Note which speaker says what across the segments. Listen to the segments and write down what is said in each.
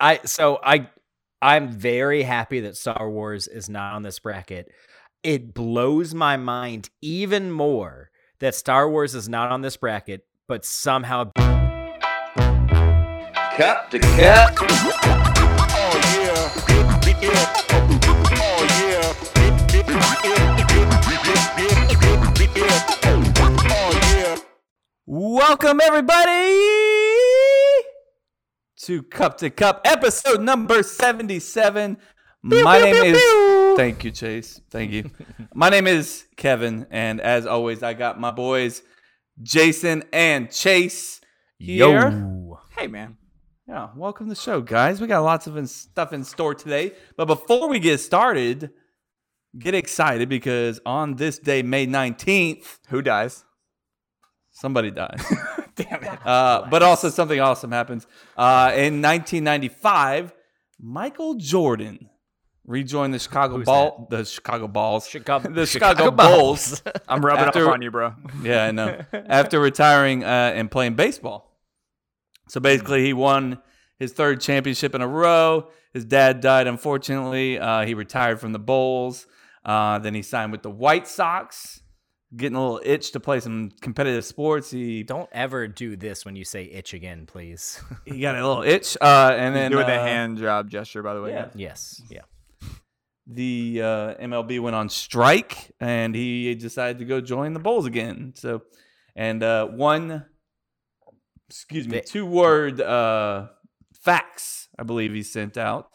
Speaker 1: I so I I'm very happy that Star Wars is not on this bracket. It blows my mind even more that Star Wars is not on this bracket, but somehow
Speaker 2: Cup to cup.
Speaker 3: Welcome everybody to Cup to Cup, episode number seventy-seven. My name is. Thank you, Chase. Thank you. my name is Kevin, and as always, I got my boys, Jason and Chase here.
Speaker 1: yo.
Speaker 3: Hey, man. Yeah, welcome to the show, guys. We got lots of in- stuff in store today. But before we get started, get excited because on this day, May 19th,
Speaker 4: Who dies?
Speaker 3: somebody died.
Speaker 4: Damn it.
Speaker 3: Uh, but also, something awesome happens. Uh, in 1995, Michael Jordan rejoined the Chicago
Speaker 1: Who's
Speaker 3: Ball, the Chicago Balls,
Speaker 1: Chicago-
Speaker 3: the
Speaker 1: Chicago
Speaker 3: Chicago, Bulls.
Speaker 4: I'm rubbing
Speaker 3: After-
Speaker 4: up on you, bro.
Speaker 3: Yeah, I know. After retiring uh, and playing baseball. So basically, he won his third championship in a row. His dad died, unfortunately. Uh, he retired from the Bulls. Uh, then he signed with the White Sox, getting a little itch to play some competitive sports. He
Speaker 1: Don't ever do this when you say itch again, please.
Speaker 3: he got a little itch, uh, and then
Speaker 4: Do with a
Speaker 3: uh,
Speaker 4: hand job gesture, by the way.
Speaker 3: yeah.
Speaker 1: yes. Yeah.
Speaker 3: the uh, MLB went on strike, and he decided to go join the Bulls again. So, and uh, one, excuse me,
Speaker 1: They-
Speaker 3: two word uh, fax I believe he sent out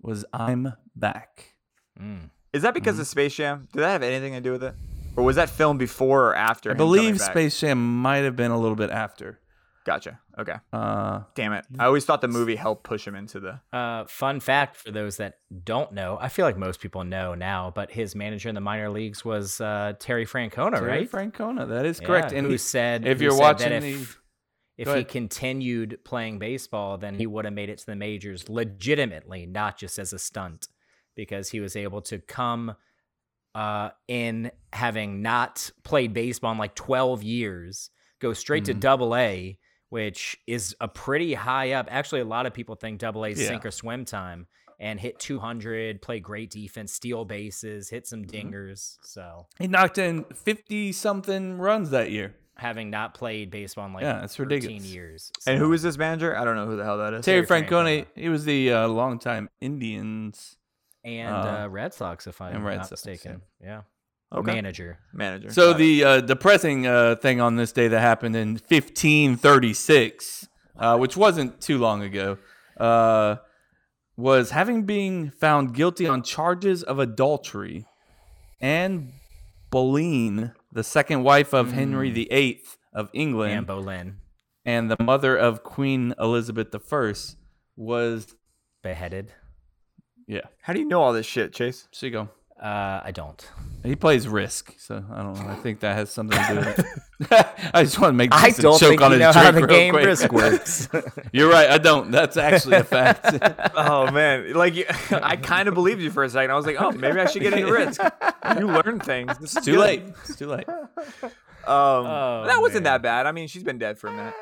Speaker 3: was "I'm back."
Speaker 1: Mm.
Speaker 4: Is that
Speaker 3: Mm-hmm.
Speaker 4: because of Space Jam? Did that have anything to do with it? Or was that filmed before or after?
Speaker 3: I
Speaker 4: him coming
Speaker 3: believe
Speaker 4: back?
Speaker 3: Space Jam might have been a little bit after.
Speaker 4: Gotcha. Okay.
Speaker 3: Uh,
Speaker 4: Damn it. I always thought the movie helped push him into the.
Speaker 1: Uh, fun fact for those that don't know, I feel like most people know now, but his manager in the minor leagues was uh, Terry Francona,
Speaker 3: Terry
Speaker 1: right?
Speaker 3: Francona, that is correct.
Speaker 1: Yeah,
Speaker 3: and
Speaker 1: who
Speaker 3: he-
Speaker 1: said
Speaker 3: if
Speaker 1: who
Speaker 3: you're
Speaker 1: said
Speaker 3: watching
Speaker 1: that
Speaker 3: the-
Speaker 1: if, if
Speaker 3: Go
Speaker 1: he
Speaker 3: ahead.
Speaker 1: continued playing baseball, then he would have made it to the majors legitimately, not just as a stunt, because he was able to come uh, in having not played baseball in like 12 years, go straight to
Speaker 3: Mhm.
Speaker 1: Double A, which is a pretty high up. Actually, a lot of people think Double A is
Speaker 3: Yeah.
Speaker 1: sink or swim time. And hit 200, play great defense, steal bases, hit some dingers. So
Speaker 3: he knocked in fifty something runs that year.
Speaker 1: having not played baseball in like
Speaker 3: Yeah, it's
Speaker 1: 13
Speaker 3: ridiculous.
Speaker 1: years.
Speaker 4: And
Speaker 1: So,
Speaker 4: who is this manager? I don't know who the hell that is.
Speaker 3: Terry
Speaker 1: Terry
Speaker 3: Francona, he was the uh, longtime Indians
Speaker 1: and
Speaker 3: uh,
Speaker 1: uh, Red Sox, if I'm
Speaker 3: and Red
Speaker 1: not
Speaker 3: Sox, yeah.
Speaker 1: mistaken. Yeah.
Speaker 4: Okay.
Speaker 1: Manager.
Speaker 4: Manager.
Speaker 3: So
Speaker 4: Got it.
Speaker 3: the uh, depressing uh, thing on this day that happened in 1536, uh, which wasn't too long ago, uh, was having been found guilty on charges of adultery, Anne Boleyn, the second wife of Henry
Speaker 4: Mm.
Speaker 3: VIII of
Speaker 1: And
Speaker 3: England
Speaker 1: Boleyn
Speaker 3: and the mother of Queen Elizabeth I, was
Speaker 1: beheaded.
Speaker 3: yeah.
Speaker 4: How do you know all this shit, Chase?
Speaker 3: She go.
Speaker 1: Uh, I don't.
Speaker 3: He plays Risk, so I don't. know. I think that has something to do with it. I just want to make. Jason choke on his drink real quick.
Speaker 1: works.
Speaker 3: You're right. I don't. That's actually a fact.
Speaker 4: Oh, man. Like, you, I kind of believed you for a second. I was like, oh, maybe I should get into risk. You learn things. This is
Speaker 3: too
Speaker 4: good.
Speaker 3: late. It's too late.
Speaker 4: Um,
Speaker 1: Oh,
Speaker 4: that wasn't
Speaker 1: man.
Speaker 4: that bad. I mean, she's been dead for a minute.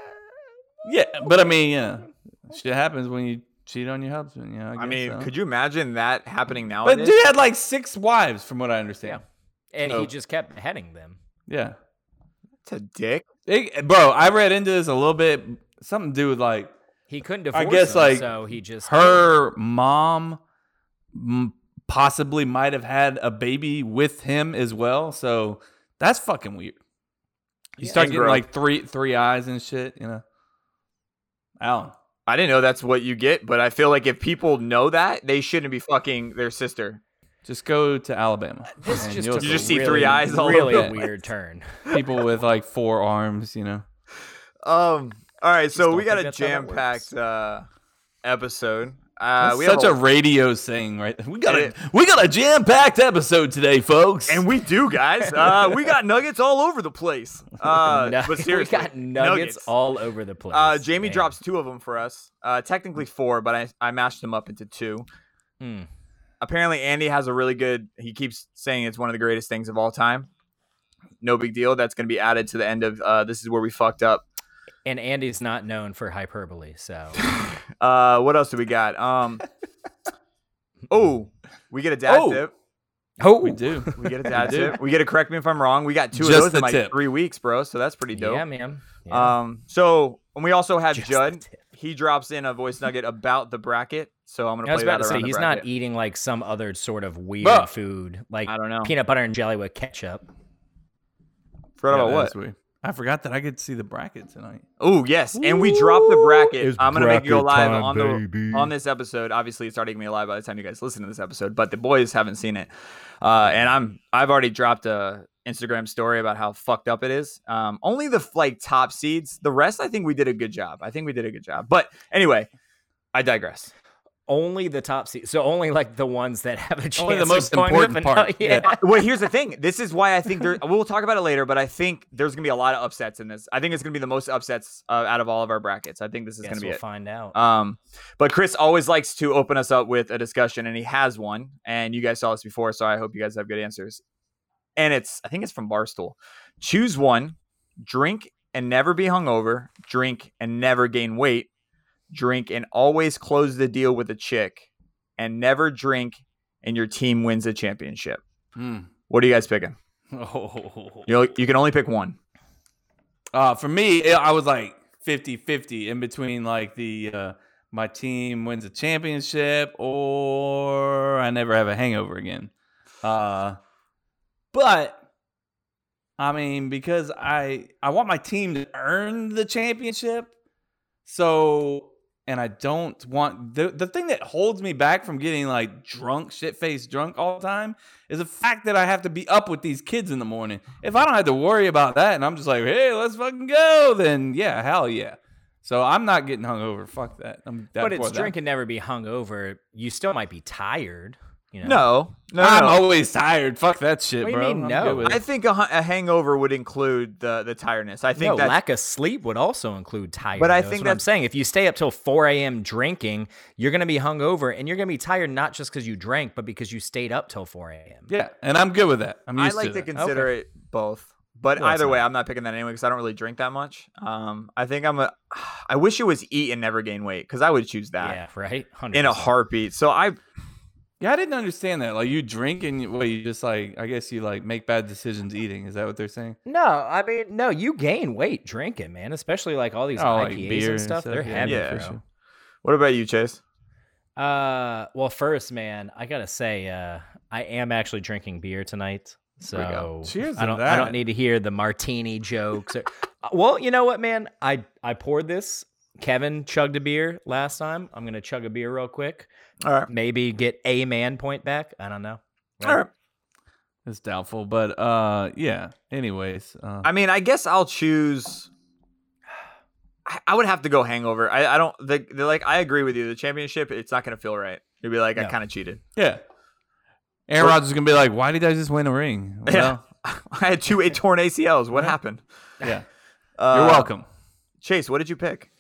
Speaker 3: Yeah, but I mean, yeah, shit happens when you cheat on your husband. Yeah, I,
Speaker 4: I mean, could you imagine that happening
Speaker 3: But
Speaker 4: nowadays?
Speaker 3: dude had like six wives, from what I understand.
Speaker 1: and
Speaker 3: So-
Speaker 1: he just kept beheading them.
Speaker 3: Yeah,
Speaker 4: That's a dick.
Speaker 3: It- eh, bro, I read into this a little bit. Something to do with like
Speaker 1: He couldn't divorce
Speaker 3: guess,
Speaker 1: them,
Speaker 3: like,
Speaker 1: so he just
Speaker 3: her mom m- possibly might have had a baby with him as well. So that's fucking weird. You
Speaker 1: Yeah.
Speaker 3: start
Speaker 4: And
Speaker 3: getting
Speaker 4: grow.
Speaker 3: like three three eyes and shit. You know, I don't. know.
Speaker 4: I didn't know that's what you get, but I feel like if people know that, they shouldn't be fucking their sister.
Speaker 3: Just go to Alabama.
Speaker 1: Uh, This
Speaker 3: and
Speaker 1: just
Speaker 3: you'll
Speaker 1: took
Speaker 4: You
Speaker 1: a
Speaker 4: just see
Speaker 1: really,
Speaker 4: three eyes all
Speaker 1: really
Speaker 3: over.
Speaker 1: weird turn.
Speaker 3: people with like four arms, you know.
Speaker 4: Um. All right, so
Speaker 1: don't
Speaker 4: we got
Speaker 1: think
Speaker 4: a
Speaker 1: that's how that
Speaker 4: jam packed uh, episode. Uh,
Speaker 3: That's
Speaker 4: we have
Speaker 3: such a, radio saying, right? there. We got
Speaker 4: It-
Speaker 3: a we got a jam packed episode today, folks.
Speaker 4: and we do, guys. Uh, we got nuggets all over the place. Uh,
Speaker 1: No-
Speaker 4: but seriously,
Speaker 1: we got nuggets, all over the place.
Speaker 4: Uh, Jamie
Speaker 1: man.
Speaker 4: drops two of them for us. Uh, technically four, but I, I mashed them up into two.
Speaker 1: Mm.
Speaker 4: Apparently, Andy has a really good. He keeps saying it's one of the greatest things of all time. No big deal. That's going to be added to the end of. Uh, this is where we fucked up.
Speaker 1: and Andy's not known for hyperbole, so
Speaker 4: Uh, what else do we got? Um, oh, we get a dad
Speaker 3: Oh.
Speaker 4: tip.
Speaker 1: oh,
Speaker 3: We do.
Speaker 4: We get a dad
Speaker 3: do.
Speaker 4: tip. We get to correct me if I'm wrong. We got two
Speaker 3: Just
Speaker 4: of those
Speaker 3: the
Speaker 4: in like
Speaker 3: tip.
Speaker 4: three weeks, bro. So that's pretty dope.
Speaker 1: yeah, man. Yeah.
Speaker 4: Um, so and we also have
Speaker 1: Just the
Speaker 4: Judd.
Speaker 1: tip.
Speaker 4: He drops in a voice nugget about the bracket. So I'm gonna.
Speaker 1: I was
Speaker 4: play
Speaker 1: about
Speaker 4: that
Speaker 1: to say
Speaker 4: around the
Speaker 1: he's
Speaker 4: bracket.
Speaker 1: not eating like some other sort of weird
Speaker 3: Bruh.
Speaker 1: food, like
Speaker 4: I don't know.
Speaker 1: peanut butter and jelly with ketchup.
Speaker 4: Forgot
Speaker 3: Yeah,
Speaker 4: about
Speaker 3: that's
Speaker 4: what?
Speaker 3: weird. I forgot that I could see the bracket tonight.
Speaker 4: Oh yes, and we dropped the bracket.
Speaker 2: It's
Speaker 4: I'm gonna make you go
Speaker 2: bracket
Speaker 4: live
Speaker 2: time,
Speaker 4: on the
Speaker 2: baby.
Speaker 4: on this episode. Obviously, it's already gonna be live by the time you guys listen to this episode, but the boys haven't seen it, uh, and I'm I've already dropped a Instagram story about how fucked up it is. Um, only the like top seeds. The rest, I think we did a good job. I think we did a good job. But anyway, I digress.
Speaker 1: Only the top seed, so only like the ones that have a chance.
Speaker 3: Only the
Speaker 1: of
Speaker 3: most
Speaker 1: going to the
Speaker 3: important part.
Speaker 1: finale. Yeah.
Speaker 4: well, here's the thing. This is why I think there. We'll talk about it later, but I think there's gonna be a lot of upsets in this. I think it's gonna be the most upsets uh, out of all of our brackets. I think this is
Speaker 1: Guess
Speaker 4: gonna be
Speaker 1: we'll
Speaker 4: it.
Speaker 1: find out.
Speaker 4: Um, but Chris always likes to open us up with a discussion, and he has one. And you guys saw this before, so I hope you guys have good answers. And it's, I think it's from Barstool. Choose one, drink and never be hungover, drink and never gain weight, drink and always close the deal with a chick, and never drink and your team wins a championship.
Speaker 3: Hmm.
Speaker 4: What are you guys picking?
Speaker 3: Oh.
Speaker 4: You you can only pick one.
Speaker 3: Uh, for me, it, I was like 50 50 in between like the uh, my team wins a championship or I never have a hangover again. Uh, but I mean, because I I want my team to earn the championship, so and I don't want the the thing that holds me back from getting like drunk, shit faced drunk all the time is the fact that I have to be up with these kids in the morning. If I don't have to worry about that, and I'm just like, hey, let's fucking go, then yeah, hell yeah. So I'm not getting hungover. Fuck that. I'm that
Speaker 1: but it's
Speaker 3: for that.
Speaker 1: drink and never be hungover. You still might be tired. You know?
Speaker 4: No, no,
Speaker 3: I'm always tired. Fuck that shit,
Speaker 1: What do you
Speaker 3: bro.
Speaker 1: mean,
Speaker 3: I'm
Speaker 1: no?
Speaker 3: good with it.
Speaker 4: I think a, hu- a hangover would include the the tiredness. I think
Speaker 1: no,
Speaker 4: that's
Speaker 1: lack of sleep would also include tired.
Speaker 4: But I
Speaker 1: though, is
Speaker 4: think
Speaker 1: what I'm
Speaker 4: that's-
Speaker 1: saying if you stay up till 4 a.m. drinking, you're going to be hungover and you're going to be tired not just because you drank, but because you stayed up till 4 a.m.
Speaker 3: Yeah, and I'm good with that. I'm
Speaker 4: I
Speaker 3: used
Speaker 4: like to,
Speaker 3: that.
Speaker 4: consider it both. But
Speaker 1: Well, that's
Speaker 4: either way, I'm not picking that anyway because I don't really drink that much. Um, I think I'm a. I wish it was eat and never gain weight because I would choose that
Speaker 1: Yeah, right. 100%.
Speaker 4: in a heartbeat. So I
Speaker 3: Yeah, I didn't understand that. Like you drink and you, well, you just like I guess you like make bad decisions eating. Is that what they're saying?
Speaker 1: No, I mean, no, you gain weight drinking, man. Especially like all these
Speaker 3: Oh,
Speaker 1: IPAs
Speaker 3: like beer
Speaker 1: and stuff. They're
Speaker 3: yeah,
Speaker 1: heavy,
Speaker 4: yeah,
Speaker 1: bro.
Speaker 3: for sure.
Speaker 4: What about you, Chase?
Speaker 1: Uh, well, first, man, I gotta say, uh, I am actually drinking beer tonight,
Speaker 4: we
Speaker 1: so
Speaker 4: go.
Speaker 3: Cheers
Speaker 1: I
Speaker 3: to
Speaker 1: don't, I
Speaker 3: that.
Speaker 1: don't need to hear the martini jokes. Or, Uh, well, you know what, man, I I poured this. Kevin chugged a beer last time. I'm gonna chug a beer real quick.
Speaker 4: All right,
Speaker 1: Maybe get a man point back. I don't know.
Speaker 4: all right.
Speaker 3: It's doubtful, but uh, yeah. Anyways, uh,
Speaker 4: I mean, I guess I'll choose. I- I would have to go hangover. I, I don't. The, the, like, I agree with you. The championship, it's not going to feel right. You'd be like, I
Speaker 1: No.
Speaker 4: kind of cheated.
Speaker 3: yeah. Aaron
Speaker 4: Or-
Speaker 3: Rodgers is gonna be like, "Why did I just win a ring?" Well, oh,
Speaker 4: Yeah. I had two eight torn ACLs. What happened?
Speaker 3: yeah.
Speaker 4: Uh,
Speaker 3: You're welcome.
Speaker 4: Chase. What did you pick?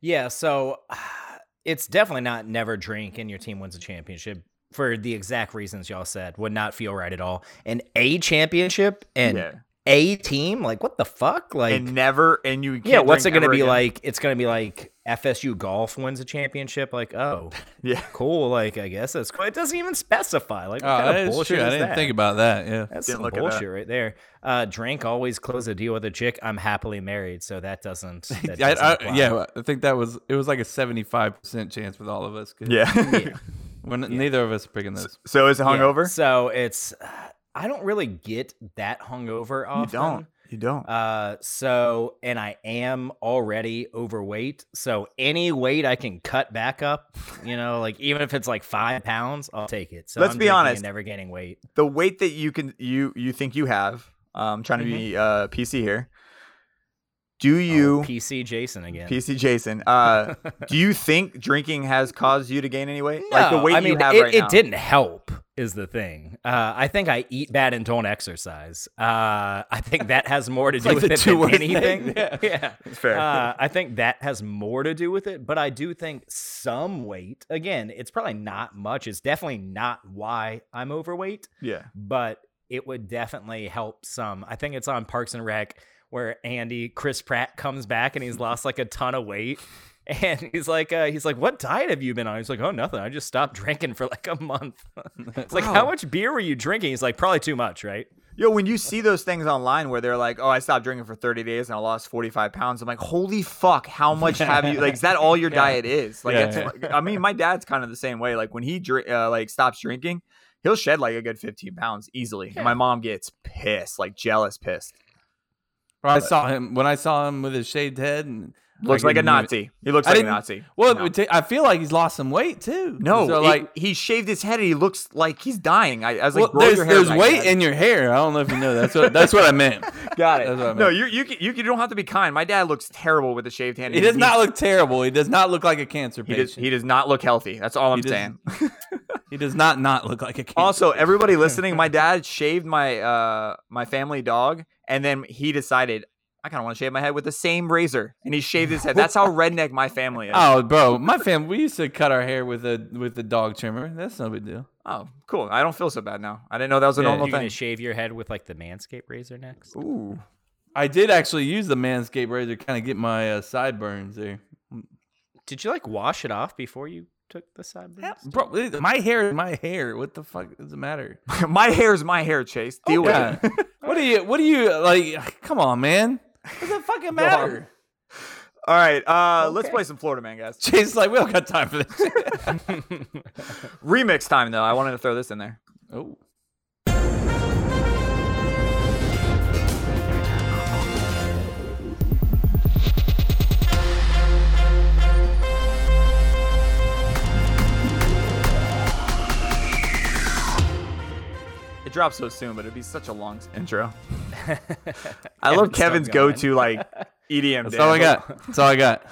Speaker 1: Yeah, so ah, it's definitely not never drink and your team wins a championship for the exact reasons y'all said. Would not feel right at all. And a championship and
Speaker 4: Yeah.
Speaker 1: a team, like what the fuck? Like
Speaker 4: and never. And you. Can't
Speaker 1: yeah, what's it
Speaker 4: drink
Speaker 1: gonna
Speaker 4: ever
Speaker 1: be
Speaker 4: again.
Speaker 1: like? It's gonna be like FSU golf wins a championship. Like oh,
Speaker 4: Yeah.
Speaker 1: cool. Like I guess that's cool. It doesn't even specify. Like
Speaker 3: Oh,
Speaker 1: what kind
Speaker 3: that
Speaker 1: of
Speaker 3: is
Speaker 1: bullshit
Speaker 3: true. I
Speaker 1: is
Speaker 3: didn't
Speaker 1: that?
Speaker 3: think about that. Yeah.
Speaker 1: That's
Speaker 4: Didn't
Speaker 1: some
Speaker 4: look at that.
Speaker 1: bullshit right there. Uh, drink always close a deal with a chick. I'm happily married, so that doesn't. That
Speaker 3: I-
Speaker 1: doesn't
Speaker 3: I-
Speaker 1: apply.
Speaker 3: yeah, I think that was it was like a seventy five percent chance with all of us. 'cause
Speaker 4: Yeah.
Speaker 1: yeah.
Speaker 3: when neither of us are picking this.
Speaker 4: So is it
Speaker 1: Yeah,
Speaker 4: hungover?
Speaker 1: So it's I don't really get that hungover often.
Speaker 4: You don't.
Speaker 1: Uh, so and I am already overweight. So any weight I can cut back up, you know, like even if it's like five pounds, I'll take it. So
Speaker 4: Let's
Speaker 1: I'm
Speaker 4: be
Speaker 1: drinking and
Speaker 4: honest.
Speaker 1: never gaining weight.
Speaker 4: the weight that you can you you think you have. Um, trying to be uh PC here. Do
Speaker 1: Mm-hmm. Oh,
Speaker 4: you
Speaker 1: PC Jason again?
Speaker 4: PC Jason? Uh, do you think drinking has caused you to gain any weight? like the
Speaker 1: No,
Speaker 4: weight
Speaker 1: I mean,
Speaker 4: you have
Speaker 1: it,
Speaker 4: right
Speaker 1: it
Speaker 4: now.
Speaker 1: didn't help is the thing. Uh, I think I eat bad and don't exercise. Uh, I think that has more to do
Speaker 3: like
Speaker 1: with
Speaker 3: the
Speaker 1: it
Speaker 3: two
Speaker 1: than
Speaker 3: worst things,
Speaker 1: anything.
Speaker 3: yeah.
Speaker 1: yeah.
Speaker 4: It's fair.
Speaker 1: Uh, I think that has more to do with it, but I do think some weight. Again, it's probably not much. It's definitely not why I'm overweight,
Speaker 4: yeah.
Speaker 1: but it would definitely help some. I think it's on Parks and Rec where Andy Chris Pratt comes back and he's lost like a ton of weight. And he's like, uh, he's like, what diet have you been on? He's like, oh, nothing. I just stopped drinking for like a month. it's like, how much beer were you drinking? He's like, probably too much, right?
Speaker 4: Yo, when you see those things online where they're like, "Oh, I stopped drinking for 30 days and I lost 45 pounds," I'm like, "Holy fuck! How much have you? Like, is that all your diet is?" Like,
Speaker 3: Yeah.
Speaker 4: it's, I mean, my dad's kind of the same way. Like, when he drink, uh, like stops drinking, he'll shed like a good 15 pounds easily. And my mom gets pissed, like jealous, pissed.
Speaker 3: Bro, I saw him when I saw him with his shaved head and
Speaker 4: Looks like a Nazi. He looks
Speaker 3: I
Speaker 4: like a
Speaker 3: didn't-
Speaker 4: Nazi.
Speaker 3: Well, it
Speaker 4: no,
Speaker 3: would take- I feel like he's lost some weight too.
Speaker 4: no
Speaker 3: so
Speaker 4: it-
Speaker 3: like
Speaker 4: he shaved his head and he looks like he's dying. I, I was
Speaker 3: well,
Speaker 4: like, "Grow
Speaker 3: there's,
Speaker 4: your hair
Speaker 3: there's
Speaker 4: back,
Speaker 3: weight
Speaker 4: Dad."
Speaker 3: in your hair. I don't know if you know that's what that's what I meant.
Speaker 4: Got
Speaker 3: That's what I
Speaker 4: it. No,
Speaker 3: meant.
Speaker 4: you you can- you, can- you don't have to be kind. My dad looks terrible with a shaved head.
Speaker 3: He does not look terrible. He does not look like a cancer
Speaker 4: He
Speaker 3: patient.
Speaker 4: does, he does not look healthy. That's all I'm
Speaker 3: doesn't-
Speaker 4: saying.
Speaker 3: He does not not look like a cancer.
Speaker 4: Also, everybody listening, my dad shaved my uh my family dog, and then he decided I kind of want to shave my head with the same razor, and he shaved his head. That's how redneck my family is.
Speaker 3: oh, bro, my family we used to cut our hair with a with the dog trimmer. That's no big deal.
Speaker 4: Oh, cool. I don't feel so bad now. I didn't know that was a
Speaker 3: Yeah,
Speaker 4: normal
Speaker 3: you
Speaker 1: you gonna
Speaker 4: thing.
Speaker 1: shave your head with like the Manscaped razor next?
Speaker 4: Ooh,
Speaker 3: I did actually use the Manscaped razor, kind of get my uh, sideburns there.
Speaker 1: Did you like wash it off before you took the sideburns?
Speaker 3: Bro, it- my hair is my hair. What the fuck does it matter?
Speaker 4: my hair's my hair, Chase. Deal with it.
Speaker 3: Yeah. what do you? What do you like? Come on, man. Does it fucking matter?
Speaker 4: All right, uh, let's play some Florida Man, guys.
Speaker 3: Jason's like, we don't got time for this.
Speaker 4: Remix time, though. I wanted to throw this in there.
Speaker 3: oh,
Speaker 4: It drops so soon, but it'd be such a long intro. I love Kevin's
Speaker 1: Kevin's
Speaker 4: go
Speaker 1: going.
Speaker 4: to like E EDM.
Speaker 3: that's all I
Speaker 4: dance.
Speaker 3: got. That's all I got.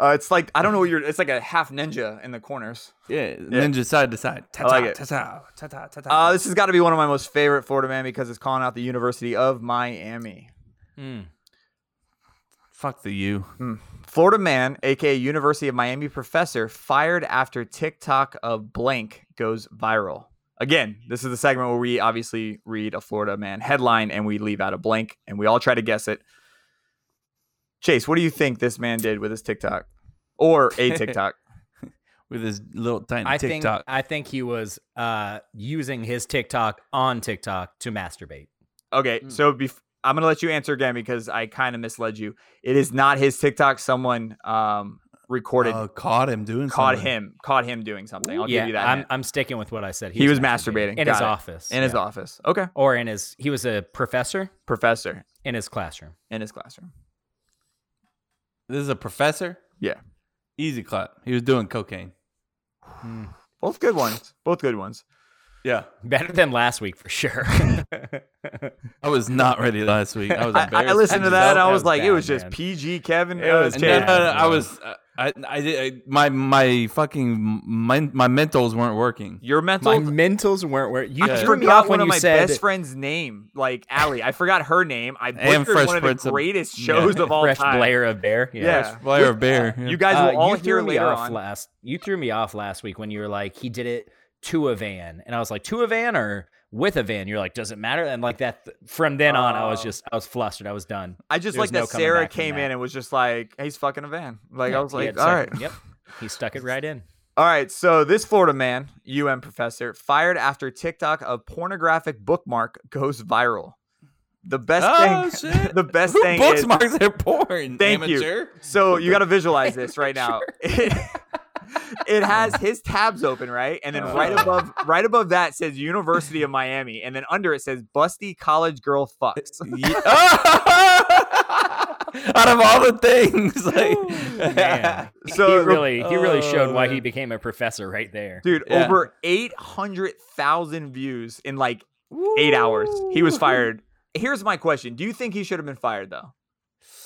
Speaker 4: Uh, it's like I don't know what you're. It's like a half ninja in the corners.
Speaker 3: Yeah, ninja side to side. Ta-ta,
Speaker 4: like it.
Speaker 3: Ta-ta, ta-ta, ta-ta.
Speaker 4: Uh, this has got to be one of my most favorite Florida man because it's calling out the University of Miami.
Speaker 1: Hmm.
Speaker 3: Fuck the U.
Speaker 4: Hmm. Florida man, aka University of Miami professor, fired after TikTok of blank goes viral. Again, this is the segment where we obviously read a Florida man headline and we leave out a blank and we all try to guess it. Chase, what do you think this man did with his TikTok or a TikTok?
Speaker 3: With his little tiny
Speaker 1: I think
Speaker 3: TikTok.
Speaker 1: I think he was uh, using his TikTok on TikTok to masturbate.
Speaker 4: Okay,
Speaker 3: Hmm.
Speaker 4: so bef- I'm gonna let you answer again because I kind of misled you. It is not his TikTok. Someone um, recorded,
Speaker 3: Oh, caught him doing
Speaker 4: caught
Speaker 3: something.
Speaker 4: him, caught him doing something. I'll
Speaker 1: yeah,
Speaker 4: give you that.
Speaker 1: I'm,
Speaker 4: hint.
Speaker 1: I'm sticking with what I said.
Speaker 4: He was masturbating.
Speaker 1: in
Speaker 4: Got
Speaker 1: his
Speaker 4: it.
Speaker 1: office.
Speaker 4: in his
Speaker 1: yeah.
Speaker 4: office. Okay,
Speaker 1: or in his he was a professor
Speaker 4: professor
Speaker 1: in his classroom.
Speaker 4: in his classroom.
Speaker 3: This is a professor.
Speaker 4: Yeah,
Speaker 3: Easy clap. He was doing cocaine.
Speaker 1: Hmm.
Speaker 4: both good ones. Both good ones.
Speaker 3: Yeah.
Speaker 1: Better than last week for sure.
Speaker 3: I was not ready last week. I was
Speaker 4: I,
Speaker 3: embarrassed.
Speaker 4: I listened to that. and I
Speaker 1: That
Speaker 4: was
Speaker 1: was
Speaker 4: like, it
Speaker 1: bad,
Speaker 4: was just
Speaker 1: man.
Speaker 4: PG, Kevin. It,
Speaker 1: It
Speaker 4: was
Speaker 1: was
Speaker 3: No, no,
Speaker 4: terrible.
Speaker 1: bad.
Speaker 3: no, uh, I
Speaker 1: Yeah.
Speaker 3: was. I, I, did. I, my, my fucking my, my mentals weren't working.
Speaker 4: Your
Speaker 1: My
Speaker 4: mental.
Speaker 1: mentals weren't where you
Speaker 4: I
Speaker 1: turned me
Speaker 4: forgot
Speaker 1: off
Speaker 4: one
Speaker 1: when
Speaker 4: of
Speaker 1: you
Speaker 4: my
Speaker 1: said
Speaker 4: best friend's name, like Allie. I forgot her name. I
Speaker 3: And
Speaker 4: butchered
Speaker 3: Fresh
Speaker 4: one of
Speaker 3: Prince
Speaker 4: the
Speaker 3: of-
Speaker 4: greatest
Speaker 3: yeah.
Speaker 4: shows of all
Speaker 1: Fresh
Speaker 4: time.
Speaker 1: Blair of Bear. Yeah.
Speaker 4: Yeah.
Speaker 3: Flyer of bear.
Speaker 4: You guys will
Speaker 1: Uh,
Speaker 4: all
Speaker 1: you
Speaker 4: hear
Speaker 1: threw me
Speaker 4: later
Speaker 1: off
Speaker 4: on.
Speaker 1: last. You threw me off last week when you were like, he did it to a van, and I was like, to a van or with a van. You're like, does it matter? And like that. From then on, I was
Speaker 4: Oh.
Speaker 1: just, I was flustered. I was done.
Speaker 4: I just
Speaker 1: There
Speaker 4: like
Speaker 1: was no
Speaker 4: that
Speaker 1: coming
Speaker 4: Sarah
Speaker 1: back from
Speaker 4: came
Speaker 1: that.
Speaker 4: in and was just like, he's fucking a van. Like, I was
Speaker 1: He
Speaker 4: like,
Speaker 1: had
Speaker 4: all right.
Speaker 1: suck- yep. He stuck it right in.
Speaker 4: All right. So this Florida man, UM professor, fired after TikTok of pornographic bookmark goes viral. The best
Speaker 3: Oh
Speaker 4: thing.
Speaker 3: shit!
Speaker 4: The best
Speaker 3: Who
Speaker 4: thing
Speaker 3: books
Speaker 4: is.
Speaker 3: marks their porn.
Speaker 4: Thank you.
Speaker 3: amateur?
Speaker 4: So you got to visualize this right now. It, it has his tabs open, right? And then right
Speaker 1: Oh.
Speaker 4: above right above that says University of Miami and then under it says busty college girl fucks.
Speaker 3: Ye-
Speaker 1: Oh,
Speaker 3: Out of all the things, like
Speaker 1: Man,
Speaker 4: So
Speaker 1: Oh, he
Speaker 4: the-
Speaker 1: really, he really showed
Speaker 3: Oh,
Speaker 1: why
Speaker 3: man.
Speaker 1: he became a professor right there.
Speaker 4: Uh, Dude,
Speaker 3: Yeah.
Speaker 4: over 800,000 views in like eight hours. He was
Speaker 3: Woo.
Speaker 4: fired. Here's my question Do you think he should have been fired, though?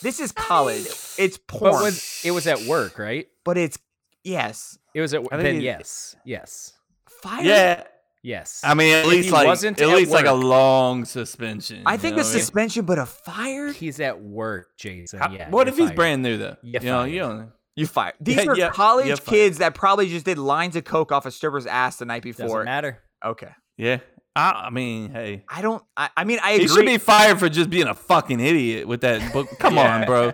Speaker 4: This is college. It's
Speaker 1: but
Speaker 4: porn. But,
Speaker 1: was, it was at work, right?
Speaker 4: it's, yes.
Speaker 1: It was at
Speaker 3: I think
Speaker 1: then.
Speaker 3: it-
Speaker 1: yes, yes,
Speaker 4: Fire.
Speaker 3: Yeah,
Speaker 1: yes.
Speaker 3: I mean, at
Speaker 1: If
Speaker 3: least
Speaker 1: he
Speaker 3: like
Speaker 1: wasn't
Speaker 3: at
Speaker 1: at
Speaker 3: least like a
Speaker 1: work-
Speaker 3: long suspension.
Speaker 4: I
Speaker 3: you
Speaker 4: think
Speaker 3: know
Speaker 4: a
Speaker 3: what I mean?
Speaker 4: suspension, but a fired?
Speaker 1: he's at work, Jason.
Speaker 3: How-
Speaker 1: yeah.
Speaker 3: what
Speaker 1: you're
Speaker 3: if he's
Speaker 1: fired.
Speaker 3: brand new though?
Speaker 1: You're
Speaker 3: you know, you
Speaker 1: fired.
Speaker 3: don't. know.
Speaker 4: You fired. These
Speaker 3: Yeah,
Speaker 4: are
Speaker 3: yeah,
Speaker 4: college
Speaker 3: you're fired.
Speaker 4: kids that probably just did lines of coke off a stripper's ass the night
Speaker 1: Doesn't
Speaker 4: before.
Speaker 1: matter.
Speaker 4: Okay.
Speaker 3: Yeah, I, I mean, hey,
Speaker 4: I don't. I, I mean, I
Speaker 3: he should
Speaker 4: agree.
Speaker 3: be fired for just being a fucking idiot with that book. Come on, bro.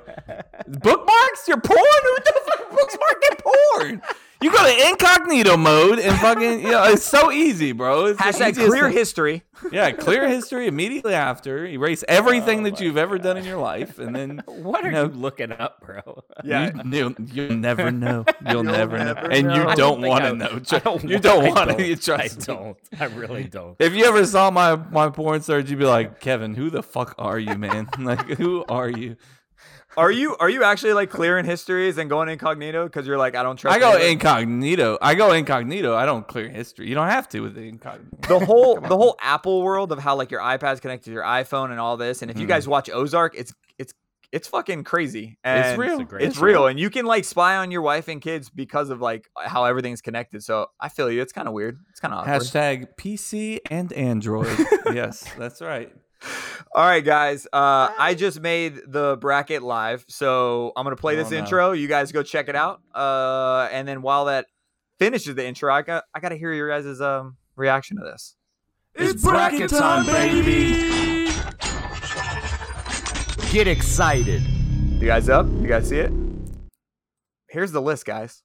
Speaker 3: Bookmarks? You're porn? Who the fuck bookmarked their porn? You go to incognito mode and fucking, you know, it's so easy, bro. It's the
Speaker 4: Hashtag
Speaker 3: easiest
Speaker 4: clear
Speaker 3: thing.
Speaker 4: history.
Speaker 3: Yeah, clear history immediately after. Erase everything that you've ever done in your life, and then
Speaker 1: Oh What are
Speaker 3: No.
Speaker 1: you looking up, bro?
Speaker 4: Yeah.
Speaker 3: you, will you'll never know. You'll, never, know,
Speaker 4: never
Speaker 3: and
Speaker 4: know.
Speaker 3: you
Speaker 4: I
Speaker 3: don't
Speaker 1: think
Speaker 3: want
Speaker 1: I-
Speaker 3: to know.
Speaker 1: I
Speaker 3: Tr-
Speaker 1: don't
Speaker 3: you don't
Speaker 1: I
Speaker 3: want to. You
Speaker 1: I
Speaker 3: trust me.
Speaker 1: don't. I really don't.
Speaker 3: If you ever saw my my porn search, you'd be like, Kevin, who the fuck are you, man? like, who are you?
Speaker 4: Are you are you actually like clearing histories and going incognito because you're like I don't trust.
Speaker 3: I go
Speaker 4: anybody?
Speaker 3: incognito. I go incognito. I don't clear history. You don't have to with the incognito.
Speaker 4: the whole the whole Apple world of how like your iPad's connected to your iPhone and all this. And
Speaker 3: Mm-hmm.
Speaker 4: if you guys watch Ozark, it's it's it's fucking crazy. And
Speaker 3: It's real.
Speaker 1: a great-
Speaker 4: It's real, and you can like spy on your wife and kids because of like how everything's connected. So I feel you. It's kind of weird. It's kind of awkward.
Speaker 3: Hashtag PC and Android. yes, that's right.
Speaker 4: All right, guys. Uh, I just made the bracket live, so I'm gonna play
Speaker 3: Oh,
Speaker 4: this
Speaker 3: no.
Speaker 4: intro. You guys go check it out. Uh, and then while that finishes the intro, I got I gotta hear your guys' um reaction to this.
Speaker 3: It's bracket time, baby.
Speaker 1: Get excited.
Speaker 4: You guys up? You guys see it? Here's the list, guys.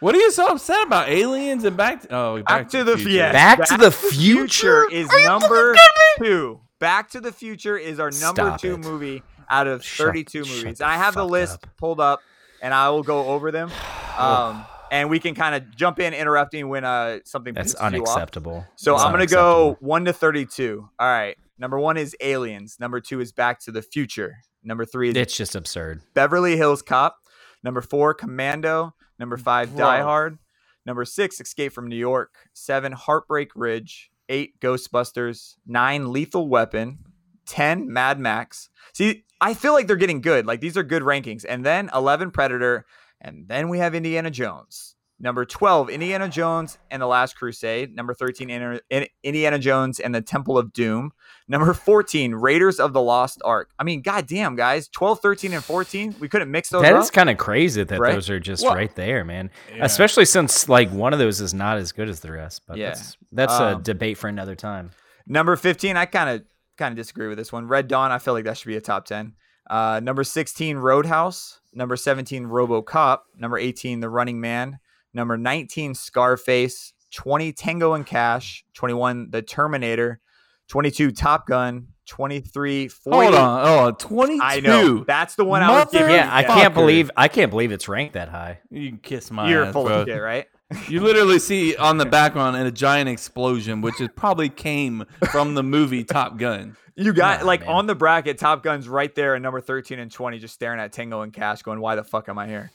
Speaker 3: What are you so upset about? Aliens and back to, oh, back to the future.
Speaker 4: Fiesta.
Speaker 1: Back, to the future.
Speaker 4: is number two. Back to the Future is our number
Speaker 1: Stop
Speaker 4: two
Speaker 1: it.
Speaker 4: movie out of
Speaker 1: Shut-
Speaker 4: 32
Speaker 1: shut
Speaker 4: movies.
Speaker 1: the
Speaker 4: And I have the
Speaker 1: fuck
Speaker 4: list
Speaker 1: up.
Speaker 4: pulled up, and I will go over them. Um, and we can kind of jump in, interrupting when uh something
Speaker 1: That's
Speaker 4: pisses you off.
Speaker 1: unacceptable.
Speaker 4: So
Speaker 1: That's
Speaker 4: I'm gonna
Speaker 1: unacceptable.
Speaker 4: go Oh, one to 32. All right. Number one is Aliens. Number two is Back to the Future. Number three is
Speaker 1: It's just absurd.
Speaker 4: Beverly Hills Cop. Number four, Commando. Number five,
Speaker 3: Bro.
Speaker 4: Die Hard. Number six, Escape from New York. Seven, Heartbreak Ridge. Eight, Ghostbusters. Nine, Lethal Weapon. Ten, Mad Max. See, I feel like they're getting good. Like these are good rankings. And then eleven, Predator. And then we have Indiana Jones. Number twelve, Indiana Jones and the Last Crusade. Number thirteen, Inter- In- Indiana Jones and the Temple of Doom. Number 14, Raiders of the Lost Ark. I mean, goddamn, guys. 12, 13, and 14. We couldn't mix those
Speaker 1: That
Speaker 4: up.
Speaker 1: is kind of crazy that
Speaker 4: Right?
Speaker 1: those are just
Speaker 3: Well-
Speaker 1: right there, man.
Speaker 3: Yeah.
Speaker 1: Especially since like one of those is not as good as the rest. But
Speaker 4: Yeah.
Speaker 1: that's that's
Speaker 4: Um,
Speaker 1: a debate for another time.
Speaker 4: Number 15, I kind of kind of disagree with this one. Red Dawn, I feel like that should be a top 10. Uh, number 16, Roadhouse. Number 17, RoboCop. Number 18, The Running Man. Number 19, Scarface. 20, Tango and Cash. 21, The Terminator. 22, Top Gun. 23, 40.
Speaker 3: Hold on. Oh, 22.
Speaker 4: I know. That's the one I was giving.
Speaker 3: Mother-
Speaker 1: Yeah, I
Speaker 3: Motherfucker.
Speaker 1: can't believe I can't believe it's ranked that high.
Speaker 3: You can kiss my
Speaker 4: You're
Speaker 3: ass,
Speaker 4: full
Speaker 3: bro.
Speaker 4: of shit, right?
Speaker 3: You literally see on the background a giant explosion, which is probably came from the movie Top Gun.
Speaker 4: You got
Speaker 1: Nah,
Speaker 4: like
Speaker 1: man.
Speaker 4: on the bracket, Top Gun's right there at number 13 and 20, just staring at Tango and Cash, going, Why the fuck am I here?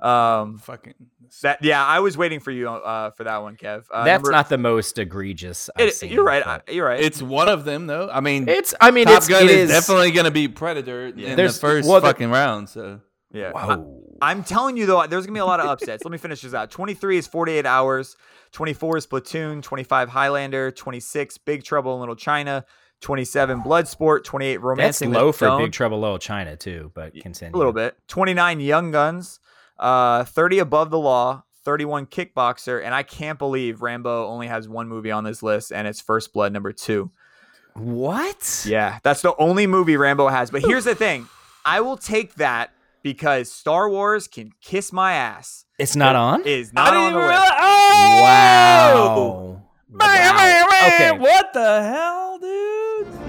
Speaker 4: Um,
Speaker 3: Fucking.
Speaker 4: that yeah, I was waiting for you uh, for that one, Kev. Uh,
Speaker 1: that's
Speaker 4: number-
Speaker 1: not the most egregious. I've
Speaker 4: it,
Speaker 1: seen,
Speaker 4: you're right.
Speaker 1: but-
Speaker 4: I, you're right.
Speaker 3: It's one of them, though. I mean,
Speaker 1: It's. I mean,
Speaker 3: Top
Speaker 1: it's,
Speaker 3: Gun
Speaker 1: it
Speaker 3: is,
Speaker 1: is-
Speaker 3: definitely going to be Predator in the
Speaker 1: There's-
Speaker 3: first
Speaker 1: well, the-
Speaker 3: fucking round. So
Speaker 4: yeah.
Speaker 1: Whoa.
Speaker 4: I, am telling you though, there's gonna be a lot of upsets. Let me finish this out. 23 is 48 hours. 24 is Platoon. 25 Highlander. 26 Big Trouble in Little China. 27 Bloodsport. 28 Romance.
Speaker 1: That's low for Big Trouble Little China too. But
Speaker 4: a
Speaker 1: continue
Speaker 4: little bit. 29 Young Guns, uh, 30 Above the Law, 31 Kickboxer, and I can't believe Rambo only has one movie on this list, and it's First Blood number two.
Speaker 1: What?
Speaker 4: Yeah, that's the only movie Rambo has. But here's the thing I will take that because Star Wars can kiss my ass.
Speaker 1: It's not on.
Speaker 4: It Is not on the
Speaker 3: even
Speaker 4: list.
Speaker 3: realize- Oh!
Speaker 1: Wow.
Speaker 3: Man,
Speaker 1: Wow.
Speaker 3: man, man,
Speaker 1: Okay.
Speaker 3: What the hell, dude?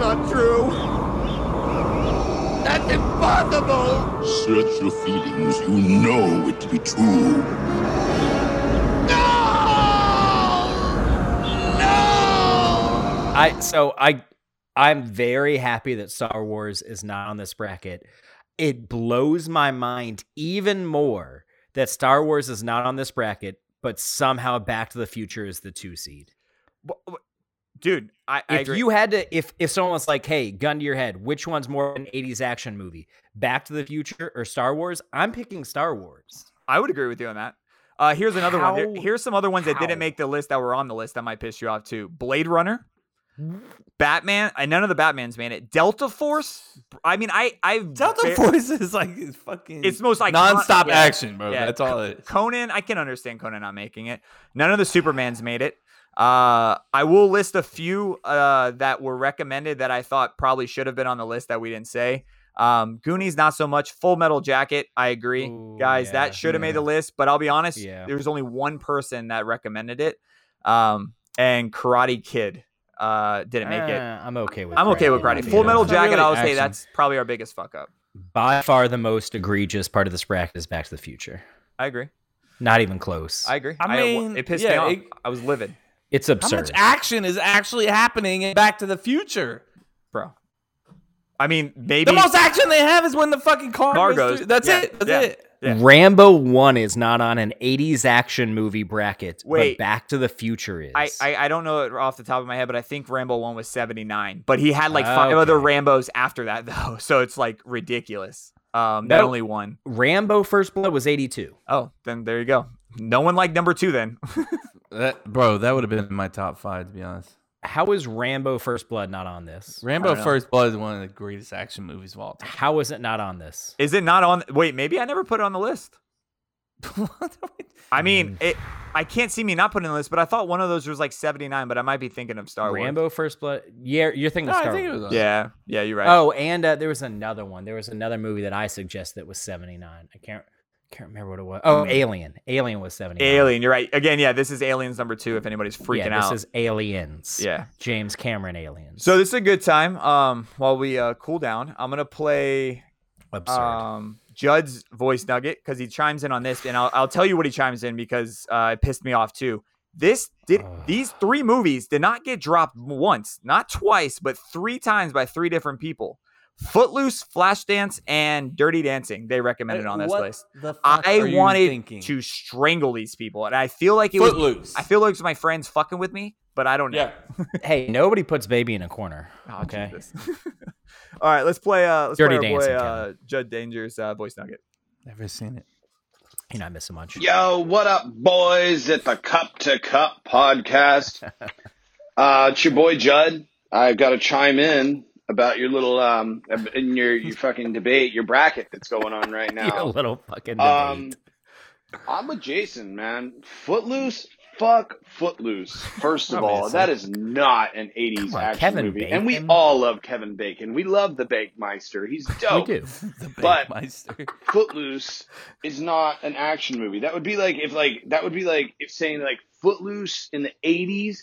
Speaker 2: Not true. That's impossible.
Speaker 5: Search your feelings. You know it to be true.
Speaker 2: No.
Speaker 1: I so I I'm very happy that Star Wars is not on this bracket. It blows my mind even more that Star Wars is not on this bracket, but somehow Back to the Future is the two seed.
Speaker 4: W- w- Dude, I, I
Speaker 1: If
Speaker 4: agree.
Speaker 1: you had to, if if someone was like, "Hey, gun to your head, which one's more of an '80s action movie, Back to the Future or Star Wars?" I'm picking Star Wars.
Speaker 4: I would agree with you on that. Uh, here's another one. There-
Speaker 1: How-
Speaker 4: here's some other ones that
Speaker 1: how?
Speaker 4: didn't make the list that were on the list that might piss you off too. Blade Runner, Batman, and none of the Batmans made it. Delta Force. I mean, I I
Speaker 3: Delta
Speaker 4: ba-
Speaker 3: Force is like it's fucking
Speaker 4: It's the most like
Speaker 3: nonstop action, bro.
Speaker 4: Yeah.
Speaker 3: That's all it.
Speaker 4: Conan, I can understand Conan not making it. None of the Supermans made it. Uh, I will list a few uh, that were recommended that I thought probably should have been on the list that we didn't say. Um, Goonies, not so much. Full Metal Jacket, I agree,
Speaker 1: Ooh,
Speaker 4: guys.
Speaker 1: yeah,
Speaker 4: that should have
Speaker 3: yeah.
Speaker 4: made the list, but I'll be honest,
Speaker 1: Yeah.
Speaker 4: there was only one person that recommended it, um, and Karate Kid uh, didn't make it.
Speaker 1: Eh, I'm okay with.
Speaker 4: I'm okay with
Speaker 1: Karate
Speaker 4: Karate.
Speaker 1: Kid.
Speaker 4: Full Metal
Speaker 3: It's not
Speaker 4: Jacket,
Speaker 3: really
Speaker 4: I would say
Speaker 3: action.
Speaker 4: that's probably our biggest fuck up.
Speaker 1: By far, the most egregious part of this bracket is Back to the Future.
Speaker 4: I agree.
Speaker 1: Not even close.
Speaker 4: I agree.
Speaker 3: I mean,
Speaker 4: it pissed me
Speaker 3: yeah,
Speaker 4: off.
Speaker 3: it-
Speaker 4: I was livid,
Speaker 1: it's
Speaker 3: How
Speaker 1: absurd.
Speaker 3: much action is actually happening in Back to the Future?
Speaker 4: bro. I mean, maybe
Speaker 3: The most action they have is when the fucking car,
Speaker 4: Car
Speaker 3: goes.
Speaker 4: goes.
Speaker 3: through- That's
Speaker 4: Yeah,
Speaker 3: it. That's
Speaker 4: yeah.
Speaker 3: it.
Speaker 4: Yeah.
Speaker 1: Rambo One is not on an '80s action movie bracket,
Speaker 4: Wait.
Speaker 1: but Back to the Future is.
Speaker 4: I, I I don't know it off the top of my head, but I think Rambo one was seventy nine. But he had like five
Speaker 1: Oh, Okay.
Speaker 4: other Rambo's after that though, so it's like ridiculous. Um, that
Speaker 1: Nope.
Speaker 4: only one.
Speaker 1: Rambo First Blood was '82.
Speaker 4: Oh, then there you go. No one liked number two then.
Speaker 3: That, bro, that would have been in my top five to be honest.
Speaker 1: How is Rambo First Blood not on this?
Speaker 3: Rambo
Speaker 4: don't know.
Speaker 3: First Blood is one of the greatest action movies of all time.
Speaker 1: How is it not on this?
Speaker 4: Is it not on? Wait, maybe I never put it on the list.
Speaker 3: What?
Speaker 4: I
Speaker 1: Hmm.
Speaker 4: mean, it. I can't see me not putting it on the list, but I thought one of those was like seventy nine. But I might be thinking of Star Wars.
Speaker 1: Rambo First Blood. Yeah, you're thinking
Speaker 3: No,
Speaker 1: of
Speaker 3: I
Speaker 1: Star
Speaker 3: think it
Speaker 1: Wars.
Speaker 3: was on.
Speaker 4: Yeah, yeah, you're right.
Speaker 1: Oh, and uh, there was another one. There was another movie that I suggested that was '79. I can't can't remember what it was. Oh,
Speaker 4: Hmm.
Speaker 1: Alien. Alien was '79.
Speaker 4: Alien, you're right. Again, yeah, this is Aliens number two. If anybody's freaking
Speaker 1: yeah, this
Speaker 4: out,
Speaker 1: is Aliens.
Speaker 4: yeah.
Speaker 1: James Cameron Aliens.
Speaker 4: So this is a good time. Um, while we uh, cool down, I'm gonna play
Speaker 1: Absurd.
Speaker 4: um, Judd's voice nugget because he chimes in on this, and I'll, I'll tell you what he chimes in because uh, it pissed me off too. This did
Speaker 1: Ugh.
Speaker 4: these three movies did not get dropped once, not twice, but three times by three different people. Footloose, Flashdance, and Dirty Dancing. They recommended on this list. I wanted to strangle these people, and I feel like it was.
Speaker 3: Footloose.
Speaker 4: I feel like it was my friends fucking with me, but I don't know.
Speaker 3: yeah.
Speaker 1: hey, nobody puts baby in a corner.
Speaker 4: Oh,
Speaker 1: okay.
Speaker 4: Jesus. All right, let's play. Uh, let's
Speaker 1: Dirty
Speaker 4: play our boy,
Speaker 1: Dancing,
Speaker 4: uh, Judd Danger's uh, voice nugget.
Speaker 3: Never seen it.
Speaker 1: You're not missing much.
Speaker 2: Yo, what up, boys? At the Cup to Cup podcast, uh, it's your boy Judd. I've got to chime in about your little um in your your fucking debate, your bracket that's going on right now.
Speaker 1: Your little fucking
Speaker 2: Um,
Speaker 1: debate.
Speaker 2: I'm with Jason, man. Footloose, fuck Footloose. First of all,
Speaker 1: Obviously.
Speaker 2: that is not an '80s
Speaker 1: Come on,
Speaker 2: action
Speaker 1: Kevin
Speaker 2: movie, and we
Speaker 1: Bacon.
Speaker 2: all love Kevin Bacon. We love the Bakemeister. He's
Speaker 1: we
Speaker 2: dope.
Speaker 1: do.
Speaker 3: The
Speaker 2: But-
Speaker 3: Backmeister.
Speaker 2: Footloose is not an action movie. That would be like if like that would be like if saying like Footloose in the '80s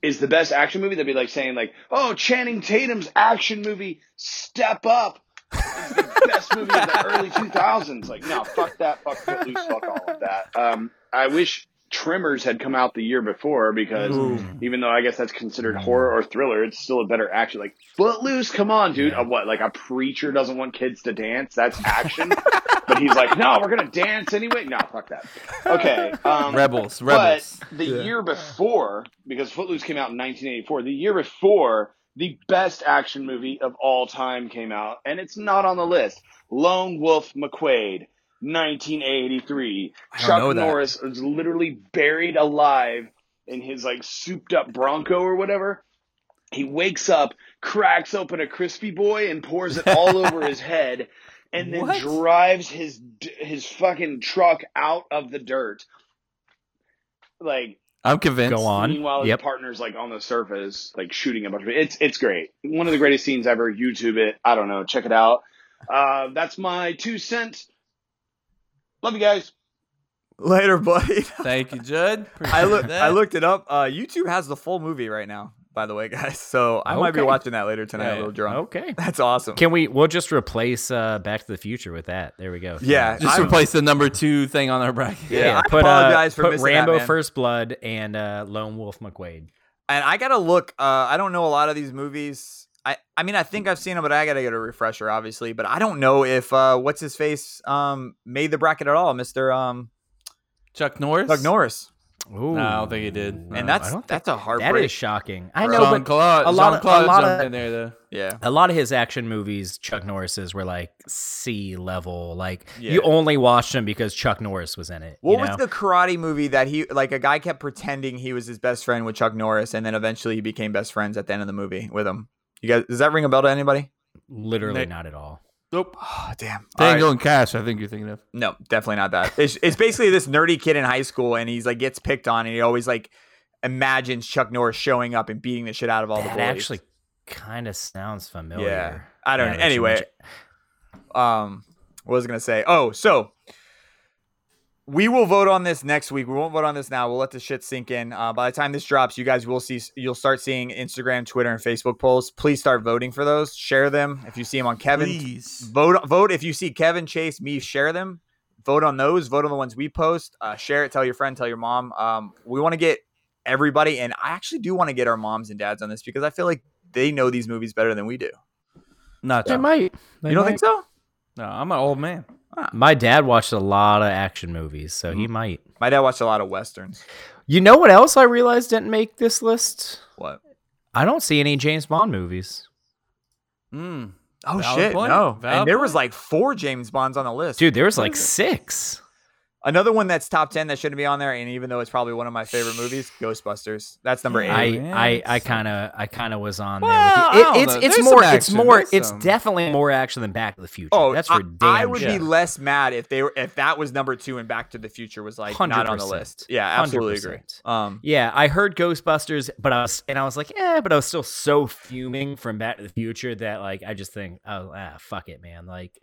Speaker 2: is the best action movie. That'd be like saying like, oh, Channing Tatum's action movie Step Up is the best movie of the early 2000s. Like, no, fuck that, fuck Footloose, fuck all of that. Um, I wish Tremors had come out the year before because even though I guess that's considered horror or thriller, it's still a better action. Like Footloose, come on, dude. A what? Like a preacher doesn't want kids to dance? That's action. but he's like, no, we're gonna dance anyway. No, fuck that. Okay, um,
Speaker 3: Rebels. Rebels.
Speaker 2: but the year before, because Footloose came out in 1984, the year before, the best action movie of all time came out, and it's not on the list. Lone Wolf McQuade, 1983.
Speaker 3: don't
Speaker 2: Chuck
Speaker 3: know that.
Speaker 2: Norris is literally buried alive in his like souped up Bronco or whatever. He wakes up, cracks open a crispy boy, and pours it all over his head, and then
Speaker 3: What?
Speaker 2: drives his d- his fucking truck out of the dirt. Like
Speaker 3: I'm convinced.
Speaker 1: Go on.
Speaker 2: Meanwhile,
Speaker 1: Yep.
Speaker 2: his partner's like on the surface, like shooting a bunch of It's it's great. One of the greatest scenes ever. YouTube it. I don't know. Check it out. Uh, that's my two cents. Love you guys.
Speaker 4: Later, buddy.
Speaker 3: Thank you, Judd.
Speaker 4: I
Speaker 3: Appreciate
Speaker 4: look.
Speaker 3: that.
Speaker 4: I looked it up. Uh, YouTube has the full movie right now. By the way, guys. So I might be
Speaker 1: Okay.
Speaker 4: watching that later tonight.
Speaker 3: Yeah,
Speaker 4: A little drunk.
Speaker 1: Okay.
Speaker 4: That's awesome.
Speaker 1: Can we? We'll just replace uh, Back to the Future with that. There we go.
Speaker 4: yeah.
Speaker 3: Just
Speaker 4: I'm-
Speaker 3: replace the number two thing on our bracket.
Speaker 1: Yeah.
Speaker 4: I
Speaker 1: put
Speaker 4: apologize
Speaker 1: uh,
Speaker 4: for
Speaker 1: put
Speaker 4: missing that,
Speaker 1: Rambo
Speaker 4: man.
Speaker 1: First Blood and uh, Lone Wolf McQuade.
Speaker 4: and I gotta look. Uh, I don't know a lot of these movies. I, I mean, I think I've seen them, but I gotta get a refresher, obviously. But I don't know if uh, what's his face um made the bracket at all, Mister um
Speaker 3: Chuck Norris.
Speaker 4: Doug Norris.
Speaker 1: Ooh.
Speaker 3: No, I don't think he did.
Speaker 4: And that's that's a hard
Speaker 1: that
Speaker 4: break.
Speaker 1: is shocking. I know,
Speaker 3: Jean
Speaker 1: but
Speaker 3: Claude,
Speaker 1: a lot
Speaker 3: Jean
Speaker 1: of- a
Speaker 3: Claude
Speaker 1: lot
Speaker 3: jumped
Speaker 1: of-
Speaker 3: in there though.
Speaker 4: yeah.
Speaker 1: a lot of his action movies, Chuck Norris's were like C level. Like
Speaker 3: Yeah.
Speaker 1: you only watched them because Chuck Norris was in it.
Speaker 4: What
Speaker 1: you
Speaker 4: was
Speaker 1: know?
Speaker 4: the karate movie that he like a guy kept pretending he was his best friend with Chuck Norris and then eventually he became best friends at the end of the movie with him. You guys does that ring a bell to anybody?
Speaker 1: literally
Speaker 3: Nick-
Speaker 1: not at all?
Speaker 3: Nope.
Speaker 4: Oh damn. All right.
Speaker 3: Tango and Cash, I think you're thinking of.
Speaker 4: No, definitely not that. It's it's basically this nerdy kid in high school and he's like gets picked on and he always like imagines Chuck Norris showing up and beating the shit out of all the
Speaker 1: that
Speaker 4: bullies.
Speaker 1: actually kind of sounds familiar.
Speaker 4: Yeah. I don't
Speaker 1: Now
Speaker 4: know.
Speaker 1: that you
Speaker 4: Anyway,
Speaker 1: mention-
Speaker 4: um what was I gonna say? Oh, so we will vote on this next week. We won't vote on this now. We'll let the shit sink in. Uh, by the time this drops, you guys will see. You'll start seeing Instagram, Twitter, and Facebook polls. Please start voting for those. Share them if you see them on Kevin.
Speaker 3: Please.
Speaker 4: Vote vote if you see Kevin Chase me share them. Vote on those. Vote on the ones we post. Uh, share it. Tell your friend. Tell your mom. Um, we want to get everybody, and I actually do want to get our moms and dads on this because I feel like they know these movies better than we do.
Speaker 3: Not
Speaker 1: They might. They
Speaker 4: you don't think so?
Speaker 3: No, I'm an old man.
Speaker 4: Ah.
Speaker 1: might. My dad watched a lot of action movies, so he might.
Speaker 4: Mm-hmm. My dad watched a lot of westerns.
Speaker 1: You know what else I realized didn't make this list?
Speaker 4: What?
Speaker 1: I don't see any James Bond movies.
Speaker 3: Mm.
Speaker 4: Oh
Speaker 3: Valid
Speaker 4: shit!
Speaker 3: point.
Speaker 4: No,
Speaker 3: Valid
Speaker 4: and there was
Speaker 3: point.
Speaker 4: like four James Bonds on the list.
Speaker 1: Dude, there was like six.
Speaker 4: Another one that's top ten that shouldn't be on there, and even though it's probably one of my favorite movies, Ghostbusters. That's number eight.
Speaker 3: Yeah.
Speaker 1: I,
Speaker 3: man,
Speaker 1: I, I
Speaker 3: it's-
Speaker 1: kind of, I kind of was on
Speaker 3: Well, I
Speaker 1: there.
Speaker 3: don't
Speaker 1: With you. It-
Speaker 3: know.
Speaker 1: it's, it's
Speaker 3: There's
Speaker 1: more,
Speaker 3: some
Speaker 1: it's
Speaker 3: action.
Speaker 1: more,
Speaker 3: There's
Speaker 1: it's
Speaker 3: some-
Speaker 1: definitely more action than Back to the Future.
Speaker 4: oh,
Speaker 1: that's
Speaker 4: I,
Speaker 1: for damn
Speaker 4: I would be
Speaker 1: sure.
Speaker 4: less mad if they were if that was number two and Back to the Future was like not on the
Speaker 1: 100%.
Speaker 4: list. Yeah, absolutely agree.
Speaker 1: 100%.
Speaker 4: Um,
Speaker 1: Yeah, I heard Ghostbusters, but I was and I was like, eh, but I was still so fuming from Back to the Future that like I just think, oh ah, fuck it, man. Like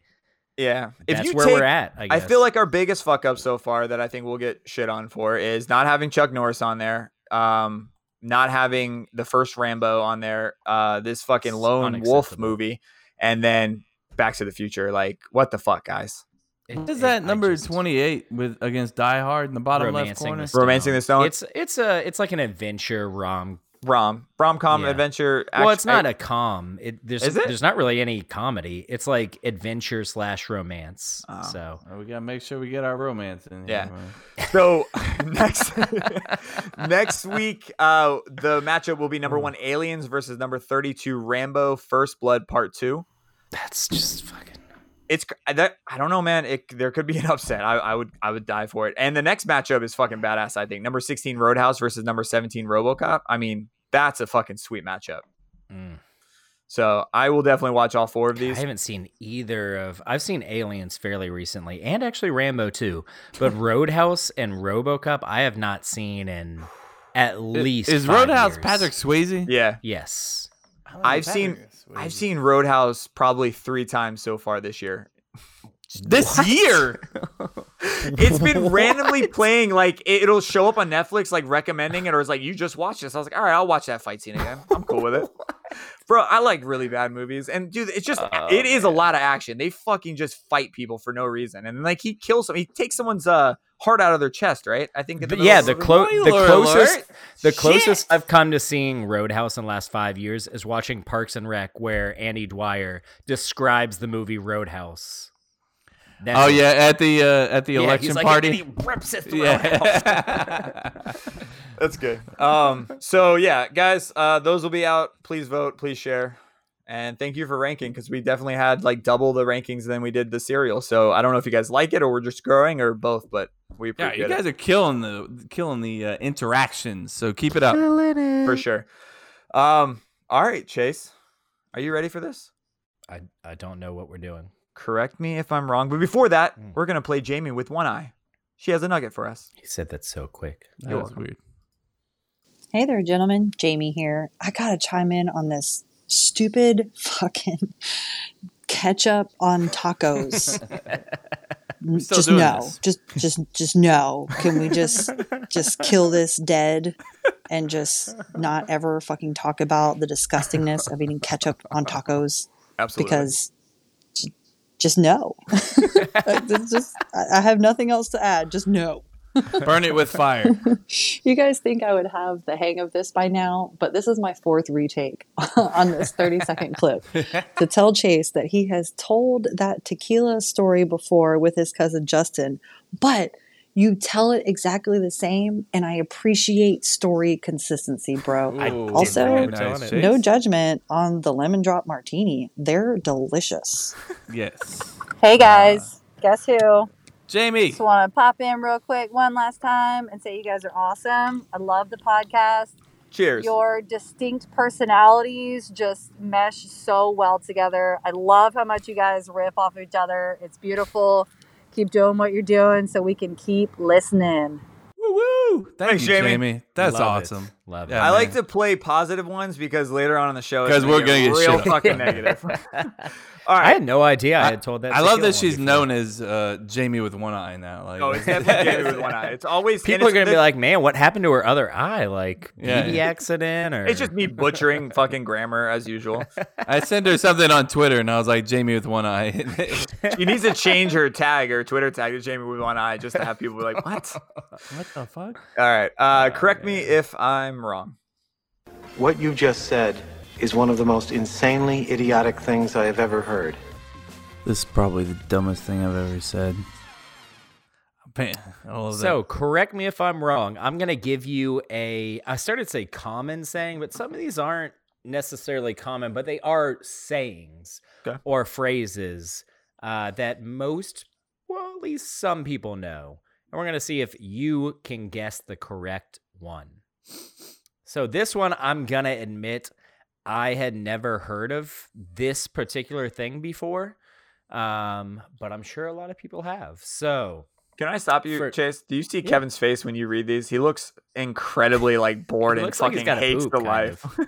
Speaker 4: yeah, if
Speaker 1: that's
Speaker 4: you
Speaker 1: where
Speaker 4: take,
Speaker 1: we're at. I,
Speaker 4: I,
Speaker 1: guess.
Speaker 4: feel like our biggest fuck up so far that I think we'll get shit on for is not having Chuck Norris on there, um, not having the first Rambo on there, uh, this fucking
Speaker 1: It's
Speaker 4: Lone Wolf
Speaker 1: unacceptable.
Speaker 4: movie, and then Back to the Future. Like, what the fuck, guys?
Speaker 1: It-
Speaker 3: What is
Speaker 1: it-
Speaker 3: that
Speaker 1: I
Speaker 3: number
Speaker 1: just-
Speaker 3: 28 with against Die Hard in the bottom left
Speaker 1: Romancing
Speaker 3: corner?
Speaker 1: the Stone.
Speaker 4: Romancing the Stone?
Speaker 1: It's it's a it's like an adventure rom.
Speaker 4: Rom, rom com,
Speaker 1: Yeah.
Speaker 4: adventure.
Speaker 1: well, it's
Speaker 4: action-
Speaker 1: not a com. It, there's
Speaker 4: Is it?
Speaker 1: there's not really any comedy. It's like adventure slash romance.
Speaker 4: Oh.
Speaker 1: So
Speaker 3: Oh, we gotta make sure we get our romance in here.
Speaker 4: Yeah.
Speaker 3: man.
Speaker 4: So next next week, uh, the matchup will be number one Aliens versus number thirty two Rambo First Blood Part Two.
Speaker 1: that's just fucking.
Speaker 4: It's cr- I- that, I don't know, man. It, there could be an upset. I, I would I would die for it. And the next matchup is fucking badass. I think number sixteen Roadhouse versus number seventeen RoboCop. I mean, that's a fucking sweet matchup.
Speaker 1: mm.
Speaker 4: So I will definitely watch all four of
Speaker 1: I
Speaker 4: these.
Speaker 1: haven't seen either of. I've seen Aliens fairly recently, and actually Rambo too. But Roadhouse and RoboCop, I have not seen in at least.
Speaker 3: is
Speaker 1: five
Speaker 3: Roadhouse
Speaker 1: years.
Speaker 3: Patrick Swayze?
Speaker 4: Yeah,
Speaker 1: Yes.
Speaker 4: I've seen- I've seen Roadhouse probably three times so far this year.
Speaker 3: this year.
Speaker 4: It's been randomly playing. Like it, it'll show up on Netflix, like recommending it, or it's like you just watched this. I was like, all right, I'll watch that fight scene again. I'm cool with it, bro. I like really bad movies, and dude, it's just
Speaker 1: Oh,
Speaker 4: it is a lot of action. They fucking just fight people for no reason, and like he kills some, he takes someone's uh heart out of their chest, right? I think. in
Speaker 1: The-
Speaker 4: middle
Speaker 1: yeah,
Speaker 4: of
Speaker 1: the,
Speaker 4: movie.
Speaker 1: clo- the
Speaker 3: Spoiler
Speaker 1: closest
Speaker 3: alert.
Speaker 1: the closest I've come to seeing Roadhouse in the last five years is watching Parks and Rec, where Andy Dwyer describes the movie Roadhouse. That's
Speaker 3: Oh
Speaker 1: it.
Speaker 3: yeah, at the uh, at the
Speaker 1: Yeah, he's
Speaker 3: election
Speaker 1: like,
Speaker 3: party.
Speaker 1: and he rips it through
Speaker 3: yeah.
Speaker 4: That's good. Um. So yeah, guys, uh, those will be out. Please vote. Please share. And thank you for ranking because we definitely had like double the rankings than we did the serial. So I don't know if you guys like it or we're just growing or both, but we
Speaker 3: yeah,
Speaker 4: appreciate
Speaker 3: you guys
Speaker 4: it
Speaker 3: are killing the killing the uh, interactions. So keep it up.
Speaker 4: for sure. Um. All right, Chase, are you ready for this?
Speaker 1: I, I don't know what we're doing.
Speaker 4: Correct me if I'm wrong, but before that,
Speaker 1: Mm.
Speaker 4: we're gonna play Jamie with one eye. She has a nugget for us.
Speaker 1: He said that so quick.
Speaker 3: That
Speaker 4: You're
Speaker 3: was
Speaker 4: welcome.
Speaker 3: weird.
Speaker 6: Hey there, gentlemen. Jamie here. I gotta chime in on this stupid fucking ketchup on tacos. Mm,
Speaker 3: still
Speaker 6: just
Speaker 3: doing
Speaker 6: no.
Speaker 3: this.
Speaker 6: Just just just no. Can we just just kill this dead and just not ever fucking talk about the disgustingness of eating ketchup on tacos?
Speaker 4: Absolutely.
Speaker 6: Because j- just no. Like, this just I I have nothing else to add. Just no
Speaker 3: Burn it with fire.
Speaker 6: you guys think I would have the hang of this by now, but this is my fourth retake on this 30 second clip to tell Chase that he has told that tequila story before with his cousin Justin, but You tell it exactly the same, and I appreciate story consistency, bro.
Speaker 1: I
Speaker 3: Ooh,
Speaker 6: also-
Speaker 3: very
Speaker 1: Nice chase.
Speaker 6: No judgment on the lemon drop martini. They're delicious.
Speaker 3: Yes.
Speaker 7: Hey guys, guess who?
Speaker 3: Jamie.
Speaker 7: Just want to pop in real quick one last time and say you guys are awesome. I love the podcast.
Speaker 4: Cheers.
Speaker 7: Your distinct personalities just mesh so well together. I love how much you guys rip off each other. It's beautiful. Keep doing what you're doing so we can keep listening.
Speaker 3: Woo woo. Thank
Speaker 4: Thanks,
Speaker 3: you,
Speaker 4: Jamie.
Speaker 3: Jamie. That's
Speaker 1: Love it.
Speaker 3: awesome.
Speaker 1: Love
Speaker 3: Yeah.
Speaker 4: I like
Speaker 3: man.
Speaker 4: to play positive ones because later on in the show,
Speaker 3: 'Cause
Speaker 4: it's gonna
Speaker 3: we're gonna get
Speaker 4: real
Speaker 3: shit on.
Speaker 4: fucking negative. All
Speaker 1: I
Speaker 4: right.
Speaker 1: had no idea
Speaker 3: I-
Speaker 1: I had told that.
Speaker 3: I love
Speaker 1: tequila
Speaker 3: that she's
Speaker 1: one before.
Speaker 3: known as uh, Jamie with one eye now. Like,
Speaker 4: Oh, it's definitely Jamie with one eye. It's always
Speaker 1: People are
Speaker 4: and it's-
Speaker 1: gonna be like, "Man, what happened to her other eye? Like
Speaker 3: Yeah.
Speaker 1: PD accident or?"
Speaker 4: it's just me butchering fucking grammar as usual.
Speaker 3: I sent her something on Twitter, and I was like, Jamie with one eye.
Speaker 4: She needs to change her tag or Twitter tag to Jamie with one eye just to have people be like, what?
Speaker 3: what the fuck?
Speaker 4: All right.
Speaker 1: Oh,
Speaker 4: Uh, correct me if I'm wrong.
Speaker 8: What you just said is one of the most insanely idiotic things I have ever heard.
Speaker 9: This is probably the dumbest thing I've ever said.
Speaker 3: Man, all of
Speaker 1: So correct me if I'm wrong. I'm gonna give you a. I started to say common saying, but some of these aren't necessarily common, but they are sayings
Speaker 4: Okay.
Speaker 1: or phrases uh, that most, well, at least some people know. And we're gonna see if you can guess the correct one. So this one, I'm gonna admit, I had never heard of this particular thing before, um, but I'm sure a lot of people have. So.
Speaker 4: Can I stop you,
Speaker 1: For-
Speaker 4: Chase? Do you see Kevin's face when you read these? He looks incredibly like bored
Speaker 1: He
Speaker 4: and
Speaker 1: looks like
Speaker 4: fucking
Speaker 1: he's got a
Speaker 4: hates
Speaker 1: poop,
Speaker 4: the
Speaker 1: kind
Speaker 4: life.
Speaker 1: of.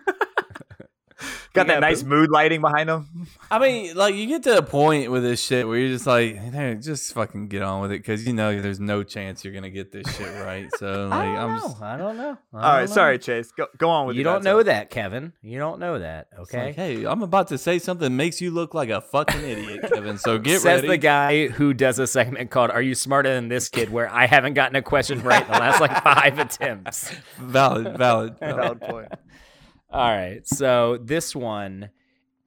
Speaker 4: got
Speaker 1: got
Speaker 4: that
Speaker 1: a
Speaker 4: nice
Speaker 1: poop?
Speaker 4: mood lighting behind him.
Speaker 3: I mean, like you get to a point with this shit where you're just like, "Hey, just fucking get on with it because you know there's no chance you're gonna get this shit right. So like,
Speaker 1: I don't
Speaker 3: I'm
Speaker 1: know.
Speaker 3: just
Speaker 1: I don't know. I
Speaker 4: All right,
Speaker 1: don't know.
Speaker 4: sorry, Chase. Go, go on with
Speaker 1: You
Speaker 4: your
Speaker 1: don't
Speaker 4: bad
Speaker 1: know
Speaker 4: self.
Speaker 1: that, Kevin. You don't know that.
Speaker 3: it's like,
Speaker 1: Okay.
Speaker 3: hey, I'm about to say something that makes you look like a fucking idiot, Kevin. So get
Speaker 1: Says
Speaker 3: ready.
Speaker 1: the guy who does a segment called "Are You Smarter Than This Kid?" where I haven't gotten a question right in the last like five attempts.
Speaker 3: Valid, valid. valid.
Speaker 4: Valid point.
Speaker 1: All right, so this one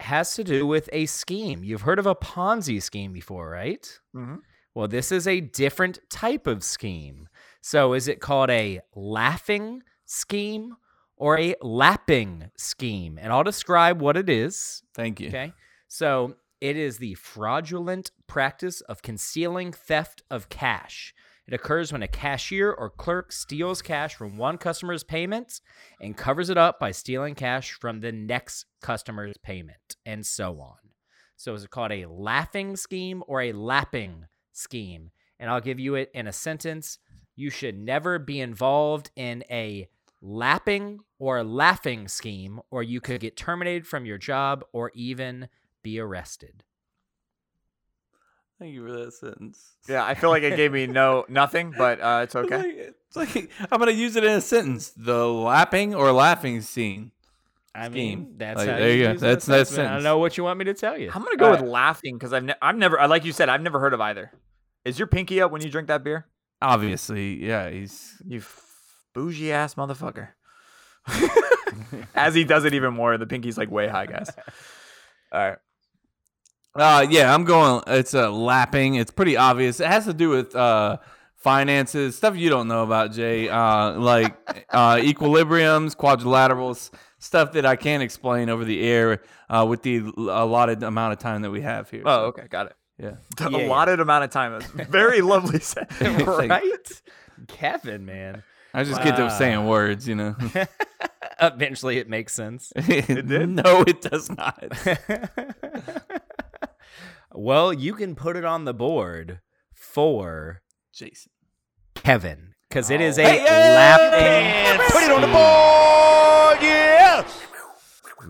Speaker 1: has to do with a scheme. You've heard of a Ponzi scheme before, right?
Speaker 10: Uh,
Speaker 4: Mhm.
Speaker 1: Well, this is a different type of scheme. So, is it called a laughing scheme or a lapping scheme? And I'll describe what it is.
Speaker 3: Thank you.
Speaker 1: Okay. So it is the fraudulent practice of concealing theft of cash. It occurs when a cashier or clerk steals cash from one customer's payment and covers it up by stealing cash from the next customer's payment, and so on. So is it called a laughing scheme or a lapping scheme? And I'll give you it in a sentence. You should never be involved in a lapping or laughing scheme, or you could get terminated from your job or even be arrested.
Speaker 3: Thank you for that sentence.
Speaker 4: Yeah, I feel like it gave me no nothing, but uh, it's
Speaker 3: It's
Speaker 4: okay.
Speaker 3: like- it's like, I'm gonna use it in a sentence: the lapping or laughing scene.
Speaker 1: I
Speaker 3: Scheme.
Speaker 1: mean, that's
Speaker 3: Like,
Speaker 1: how
Speaker 3: there you go.
Speaker 1: use an
Speaker 3: That's- that's
Speaker 1: assessment. I don't
Speaker 3: sentence.
Speaker 1: know what you want me to tell you.
Speaker 4: I'm gonna go
Speaker 1: All
Speaker 4: with
Speaker 1: right.
Speaker 4: laughing because I've ne- I've never I like you said I've never heard of either. Is your pinky up when you drink that beer?
Speaker 3: Obviously, yeah, he's
Speaker 4: You f- bougie ass motherfucker. As he does it even more, the pinky's like way high, guys. All right.
Speaker 3: Uh yeah, I'm going it's a lapping. It's pretty obvious. It has to do with uh finances, stuff you don't know about, Jay. Uh like uh equilibriums, quadrilaterals, stuff that I can't explain over the air uh with the allotted amount of time that we have here.
Speaker 4: Oh, okay, got it.
Speaker 3: Yeah.
Speaker 4: The
Speaker 1: Yeah, yeah.
Speaker 4: allotted amount of time. That's very lovely. Set.
Speaker 3: Like,
Speaker 1: right? Kevin, man.
Speaker 3: I just get to
Speaker 1: Wow.
Speaker 3: saying words, you know.
Speaker 1: Eventually it makes sense.
Speaker 3: it did? No, it does not.
Speaker 1: well, you can put it on the board for
Speaker 3: Jason.
Speaker 1: Kevin because it is a
Speaker 3: Hey,
Speaker 1: lapping.
Speaker 3: yes!
Speaker 1: Put it on the board, yes.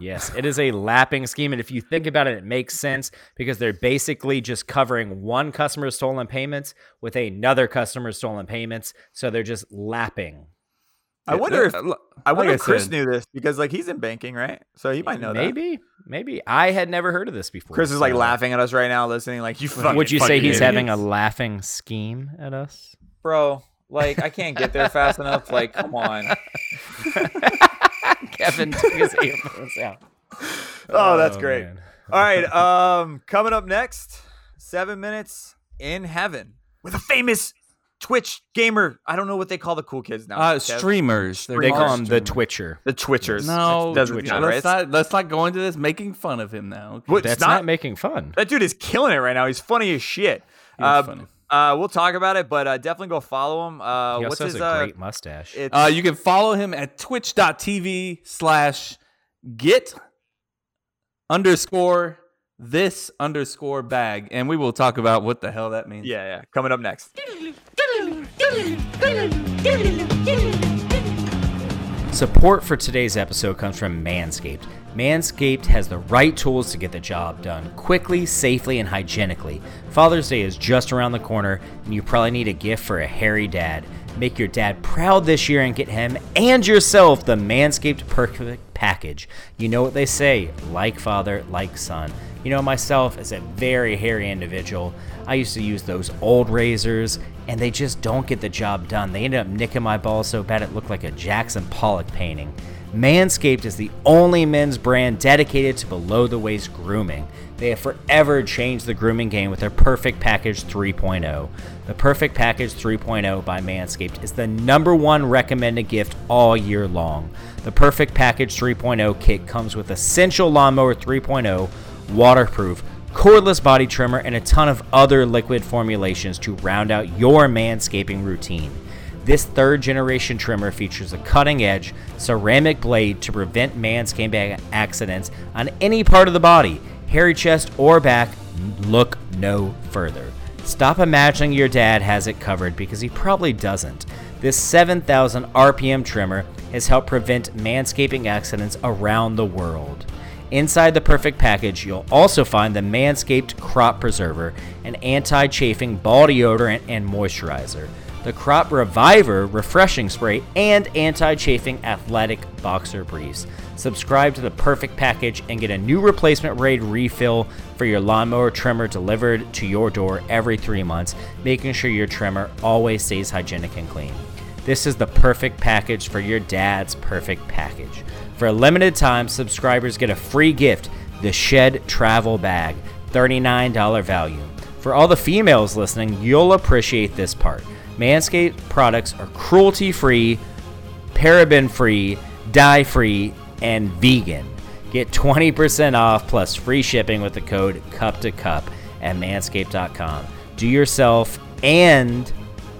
Speaker 1: Yes, it is a lapping scheme, and if you think about it, it makes sense because they're basically just covering one customer's stolen payments with another customer's stolen payments, so they're just lapping.
Speaker 4: I wonder if I wonder
Speaker 3: Like
Speaker 4: if
Speaker 3: I
Speaker 4: Chris
Speaker 3: said.
Speaker 4: knew this because like he's in banking, right? So he might know that.
Speaker 1: maybe, maybe I had never heard of this before.
Speaker 4: Chris is like
Speaker 1: so-
Speaker 4: laughing at us right now, listening. Like you fucking.
Speaker 1: Would you say
Speaker 4: fucking
Speaker 1: he's
Speaker 4: idiot."
Speaker 1: having a laughing scheme at us?
Speaker 4: bro? Like I can't get there fast enough. Like come on.
Speaker 1: Kevin took his earphones out.
Speaker 4: Oh, that's great.
Speaker 1: man.
Speaker 4: All right. Um, coming up next, seven minutes in heaven with a famous Twitch gamer. I don't know what they call the cool kids now.
Speaker 3: Uh,
Speaker 4: Kev.
Speaker 3: streamers. They're
Speaker 1: They
Speaker 3: called
Speaker 1: call him the
Speaker 3: streamers.
Speaker 1: Twitcher.
Speaker 4: The Twitchers.
Speaker 3: No,
Speaker 4: It doesn't matter,
Speaker 3: let's
Speaker 4: it's-
Speaker 3: not let's not go into this making fun of him now. Okay.
Speaker 4: Well, it's
Speaker 1: That's not, making fun.
Speaker 4: That dude is killing it right now. He's funny as shit.
Speaker 3: He is
Speaker 4: uh,
Speaker 3: funny.
Speaker 4: uh, we'll talk about it, but uh, definitely go follow him. Uh,
Speaker 1: he
Speaker 4: what's
Speaker 1: also
Speaker 4: his
Speaker 1: has a
Speaker 4: uh,
Speaker 1: great mustache.
Speaker 4: it's-
Speaker 3: Uh, you can follow him at twitch.tv slash get underscore this underscore bag. And we will talk about what the hell that means.
Speaker 4: yeah, yeah. Coming up next.
Speaker 1: Support for today's episode comes from Manscaped. Manscaped has the right tools to get the job done quickly, safely, and hygienically. Father's Day is just around the corner, and you probably need a gift for a hairy dad. Make your dad proud this year and get him and yourself the Manscaped Perfect Package. You know what they say like father, like son. You know, myself as a very hairy individual, I used to use those old razors and they just don't get the job done. They ended up nicking my balls so bad it looked like a Jackson Pollock painting. Manscaped is the only men's brand dedicated to below the waist grooming. They have forever changed the grooming game with their Perfect Package 3.0. The Perfect Package 3.0 by Manscaped is the number one recommended gift all year long. The Perfect Package 3.0 kit comes with Essential Lawnmower 3.0, waterproof, cordless body trimmer, and a ton of other liquid formulations to round out your manscaping routine. This third generation trimmer features a cutting edge ceramic blade to prevent manscaping accidents on any part of the body, hairy chest or back. Look no further. Stop imagining your dad has it covered because he probably doesn't. This 7,000 RPM trimmer has helped prevent manscaping accidents around the world. Inside the perfect package, you'll also find the Manscaped Crop Preserver, an anti chafing ball deodorant and moisturizer, the Crop Reviver Refreshing Spray, and anti chafing athletic boxer briefs. Subscribe to the perfect package and get a new replacement raid refill for your lawnmower trimmer delivered to your door every three months, making sure your trimmer always stays hygienic and clean. This is the perfect package for your dad's perfect package. For a limited time, subscribers get a free gift the Shed Travel Bag, $39 value. For all the females listening, you'll appreciate this part. Manscaped products are cruelty free, paraben free, dye free, and vegan. Get 20% off plus free shipping with the code cup to cup at manscaped.com. Do yourself and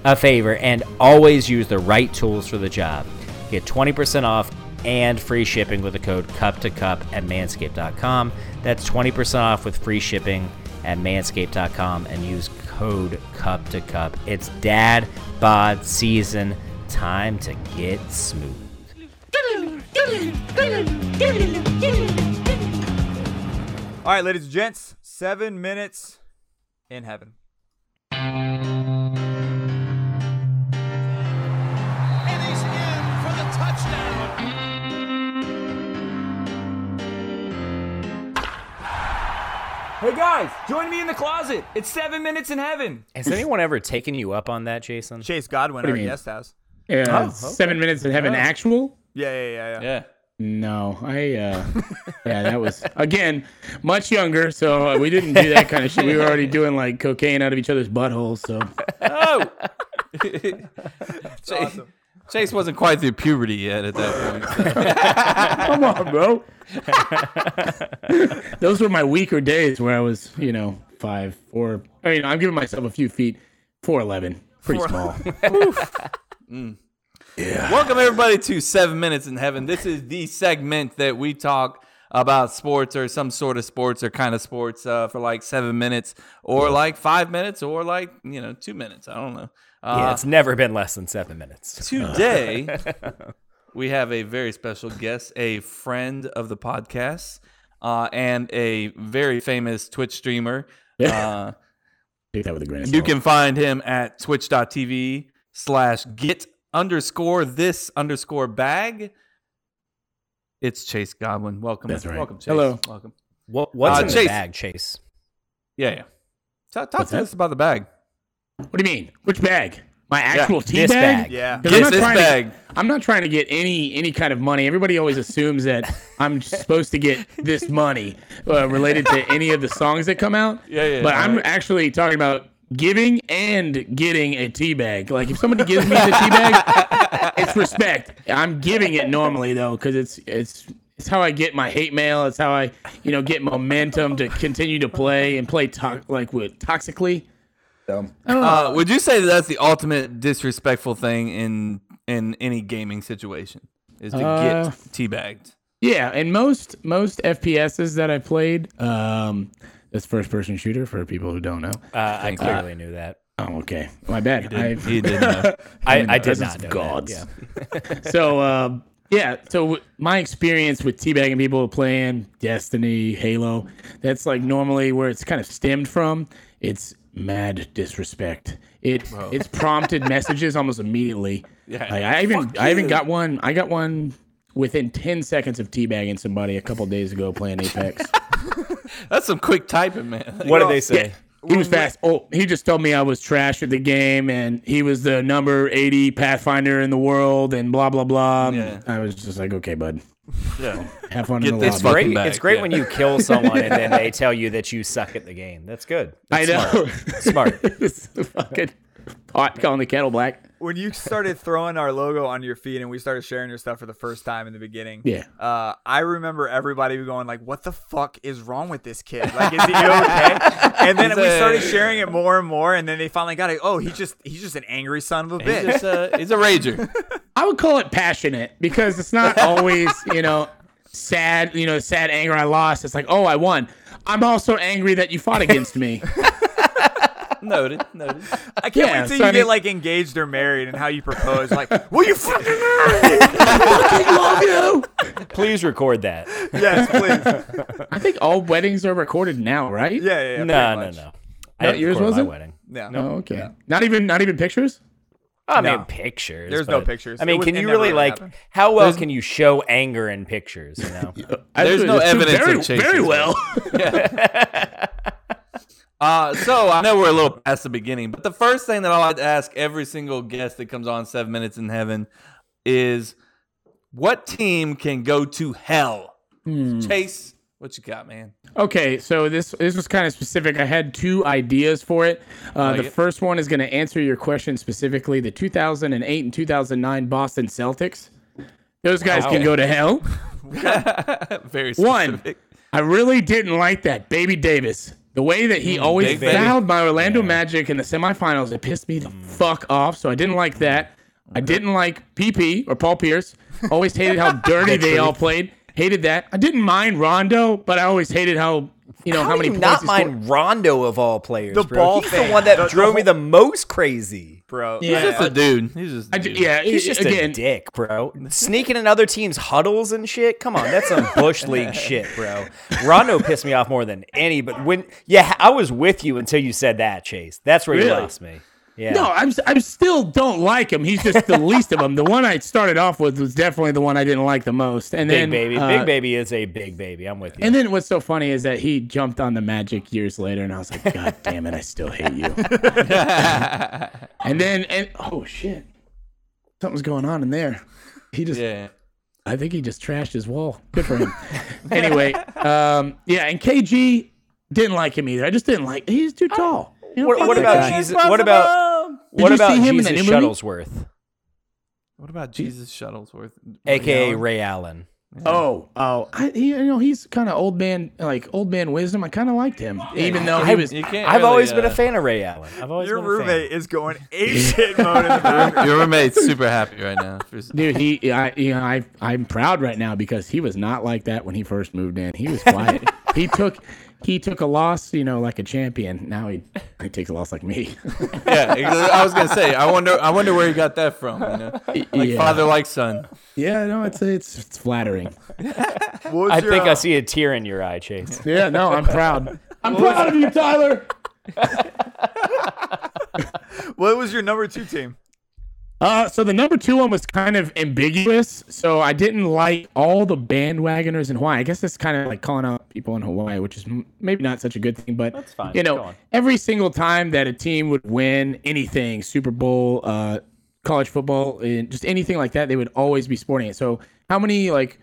Speaker 1: a favor and always use the right tools for the job. Get 20% off and free shipping with the code cup to cup at manscaped.com. That's 20% off with free shipping at manscaped.com and use code cup to cup. It's dad bod season. Time to get smooth.
Speaker 4: All right, ladies and gents, seven minutes in heaven. Hey guys, join me in the closet. It's seven minutes in heaven.
Speaker 1: Has anyone ever taken you up on that, Jason?
Speaker 4: Chase Godwin,
Speaker 10: do
Speaker 4: our
Speaker 10: you mean?
Speaker 4: guest house.
Speaker 10: Yeah,
Speaker 1: Oh, okay. Oh.
Speaker 10: seven minutes in heaven. Actual?
Speaker 4: Yeah, yeah, yeah, yeah.
Speaker 3: Yeah.
Speaker 10: No, I. uh Yeah, that was again much younger, so uh, we didn't do that kind of shit. We were already doing like cocaine out of each other's buttholes. So
Speaker 3: Oh. Chase, Chase wasn't quite through puberty yet at that point. so.
Speaker 10: come on, bro. Those were my weaker days where I was, you know, five, four. I mean, I'm giving myself a few feet. Four eleven, pretty small.
Speaker 3: Mm. Welcome everybody to Seven Minutes in Heaven. This is the segment that we talk about sports or some sort of sports or kind of sports uh, for like seven minutes or like five minutes or like you know two minutes. I don't know.
Speaker 1: yeah,
Speaker 3: Uh,
Speaker 1: it's never been less than seven minutes.
Speaker 3: today we have a very special guest, a friend of the podcast, uh, and a very famous Twitch streamer. Uh,
Speaker 10: Take that with a grain of
Speaker 3: You
Speaker 10: salt.
Speaker 3: can find him at twitch.tv slash get underscore this underscore bag. It's Chase Godwin. Welcome.
Speaker 10: That's right.
Speaker 3: Welcome, Chase.
Speaker 10: Hello.
Speaker 3: Welcome.
Speaker 1: What, what's
Speaker 3: Uh,
Speaker 1: in
Speaker 3: Chase.
Speaker 1: the bag, Chase?
Speaker 3: Yeah, yeah. Talk, talk
Speaker 10: What's
Speaker 3: to
Speaker 10: that?
Speaker 3: us about the bag.
Speaker 10: What do you mean? Which bag? My actual tea
Speaker 1: this
Speaker 10: bag?
Speaker 1: bag.
Speaker 4: Yeah.
Speaker 10: 'Cause
Speaker 3: Yes,
Speaker 10: I'm not
Speaker 3: this
Speaker 10: trying
Speaker 3: bag.
Speaker 10: To, I'm not trying to get any any kind of money. Everybody always assumes that I'm supposed to get this money uh, related to any of the songs that come out.
Speaker 3: Yeah, yeah,
Speaker 10: But
Speaker 3: yeah.
Speaker 10: I'm actually talking about giving and getting a tea bag. Like if somebody gives me the tea bag, it's respect. I'm giving it normally though, because it's it's it's how I get my hate mail. It's how I you know get momentum to continue to play and play to- like with toxically. So I don't know.
Speaker 3: Uh, would you say that that's the ultimate disrespectful thing in in any gaming situation? Is to
Speaker 10: Uh,
Speaker 3: get teabagged.
Speaker 10: Yeah, and most most FPSs that I played, um, this first person shooter for people who don't know.
Speaker 1: Uh, I
Speaker 3: Thank you.
Speaker 1: clearly knew that.
Speaker 10: Oh, okay, my bad. I,
Speaker 3: You didn't know.
Speaker 10: in the
Speaker 1: I, I did
Speaker 10: presence
Speaker 1: not
Speaker 10: of
Speaker 1: know
Speaker 10: gods.
Speaker 1: That. Yeah.
Speaker 10: so um, yeah, so w- my experience with teabagging people playing Destiny, Halo, that's like normally where it's kind of stemmed from. It's mad disrespect. It it's prompted messages almost immediately.
Speaker 3: Yeah.
Speaker 10: Like, I even I even got one. I got one within ten seconds of teabagging somebody a couple days ago playing Apex.
Speaker 3: That's some quick typing, man.
Speaker 1: What did they say?
Speaker 10: He was fast. Oh, he just told me I was trash at the game, and he was the number eighty Pathfinder in the world, and blah blah blah.
Speaker 3: Yeah.
Speaker 10: I was just like, okay, bud,
Speaker 3: Yeah.
Speaker 10: have fun in
Speaker 3: Get
Speaker 10: the
Speaker 3: this
Speaker 10: lobby.
Speaker 3: fucking
Speaker 1: Great.
Speaker 3: back,
Speaker 1: It's great
Speaker 3: yeah.
Speaker 1: when you kill someone and then they tell you that you suck at the game. That's good.
Speaker 10: I
Speaker 1: That's
Speaker 10: know.
Speaker 1: Smart. Smart.
Speaker 10: It's the fucking pot calling the kettle black.
Speaker 4: when you started throwing our logo on your feed and we started sharing your stuff for the first time in the beginning,
Speaker 10: Yeah.
Speaker 4: uh, I remember everybody going like, "What the fuck is wrong with this kid? Like, is he okay?" And then we started sharing it more and more, and then they finally got it. Oh, he's just he's just an angry son of a
Speaker 3: He's,
Speaker 4: bitch.
Speaker 3: just, uh, he's a rager.
Speaker 10: I would call it passionate because it's not always, you know, sad, you know, sad anger I lost. It's like, oh, I won. I'm also angry that you fought against me.
Speaker 3: Noted. Noted.
Speaker 4: I can't
Speaker 10: Yeah,
Speaker 4: wait till
Speaker 10: so
Speaker 4: you
Speaker 10: I
Speaker 4: get
Speaker 10: mean-
Speaker 4: like engaged or married and how you propose. Like, will you fucking marry me?"
Speaker 1: Please record that.
Speaker 4: yes, please.
Speaker 10: I think all weddings are recorded now, right?
Speaker 4: Yeah, yeah. yeah
Speaker 1: no, no,
Speaker 4: pretty
Speaker 1: no.
Speaker 10: No,
Speaker 1: didn't
Speaker 10: yours
Speaker 1: record
Speaker 10: wasn't?
Speaker 1: My wedding.
Speaker 4: much.
Speaker 10: Oh, okay. Not even, not even pictures.
Speaker 1: I
Speaker 4: No.
Speaker 1: mean, pictures.
Speaker 4: There's no
Speaker 1: but-
Speaker 4: pictures.
Speaker 1: I mean,
Speaker 4: It was-
Speaker 1: can
Speaker 4: it
Speaker 1: you
Speaker 4: never
Speaker 1: really
Speaker 4: really
Speaker 1: like?
Speaker 4: happened.
Speaker 1: How well can you show anger in pictures? You know,
Speaker 3: There's
Speaker 10: Actually,
Speaker 3: no
Speaker 10: there's two
Speaker 3: evidence
Speaker 10: Very,
Speaker 3: of chases.
Speaker 10: very well.
Speaker 3: Uh, so I know we're a little past the beginning, but the first thing that I like to ask every single guest that comes on Seven Minutes in Heaven is, what team can go to hell?
Speaker 10: Hmm.
Speaker 3: Chase, what you got, man?
Speaker 10: Okay, so this this was kind of specific. I had two ideas for it. Uh, the
Speaker 3: it.
Speaker 10: first one is going to answer your question specifically: the 2008 and 2009 Boston Celtics. Those guys can go to hell.
Speaker 3: Very
Speaker 10: One,
Speaker 3: specific.
Speaker 10: I really didn't like that baby Davis. The way that he always
Speaker 3: Mm, Big Baby.
Speaker 10: fouled my Orlando Magic in the semifinals, it pissed me the fuck off. So I didn't like that. I didn't like PP or Paul Pierce. Always hated how dirty they all played. Hated that. I didn't mind Rondo, but I always hated how you know how,
Speaker 1: do
Speaker 10: many
Speaker 1: you
Speaker 10: points
Speaker 1: not
Speaker 10: he scored.
Speaker 1: mind Rondo of all players?
Speaker 4: The
Speaker 1: bro?
Speaker 4: ball
Speaker 1: He's
Speaker 4: thing.
Speaker 1: the one that
Speaker 4: The- the
Speaker 1: drove me the most crazy.
Speaker 4: Bro,
Speaker 10: Yeah.
Speaker 3: He's just a dude. He's just.
Speaker 10: I
Speaker 3: a
Speaker 10: d-
Speaker 3: dude.
Speaker 10: yeah,
Speaker 1: He's just
Speaker 10: again.
Speaker 1: a dick, bro. Sneaking in other teams' huddles and shit. Come on, that's some bush league shit, bro. Rondo pissed me off more than any. But when, yeah, I was with you until you said that, Chase. That's where you
Speaker 10: Really?
Speaker 1: lost me. Yeah.
Speaker 10: No, I'm s- I'm still don't like him. He's just the least of them. The one I started off with was definitely the one I didn't like the most. And
Speaker 1: big
Speaker 10: then
Speaker 1: baby.
Speaker 10: uh,
Speaker 1: big baby is a big baby. I'm with you.
Speaker 10: And then what's so funny is that he jumped on the Magic years later, and I was like, God damn it, I still hate you. and then and oh shit, something's going on in there. He just
Speaker 3: yeah.
Speaker 10: I think he just trashed his wall. Good for him. anyway, um, yeah, and KG didn't like him either. I just didn't like. He's too tall. You know,
Speaker 1: Oh, What-
Speaker 10: fuck
Speaker 1: what
Speaker 10: that
Speaker 1: about
Speaker 10: guy.
Speaker 1: Jesus- what about- what
Speaker 10: Did you
Speaker 1: about
Speaker 10: see him in
Speaker 1: Jesus
Speaker 10: that new movie?
Speaker 1: Shuttlesworth,
Speaker 3: What about Jesus Shuttlesworth,
Speaker 1: aka
Speaker 3: Ray?
Speaker 1: Ray Allen?
Speaker 10: Oh, oh, I, he, you know he's kind of old man, like old man wisdom. I kind of liked him, even though he was.
Speaker 3: You can't
Speaker 1: I've
Speaker 3: really,
Speaker 1: always
Speaker 3: uh,
Speaker 1: been a fan of Ray Allen. I've always
Speaker 4: your
Speaker 1: been a
Speaker 4: roommate
Speaker 1: Fan.
Speaker 4: is going apeshit mode in the background.
Speaker 3: Your roommate's super happy right now.
Speaker 10: Dude, he, I, you know, I, I'm proud right now because he was not like that when he first moved in. He was quiet. he took, he took a loss, you know, like a champion. Now he, he takes a loss like me.
Speaker 3: yeah, exa- I was gonna say. I wonder. I wonder where he got that from. You know, like
Speaker 10: yeah.
Speaker 3: father, like son.
Speaker 10: yeah, no, it's, it's, it's flattering.
Speaker 4: What was
Speaker 1: I
Speaker 4: your,
Speaker 1: think I
Speaker 4: uh,
Speaker 1: see a tear in your eye, Chase.
Speaker 10: Yeah, no, I'm proud. I'm proud of you, Tyler.
Speaker 4: What was your number two team?
Speaker 10: Uh, so the number two one was kind of ambiguous. So I didn't like all the bandwagoners in Hawaii. I guess that's kind of like calling out people in Hawaii, which is m- maybe not such a good thing. But that's
Speaker 1: fine.
Speaker 10: You
Speaker 1: Go
Speaker 10: know,
Speaker 1: on.
Speaker 10: every single time that a team would win anything, Super Bowl, uh, college football, and just anything like that, they would always be sporting it. So how many like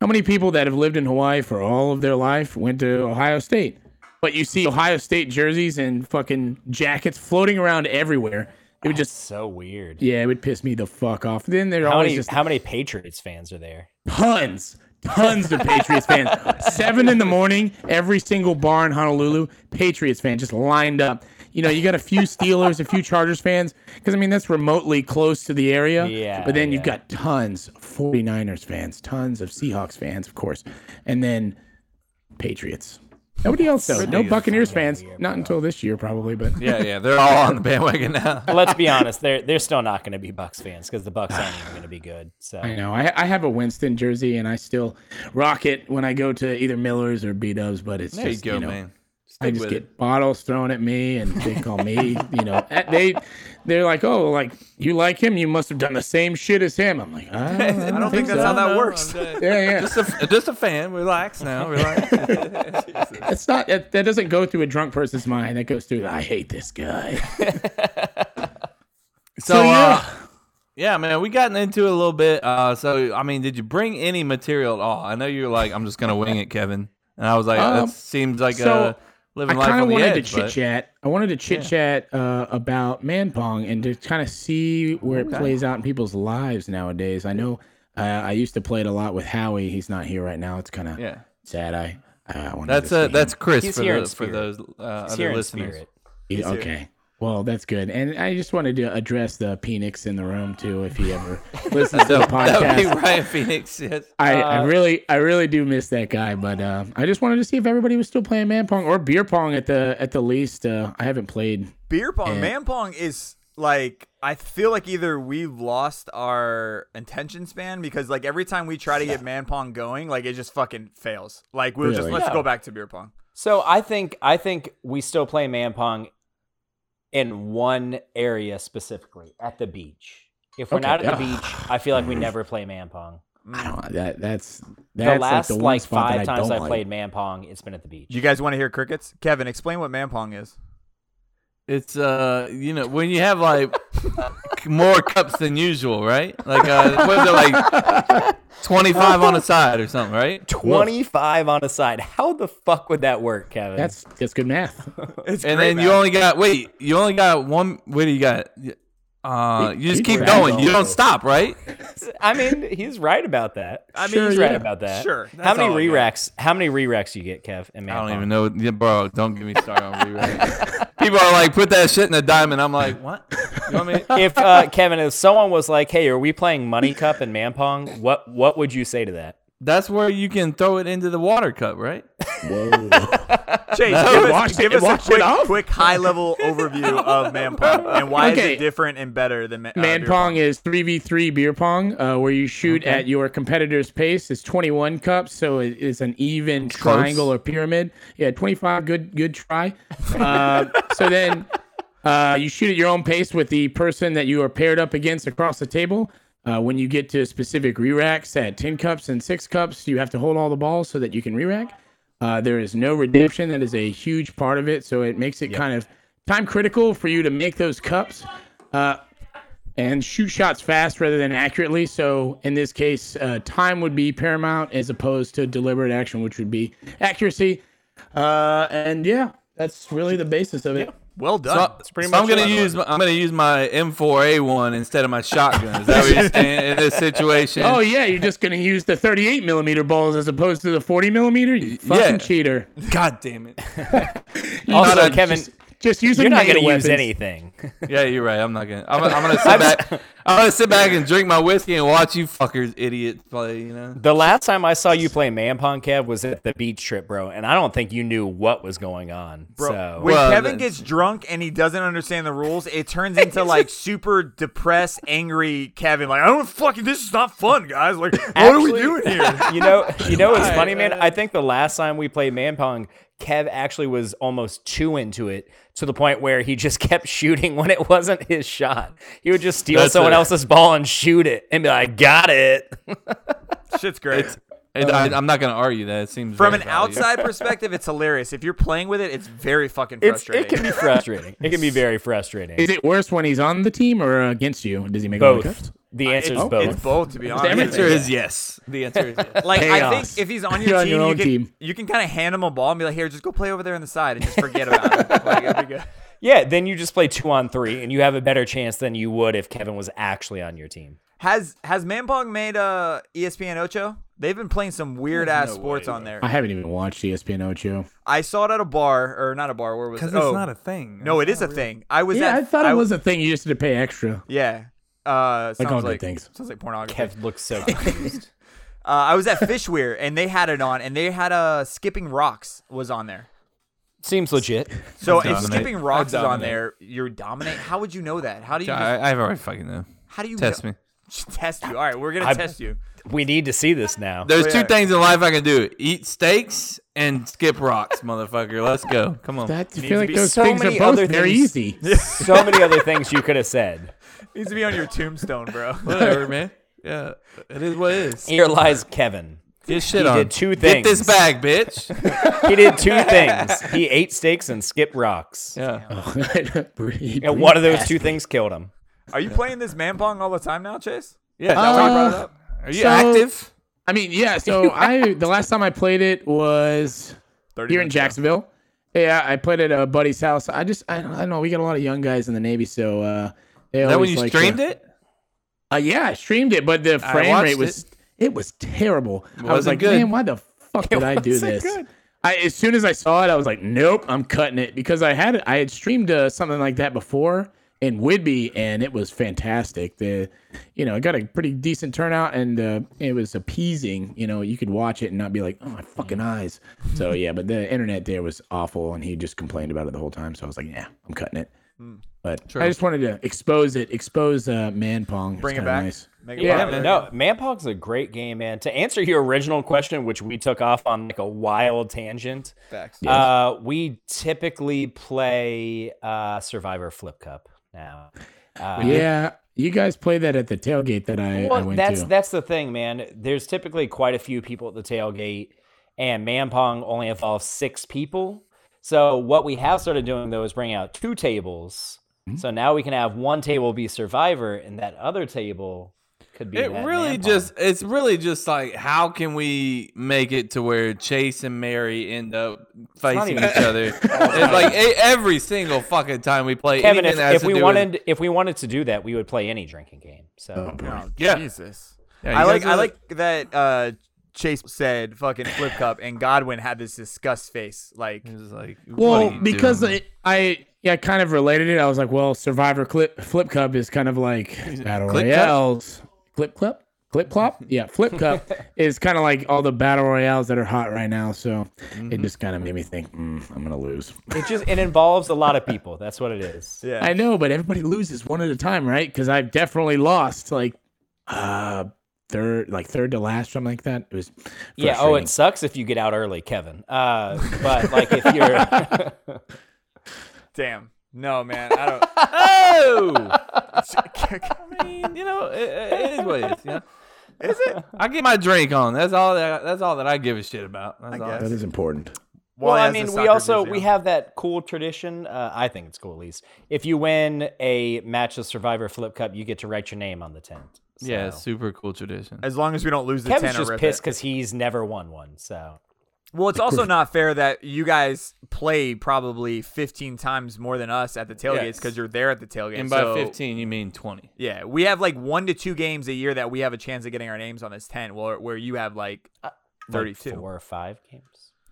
Speaker 10: how many people that have lived in Hawaii for all of their life went to Ohio State? but you see Ohio State jerseys and fucking jackets floating around everywhere. It would just
Speaker 1: so weird.
Speaker 10: Yeah, it would piss me the fuck off. Then they're
Speaker 1: How
Speaker 10: always
Speaker 1: many,
Speaker 10: just
Speaker 1: how many Patriots fans are there?
Speaker 10: tons, tons of Patriots fans. Seven in the morning, every single bar in Honolulu, Patriots fan just lined up. You know, you got a few Steelers, a few Chargers fans, because I mean that's remotely close to the area.
Speaker 1: Yeah,
Speaker 10: But then you've
Speaker 1: yeah.
Speaker 10: got tons of 49ers fans, tons of Seahawks fans, of course, and then Patriots. Nobody else though. No
Speaker 3: Ridiculous.
Speaker 10: Buccaneers fans. Not until this year, probably. But
Speaker 3: Yeah, yeah,
Speaker 10: Oh.
Speaker 3: they're all on the bandwagon now.
Speaker 1: Let's be honest, they're they're still not going to be Bucks fans because the Bucks aren't even going to be good. So
Speaker 10: I know. I, I have a Winston jersey, and I still rock it when I go to either Miller's or B Dubs. But it's
Speaker 3: There you
Speaker 10: just,
Speaker 3: go,
Speaker 10: know,
Speaker 3: man.
Speaker 10: I
Speaker 3: Stick
Speaker 10: just
Speaker 3: with
Speaker 10: get
Speaker 3: it.
Speaker 10: bottles thrown at me, and they call me. You know, eh, they they're like, "Oh, like you like him? You must have done the same shit as him." I'm like, "I don't, I
Speaker 3: I
Speaker 10: don't
Speaker 3: don't think that's
Speaker 10: so."
Speaker 3: how that
Speaker 4: No,
Speaker 3: works.
Speaker 4: I'm
Speaker 10: Yeah, yeah.
Speaker 3: Just a, just a fan. Relax now. Relax.
Speaker 10: it's not that, that doesn't go through a drunk person's mind. That goes through, "I hate this guy."
Speaker 3: So, yeah. Uh, yeah, man, we gotten into it a little bit. Uh, so, I mean, did you bring any material at all? I know you're like, I'm just gonna wing it, Kevin. And I was like,
Speaker 10: Um,
Speaker 3: that seems like
Speaker 10: so,
Speaker 3: uh living
Speaker 10: I
Speaker 3: life
Speaker 10: kind of
Speaker 3: on the
Speaker 10: wanted
Speaker 3: edge.
Speaker 10: to chit
Speaker 3: but-
Speaker 10: chat. I wanted to chit chat uh, about man pong and to kind of see where it plays out in people's lives nowadays. I know uh, I used to play it a lot with Howie. He's not here right now. It's kind of
Speaker 3: Yeah,
Speaker 10: sad. I uh, wanted
Speaker 3: that's
Speaker 10: to see
Speaker 3: uh,
Speaker 10: him.
Speaker 3: that's Chris
Speaker 1: He's
Speaker 3: for,
Speaker 1: here in
Speaker 3: the, for
Speaker 1: spirit.
Speaker 3: those uh,
Speaker 1: He's
Speaker 3: other
Speaker 1: here in
Speaker 3: listeners.
Speaker 1: spirit.
Speaker 10: Yeah, okay. Well, that's good. And I just wanted to address the Phoenix in the room too, if he ever listens to the
Speaker 3: That would be
Speaker 10: podcast.
Speaker 3: Ryan Phoenix. Yes. Uh,
Speaker 10: I, I really I really do miss that guy, but uh, I just wanted to see if everybody was still playing man pong or beer pong at the at the least. Uh, I haven't played
Speaker 4: Beer pong,
Speaker 10: Yeah.
Speaker 4: man pong is like I feel like either we've lost our attention span because like every time we try to get man pong going, like it just fucking fails. Like we'll just
Speaker 10: Really?
Speaker 4: let's
Speaker 1: No.
Speaker 4: go back to beer pong.
Speaker 1: So I think I think we still play man pong in one area specifically at the beach. If we're
Speaker 10: Okay,
Speaker 1: not at the
Speaker 10: yeah.
Speaker 1: beach, I feel like we never play man pong.
Speaker 10: I don't uh, that that's
Speaker 1: The
Speaker 10: that's
Speaker 1: last
Speaker 10: like
Speaker 1: like,
Speaker 10: the one spot
Speaker 1: five
Speaker 10: that I
Speaker 1: times
Speaker 10: don't
Speaker 1: I
Speaker 10: like.
Speaker 1: played man pong, it's been at the beach.
Speaker 4: You guys want to hear crickets? Kevin, explain what man pong is.
Speaker 3: It's uh, you know, when you have like more cups than usual, right? Like uh, what is it, like twenty five on a side or something, right?
Speaker 1: 25 on a side. How the fuck would that work, Kevin?
Speaker 10: That's that's good math.
Speaker 4: It's
Speaker 3: and then you only got wait, you only got one. What do you got? Uh, you just
Speaker 10: People
Speaker 3: keep
Speaker 10: are
Speaker 3: going. You
Speaker 10: assholes.
Speaker 3: don't stop, right?
Speaker 1: I mean, he's right about that.
Speaker 4: I mean,
Speaker 1: sure, he's
Speaker 4: yeah.
Speaker 1: right about that.
Speaker 4: Sure.
Speaker 1: How
Speaker 4: That's
Speaker 1: many
Speaker 4: all I got.
Speaker 1: re-racks? How many re-racks you get, Kev? In man
Speaker 3: I don't
Speaker 1: pong?
Speaker 3: even know. Yeah, bro, don't get me started on rewriting. People are like, put that shit in a diamond. I'm like, what? You know what I mean?
Speaker 1: If uh, Kevin, if someone was like, "Hey, are we playing Money Cup and Man Pong?" What what would you say to that?
Speaker 3: That's where you can throw it into the water cup, right?
Speaker 4: Chase,
Speaker 10: It
Speaker 4: give us,
Speaker 10: washed-
Speaker 4: give
Speaker 10: it
Speaker 4: us
Speaker 10: washed
Speaker 4: a
Speaker 10: it
Speaker 4: quick,
Speaker 10: off?
Speaker 4: quick high level overview of man pong and why
Speaker 10: Okay.
Speaker 4: is it different and better than ma- uh,
Speaker 10: Man
Speaker 4: beer
Speaker 10: pong is 3v3 beer pong, uh, where you shoot at your competitor's pace. It's 21 cups, so it- it's an even triangle or pyramid. Yeah, 25, good good try. Uh, so then uh, you shoot at your own pace with the person that you are paired up against across the table. Uh, when you get to specific re racks at 10 cups and 6 cups, you have to hold all the balls so that you can re rack. Uh, there is no redemption. That is a huge part of it. So it makes it kind of time critical for you to make those cups uh, and shoot shots fast rather than accurately. So in this case, uh, time would be paramount as opposed to deliberate action, which would be accuracy. Uh, and yeah, that's really the basis of it.
Speaker 4: Well done.
Speaker 3: So, so I'm gonna use my, I'm gonna use my M4A1 instead of my shotgun. Is that what you're saying in this situation?
Speaker 10: Oh yeah, you're just gonna use the 38 millimeter balls as opposed to the 40 millimeter. You fucking
Speaker 3: yeah.
Speaker 10: cheater.
Speaker 3: God damn it!
Speaker 1: Also,
Speaker 3: gotta
Speaker 1: Kevin,
Speaker 10: Just, just use.
Speaker 1: you're not
Speaker 10: going
Speaker 1: gonna
Speaker 10: to
Speaker 1: use anything.
Speaker 3: Yeah, you're right. I'm not gonna. I'm, I'm gonna sit back. I'm gonna sit back and drink my whiskey and watch you fuckers, idiots, play. You know.
Speaker 1: The last time I saw you play man pong, Kev, was at the beach trip, bro, and I don't think you knew what was going on.
Speaker 4: Bro,
Speaker 1: so
Speaker 4: when
Speaker 3: Well,
Speaker 4: Kevin
Speaker 3: that's-
Speaker 4: gets drunk and he doesn't understand the rules, it turns into like super depressed, angry Kevin. Like, I don't fucking. This is not fun, guys. Like, what are we
Speaker 1: Actually-
Speaker 4: doing here?
Speaker 1: you know, you know, it's funny, man. I think the last time we played man pong, Kev actually was almost too into it to the point where he just kept shooting when it wasn't his shot. He would just steal
Speaker 3: That's
Speaker 1: someone
Speaker 3: it.
Speaker 1: else's ball and shoot it and be like, "Got it."
Speaker 4: Shit's great.
Speaker 3: It, I, I'm not gonna argue that. It seems
Speaker 4: From an
Speaker 3: very valid.
Speaker 4: outside perspective, it's hilarious. If you're playing with it, it's very fucking
Speaker 1: It's,
Speaker 4: frustrating.
Speaker 1: it can be frustrating. It can be very frustrating.
Speaker 10: Is it worse when he's on the team or against you? Does he make all the
Speaker 1: both.
Speaker 10: cuts?
Speaker 1: The answer
Speaker 4: it's,
Speaker 1: is both.
Speaker 4: It's both, to be
Speaker 1: It's
Speaker 4: honest.
Speaker 1: everything.
Speaker 3: The answer is yes. The answer is yes.
Speaker 4: Like I
Speaker 10: Chaos.
Speaker 4: think if he's on
Speaker 10: You're
Speaker 4: your,
Speaker 10: on
Speaker 4: team,
Speaker 10: your own
Speaker 4: you can,
Speaker 10: team.
Speaker 4: you can kind of hand him a ball and be like, "Here, just go play over there on the side and just forget about it." Like, that'd be good.
Speaker 1: Yeah, then you just play two on three, and you have a better chance than you would if Kevin was actually on your team.
Speaker 4: Has Has Manpong made uh, ESPN Ocho? They've been playing some weird ass sports on there.
Speaker 10: I haven't even watched E ESPN Ocho.
Speaker 4: I saw it at a bar, or not a bar. Where was it?
Speaker 9: Because
Speaker 4: oh,
Speaker 9: it's not a thing.
Speaker 4: no, it
Speaker 9: It's
Speaker 4: is a
Speaker 9: not really-
Speaker 4: thing. I was.
Speaker 10: Yeah,
Speaker 4: at,
Speaker 10: I thought it
Speaker 4: I-
Speaker 10: was a thing. You just had to pay extra.
Speaker 4: Yeah. Uh,
Speaker 10: Like all
Speaker 4: sounds
Speaker 10: good
Speaker 4: like
Speaker 10: things.
Speaker 4: sounds like pornography.
Speaker 1: Kev looks so confused.
Speaker 4: Uh, I was at Fishweir and they had it on, and they had uh, skipping rocks was on there.
Speaker 1: Seems legit.
Speaker 4: So
Speaker 3: I
Speaker 4: if
Speaker 3: dominate.
Speaker 4: skipping rocks is
Speaker 3: I
Speaker 4: on
Speaker 3: dominate.
Speaker 4: there, you're dominate. How would you know that? How do you? Just,
Speaker 3: I, I've already fucking know.
Speaker 4: how do you
Speaker 3: Test
Speaker 4: know-
Speaker 3: me.
Speaker 4: Test you. All right, we're gonna
Speaker 1: I-
Speaker 4: test you.
Speaker 1: We need to see this now.
Speaker 3: There's
Speaker 4: yeah.
Speaker 3: two things in life I can do: eat steaks and skip rocks, motherfucker. Let's go. Come on.
Speaker 10: That, I feel like
Speaker 4: be
Speaker 10: those
Speaker 1: so
Speaker 10: things are
Speaker 1: many
Speaker 10: both
Speaker 1: other
Speaker 10: very
Speaker 1: things.
Speaker 10: easy.
Speaker 1: so many other things you could have said.
Speaker 4: Needs to be on your tombstone, bro.
Speaker 3: Whatever, man. Yeah, it is what it is.
Speaker 1: Here lies Kevin.
Speaker 3: Get shit
Speaker 1: He
Speaker 3: on.
Speaker 1: did two
Speaker 3: Get this
Speaker 1: things.
Speaker 3: bag, bitch.
Speaker 1: He did two things. He ate steaks and skipped rocks.
Speaker 3: Yeah.
Speaker 10: Breathe,
Speaker 1: And one of
Speaker 10: breathe.
Speaker 1: those two things killed him.
Speaker 4: Are you playing this man pong all the time now, Chase?
Speaker 3: Yeah.
Speaker 10: Uh,
Speaker 3: that was- are you
Speaker 10: so-
Speaker 3: active?
Speaker 10: I mean, yeah. So I the last time I played it was
Speaker 4: Thirty.
Speaker 10: here in
Speaker 4: minutes ago.
Speaker 10: Jacksonville. Yeah, I played at a buddy's house. I just I don't, I don't know. We got a lot of young guys in the Navy, so uh, they
Speaker 3: Is that when
Speaker 10: always
Speaker 3: you
Speaker 10: like to-
Speaker 3: streamed it?
Speaker 10: Uh, yeah, I streamed it, but the
Speaker 3: I
Speaker 10: frame
Speaker 3: watched
Speaker 10: rate was
Speaker 3: it.
Speaker 10: it. was terrible. I was
Speaker 3: wasn't
Speaker 10: like,
Speaker 3: good.
Speaker 10: man, why the fuck did I do this?
Speaker 1: wasn't good.
Speaker 10: I as soon as I saw it, I was like, nope, I'm cutting it because I had I had streamed uh, something like that before in Whidbey, and it was fantastic. The you know, it got a pretty decent turnout, and uh, it was appeasing. You know, you could watch it and not be like, oh my fucking eyes. So yeah, but the internet there was awful, and he just complained about it the whole time. So I was like, yeah, I'm cutting it.
Speaker 4: Hmm.
Speaker 10: But I just wanted to expose it, expose uh, man pong. It's
Speaker 4: Bring it
Speaker 10: kinda
Speaker 4: back.
Speaker 10: nice.
Speaker 4: Make it
Speaker 1: Yeah,
Speaker 4: pop.
Speaker 1: no, Manpog's a great game, man. To answer your original question, which we took off on like a wild tangent,
Speaker 4: Facts.
Speaker 1: uh, we typically play uh, Survivor Flip Cup now.
Speaker 4: Uh-huh.
Speaker 1: Uh,
Speaker 10: Yeah, you guys played that at the tailgate that I, I
Speaker 1: Well,
Speaker 10: went
Speaker 1: that's
Speaker 10: to.
Speaker 1: that's the thing, man. There's typically quite a few people at the tailgate, and man pong only involves six people. So what we have started doing though is bring out two tables.
Speaker 10: Mm-hmm.
Speaker 1: So now we can have one table be Survivor, and that other table could be.
Speaker 3: It
Speaker 1: that
Speaker 3: really
Speaker 1: man pong.
Speaker 3: just it's really just like how can we make it to where Chase and Mary end up facing
Speaker 1: even-
Speaker 3: each other? it's like e- every single fucking time we play
Speaker 1: Kevin, if,
Speaker 3: anything that has
Speaker 1: if
Speaker 3: to
Speaker 1: we
Speaker 3: do with-
Speaker 1: wanted if we wanted to do that, we would play any drinking game. So
Speaker 4: Oh,
Speaker 3: Yeah.
Speaker 4: Jesus.
Speaker 3: Yeah,
Speaker 4: I
Speaker 3: you
Speaker 4: like
Speaker 3: guys
Speaker 4: I
Speaker 3: are-
Speaker 4: like that uh, Chase said fucking flip cup and Godwin had this disgust face like
Speaker 3: It's just like what are
Speaker 10: well,
Speaker 3: you
Speaker 10: because
Speaker 3: doing?
Speaker 10: I, I yeah, I kind of related it. I was like, well, Survivor Clip Flip Cup is kind of like battle
Speaker 3: Clip Cup?
Speaker 10: royales. Clip Clip. Clip clop, yeah. Flip cup is kind of like all the battle royales that are hot right now, so
Speaker 3: Mm-hmm.
Speaker 10: it just kind of made me think mm, I'm gonna lose.
Speaker 1: it just it involves a lot of people. That's what it is.
Speaker 4: yeah.
Speaker 10: I know, but everybody loses one at a time, right? Because I've definitely lost like uh third, like third to last, something like that. It was
Speaker 1: Yeah. Oh,
Speaker 10: frustrating.
Speaker 1: it sucks if you get out early, Kevin. Uh, but like if you're
Speaker 4: Damn. No man. I don't.
Speaker 3: Oh, I mean, you know, it, it is what it is. You know?
Speaker 4: Is it?
Speaker 3: I get my drink on. That's all. That, that's all that I give a shit about. That's all.
Speaker 10: that is important.
Speaker 1: Well,
Speaker 4: Wally
Speaker 1: I
Speaker 4: has
Speaker 1: mean,
Speaker 4: his
Speaker 1: we
Speaker 4: soccer
Speaker 1: also
Speaker 4: jersey
Speaker 1: we
Speaker 4: on.
Speaker 1: have that cool tradition. Uh, I think it's cool, at least. If you win a match of Survivor Flip Cup, you get to write your name on the tent. So.
Speaker 3: Yeah, super cool tradition.
Speaker 4: As long as we don't lose the
Speaker 1: Kevin's
Speaker 4: ten or
Speaker 1: just
Speaker 4: rip
Speaker 1: pissed
Speaker 4: it.
Speaker 1: because he's never won one. So
Speaker 4: Well, it's also not fair that you guys play probably fifteen times more than us at the tailgates
Speaker 3: Yes.
Speaker 4: because you're there at the tailgate.
Speaker 3: And by
Speaker 4: so-
Speaker 3: 15, you mean 20.
Speaker 4: Yeah, we have like one to two games a year that we have a chance of getting our names on this tent. Where where you have like
Speaker 1: like,
Speaker 4: thirty-two.
Speaker 1: four or five games.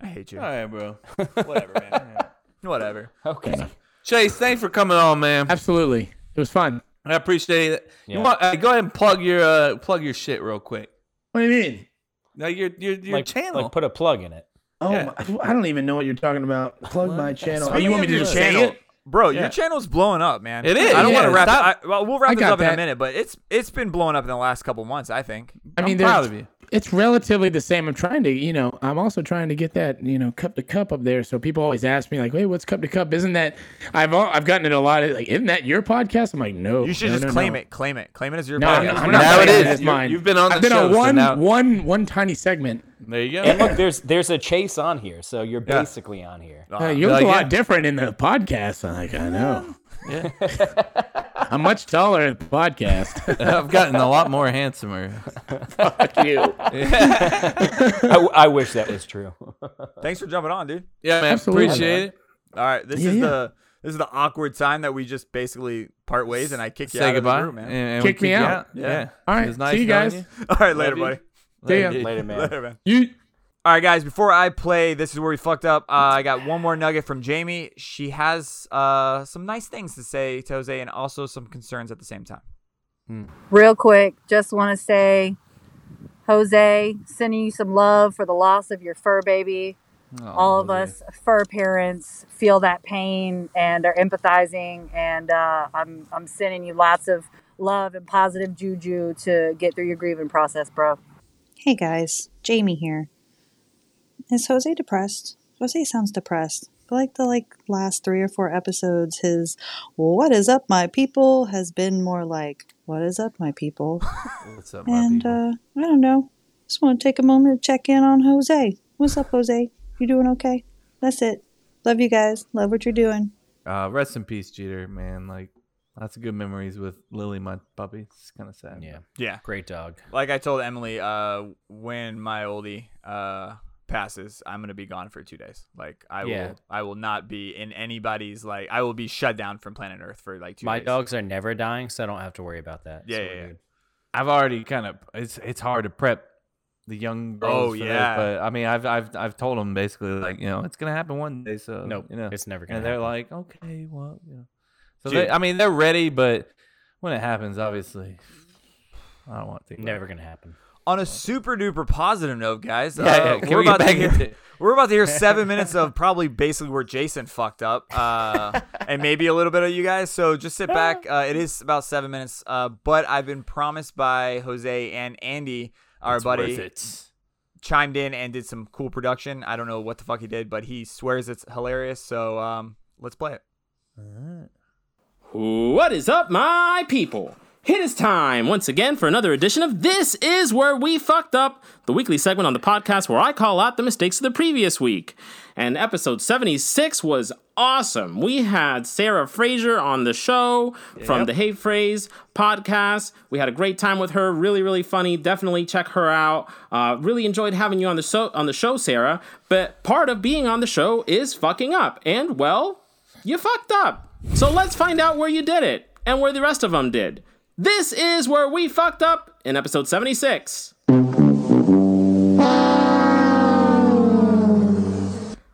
Speaker 4: I hate you.
Speaker 3: All right, bro. Whatever, man.
Speaker 4: Whatever.
Speaker 1: Okay.
Speaker 3: Chase, thanks for coming on, man.
Speaker 10: Absolutely, it was fun.
Speaker 3: I appreciate it. You
Speaker 1: Yeah.
Speaker 3: want, uh, go ahead and plug your uh, plug your shit real quick.
Speaker 10: What do you mean?
Speaker 3: Like your your, your
Speaker 1: like,
Speaker 3: channel.
Speaker 1: like put a plug in it.
Speaker 10: Oh,
Speaker 3: Yeah.
Speaker 10: my, I don't even know what you're talking about. Plug my channel.
Speaker 3: what
Speaker 10: Oh, you
Speaker 3: I
Speaker 10: want me to
Speaker 3: am
Speaker 10: just
Speaker 3: doing.
Speaker 10: say it?
Speaker 4: Bro,
Speaker 3: Yeah.
Speaker 4: your channel's blowing up, man.
Speaker 3: It is,
Speaker 4: I don't want
Speaker 3: yeah.
Speaker 4: to wrap.
Speaker 3: Stop.
Speaker 4: I, well, we'll wrap
Speaker 10: I
Speaker 4: this
Speaker 10: got
Speaker 4: up in a
Speaker 10: that.
Speaker 4: minute, but it's it's been blowing up in the last couple months. I think.
Speaker 10: I mean,
Speaker 3: I'm proud
Speaker 10: there's-
Speaker 3: of you.
Speaker 10: It's relatively the same. I'm trying to, you know, I'm also trying to get that, you know, cup to cup up there. So people always ask me, like, "Hey, what's cup to cup?" Isn't that? I've al- I've gotten it a lot. Of, like, isn't that your podcast? I'm like, no.
Speaker 4: You should
Speaker 10: no,
Speaker 4: just
Speaker 10: no,
Speaker 4: claim
Speaker 10: no.
Speaker 4: it. Claim it. Claim it as your
Speaker 10: No, I'm not,
Speaker 4: podcast. We're
Speaker 10: I'm
Speaker 4: not
Speaker 10: not
Speaker 3: Now
Speaker 10: claiming
Speaker 3: it
Speaker 10: it
Speaker 3: is.
Speaker 10: as
Speaker 3: You're-
Speaker 10: mine.
Speaker 3: you've been on
Speaker 10: I've
Speaker 3: the
Speaker 10: been
Speaker 3: show,
Speaker 10: on
Speaker 3: so
Speaker 10: one,
Speaker 3: now-
Speaker 10: one- one tiny segment.
Speaker 3: There you go.
Speaker 1: And look, there's there's a chase on here, so you're basically on here.
Speaker 10: Uh, you look
Speaker 3: like,
Speaker 10: a lot
Speaker 3: yeah.
Speaker 10: different in the podcast. I'm like, I know. I'm much taller in the podcast.
Speaker 3: I've gotten a lot more handsomer.
Speaker 10: Fuck you.
Speaker 1: I, I wish that was true.
Speaker 4: Thanks for jumping on, dude.
Speaker 3: Yeah, man.
Speaker 10: Absolutely.
Speaker 3: Appreciate it.
Speaker 4: All right, this
Speaker 10: Yeah,
Speaker 4: is
Speaker 10: yeah.
Speaker 4: the this is the awkward time that we just basically part ways, and I kick you
Speaker 3: Say
Speaker 4: out
Speaker 3: goodbye.
Speaker 4: of the room, man.
Speaker 3: and- and we
Speaker 10: Kick me
Speaker 3: you
Speaker 10: out.
Speaker 3: Yeah.
Speaker 4: Yeah.
Speaker 10: All
Speaker 3: It
Speaker 10: right.
Speaker 3: was nice
Speaker 10: see you
Speaker 3: knowing
Speaker 10: guys.
Speaker 4: All right, later,
Speaker 3: you.
Speaker 4: buddy.
Speaker 10: See ya.
Speaker 3: dude.
Speaker 1: Later, man.
Speaker 4: Later, man.
Speaker 10: You-
Speaker 4: All right, guys. Before I play, this is where we fucked up. Uh, I got one more nugget from Jamie. She has uh, some nice things to say to Jose, and also some concerns at the same time.
Speaker 7: Real quick, just want to say, Jose, sending you some love for the loss of your fur baby. All of us fur parents feel that pain and are empathizing, and uh, I'm I'm sending you lots of love and positive juju to get through your grieving process, bro.
Speaker 6: Hey guys, Jamie here. Is Jose depressed? Jose sounds depressed. But like the like last three or four episodes, his "What is up, my people?" has been more like "What is up, my people?"
Speaker 3: What's up, my
Speaker 6: and
Speaker 3: people?
Speaker 6: uh, I don't know. Just want to take a moment to check in on Jose. What's up, Jose? You doing okay? That's it. Love you guys. Love what you're doing.
Speaker 3: Uh, rest in peace, Jeter, man. Like, lots of good memories with Lily, my puppy. It's kind of sad.
Speaker 1: Yeah,
Speaker 4: Yeah.
Speaker 1: great dog.
Speaker 4: Like I told Emily, uh, when my oldie uh passes, I'm gonna be gone for two days. Like I
Speaker 1: Yeah.
Speaker 4: will, I will not be in anybody's. Like I will be shut down from planet Earth for like two.
Speaker 1: My
Speaker 4: days.
Speaker 1: dogs are never dying, so I don't have to worry about that.
Speaker 4: Yeah,
Speaker 1: So
Speaker 4: yeah,
Speaker 1: we're
Speaker 4: yeah.
Speaker 1: good.
Speaker 3: I've already kind of it's it's hard to prep the young girls.
Speaker 4: Oh,
Speaker 3: for this,
Speaker 4: yeah.
Speaker 3: but I mean, I've I've I've told them basically like you know Oh, it's gonna happen one day. So
Speaker 1: Nope,
Speaker 3: you know,
Speaker 1: it's never gonna.
Speaker 3: and they're
Speaker 1: happen.
Speaker 3: like, okay, well, you know. So
Speaker 4: Dude.
Speaker 3: they, I mean, they're ready, but when it happens, obviously, I don't want to. think about
Speaker 1: never
Speaker 3: it.
Speaker 1: gonna happen.
Speaker 4: On a super duper positive note, guys.
Speaker 3: Yeah,
Speaker 4: uh,
Speaker 3: yeah. Can
Speaker 4: we're
Speaker 3: we get
Speaker 4: about
Speaker 3: back
Speaker 4: to
Speaker 3: into
Speaker 4: hear,
Speaker 3: it?
Speaker 4: We're about to hear seven minutes of probably basically where Jason fucked up, uh, and maybe a little bit of you guys. So just sit back. Uh, it is about seven minutes, uh, but I've been promised by Jose and Andy, our
Speaker 3: It's
Speaker 4: buddy,
Speaker 3: worth it.
Speaker 4: chimed in and did some cool production. I don't know what the fuck he did, but he swears it's hilarious. So um, let's play it.
Speaker 11: What is up, my people? It is time once again for another edition of This Is Where We Fucked Up, the weekly segment on the podcast where I call out the mistakes of the previous week. And episode 76 was awesome. We had Sarah Fraser on the show from the Hey Phrase podcast. We had a great time with her. Really, really funny. Definitely check her out. Uh, really enjoyed having you on the show on the show, Sarah. But part of being on the show is fucking up. And well, you fucked up. So let's find out where you did it and where the rest of them did. This is where we fucked up in episode 76.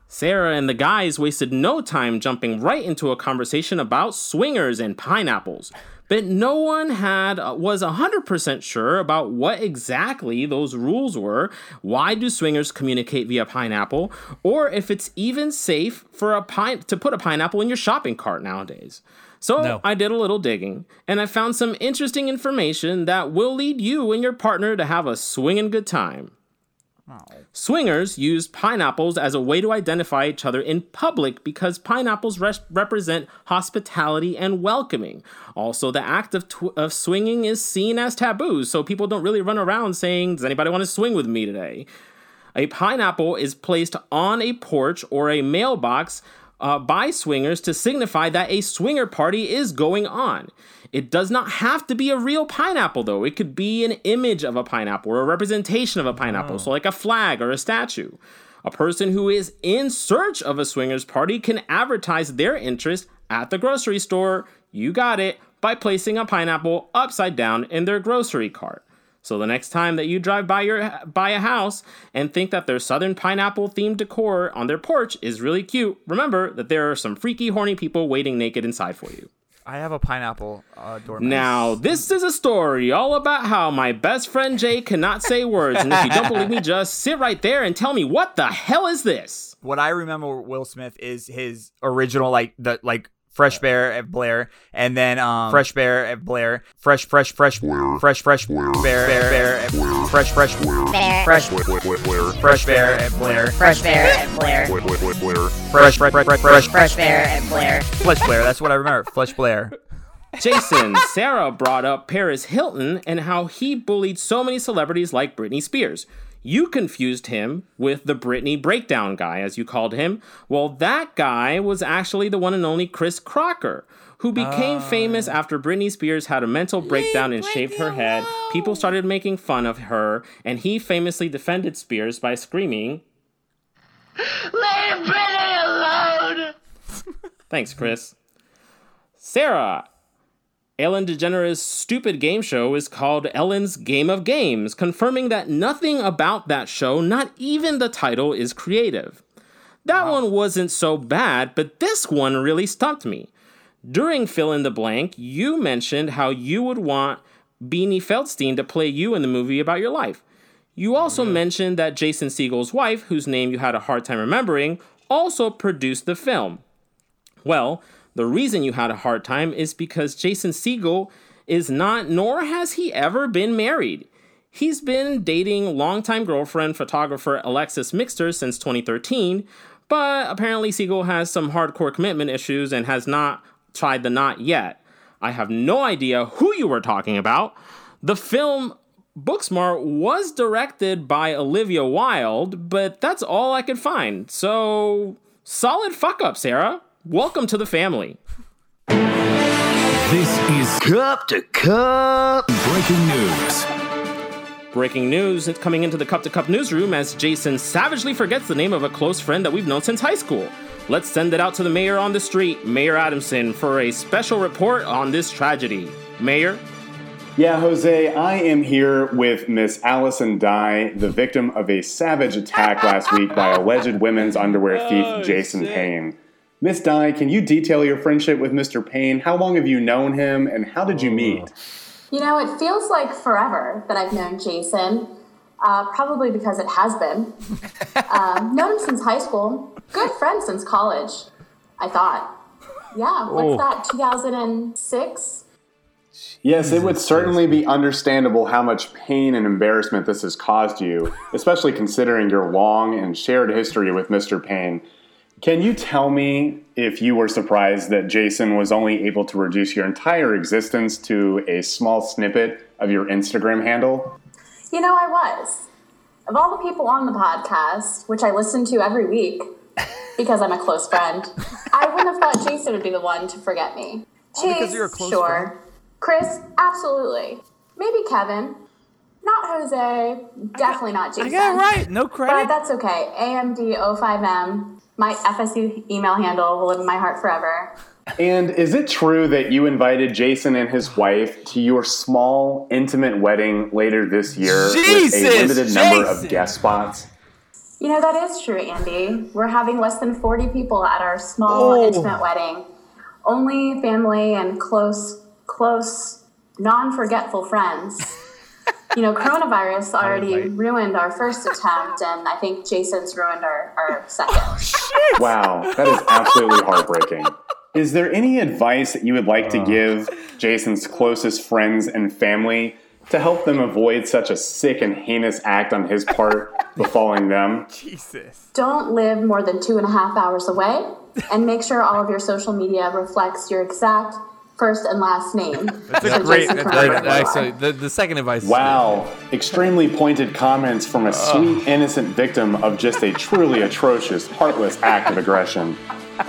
Speaker 11: Sarah and the guys wasted no time jumping right into a conversation about swingers and pineapples. But no one had uh, was 100% sure about what exactly those rules were. Why do swingers communicate via pineapple or if it's even safe for a pine to put a pineapple in your shopping cart nowadays? So
Speaker 3: No.
Speaker 11: I did a little digging and I found some interesting information that will lead you and your partner to have a swinging good time. Swingers used pineapples as a way to identify each other in public because pineapples res- represent hospitality and welcoming. Also, the act of, tw- of swinging is seen as taboo, so people don't really run around saying, Does anybody want to swing with me today? A pineapple is placed on a porch or a mailbox uh, by swingers to signify that a swinger party is going on. It does not have to be a real pineapple, though. It could be an image of a pineapple or a representation of a pineapple, so like a flag or a statue. A person who is in search of a swingers party can advertise their interest at the grocery store. You got it. By placing a pineapple upside down in their grocery cart. So the next time that you drive by your by a house and think that their southern pineapple themed decor on their porch is really cute, remember that there are some freaky horny people waiting naked inside for you.
Speaker 4: I have a pineapple uh, doormat.
Speaker 11: Now, this is a story all about how my best friend Jay cannot say words, and if you don't believe me, just sit right there and tell me what the hell is this?
Speaker 4: what I remember Will Smith is his original like the like Fresh Bear at Blair and then um Fresh Bear at Blair Fresh Fresh Fresh Blair. Fresh Fresh Blair. Bear Bear Bear at Fresh Fresh Blair. Fresh Fresh Bear at Blair
Speaker 12: Fresh Bear and Blair.
Speaker 4: Fresh Fresh Fresh Fresh Fresh
Speaker 12: Fresh Bear and Blair.
Speaker 4: Flesh Blair that's what I remember Flesh Blair
Speaker 11: Jason, Sarah brought up Paris Hilton and how he bullied so many celebrities like Britney Spears. You confused him with the Britney breakdown guy, as you called him. Well, that guy was actually the one and only Chris Crocker, who became
Speaker 4: Ah.
Speaker 11: famous after Britney Spears had a mental breakdown and shaved her head. People started making fun of her, and he famously defended Spears by screaming,
Speaker 12: Leave Britney alone!
Speaker 11: Thanks, Chris. Sarah. Ellen DeGeneres' stupid game show is called Ellen's Game of Games, confirming that nothing about that show, not even the title, is creative. That one wasn't so bad, but this one really stumped me. During Fill in the Blank, you mentioned how you would want Beanie Feldstein to play you in the movie about your life. You also mentioned that Jason Siegel's wife, whose name you had a hard time remembering, also produced the film. Well, the reason you had a hard time is because Jason Siegel is not, nor has he ever been married. He's been dating longtime girlfriend photographer Alexis Mixter since 2013, but apparently Siegel has some hardcore commitment issues and has not tried the knot yet. I have no idea who you were talking about. The film Booksmart was directed by Olivia Wilde, but that's all I could find. So, solid fuck up, Sarah. Welcome to the family.
Speaker 13: This is Cup to Cup Breaking News.
Speaker 11: Breaking news it's coming into the Cup to Cup newsroom as Jason savagely forgets the name of a close friend that we've known since high school. Let's send it out to the mayor on the street, Mayor Adamson, for a special report on this tragedy. Mayor?
Speaker 14: Yeah, Jose, I am here with Miss Allison Dye, the victim of a savage attack last week by alleged women's underwear thief
Speaker 3: Oh,
Speaker 14: Jason Payne. Miss Dye, can you detail your friendship with Mr. Payne? How long have you known him, and how did you meet?
Speaker 15: You know, it feels like forever that I've known Jason, uh, probably because it has been. um, known him since high school, good friend since college, I thought. Yeah, what's
Speaker 14: Oh.
Speaker 15: that, 2006?
Speaker 14: Yes, it would certainly be understandable how much pain and embarrassment this has caused you, especially considering your long and shared history with Mr. Payne. Can you tell me if you were surprised that Jason was only able to reduce your entire existence to a small snippet of your Instagram handle?
Speaker 15: You know, I was. Of all the people on the podcast, which I listen to every week because I'm a close friend, I wouldn't have thought Jason would be the one to forget me.
Speaker 12: Oh, because
Speaker 15: Chase,
Speaker 12: you're a close
Speaker 15: sure.
Speaker 12: friend.
Speaker 15: Chris, absolutely. Maybe Kevin. Not Jose. Definitely not Jason.
Speaker 12: got it right.
Speaker 15: No
Speaker 12: credit.
Speaker 15: But that's okay. AMD05M. My FSU email handle will live in my heart forever.
Speaker 14: And is it true that you invited Jason and his wife to your small, intimate wedding later this year with
Speaker 15: Jesus,
Speaker 14: a limited number
Speaker 15: Jason!
Speaker 14: of guest spots?
Speaker 15: You know, that is true, Andy. We're having less than 40 people at our small,
Speaker 14: Oh.
Speaker 15: intimate wedding. Only family and close, close, non forgetful friends. you know, coronavirus already ruined our first attempt, and I think Jason's ruined our, our second.
Speaker 14: Wow, that is absolutely heartbreaking. Is there any advice that you would like to give Jason's closest friends and family to help them avoid such a sick and heinous act on his part befalling them?
Speaker 4: Jesus.
Speaker 15: Don't live more than two and a half hours away, and make sure all of your social media reflects your exact first and last name. So Jason can remember who you are.
Speaker 14: The, second advice. Wow, extremely pointed comments from a sweet, innocent victim of just a truly atrocious, heartless act of aggression.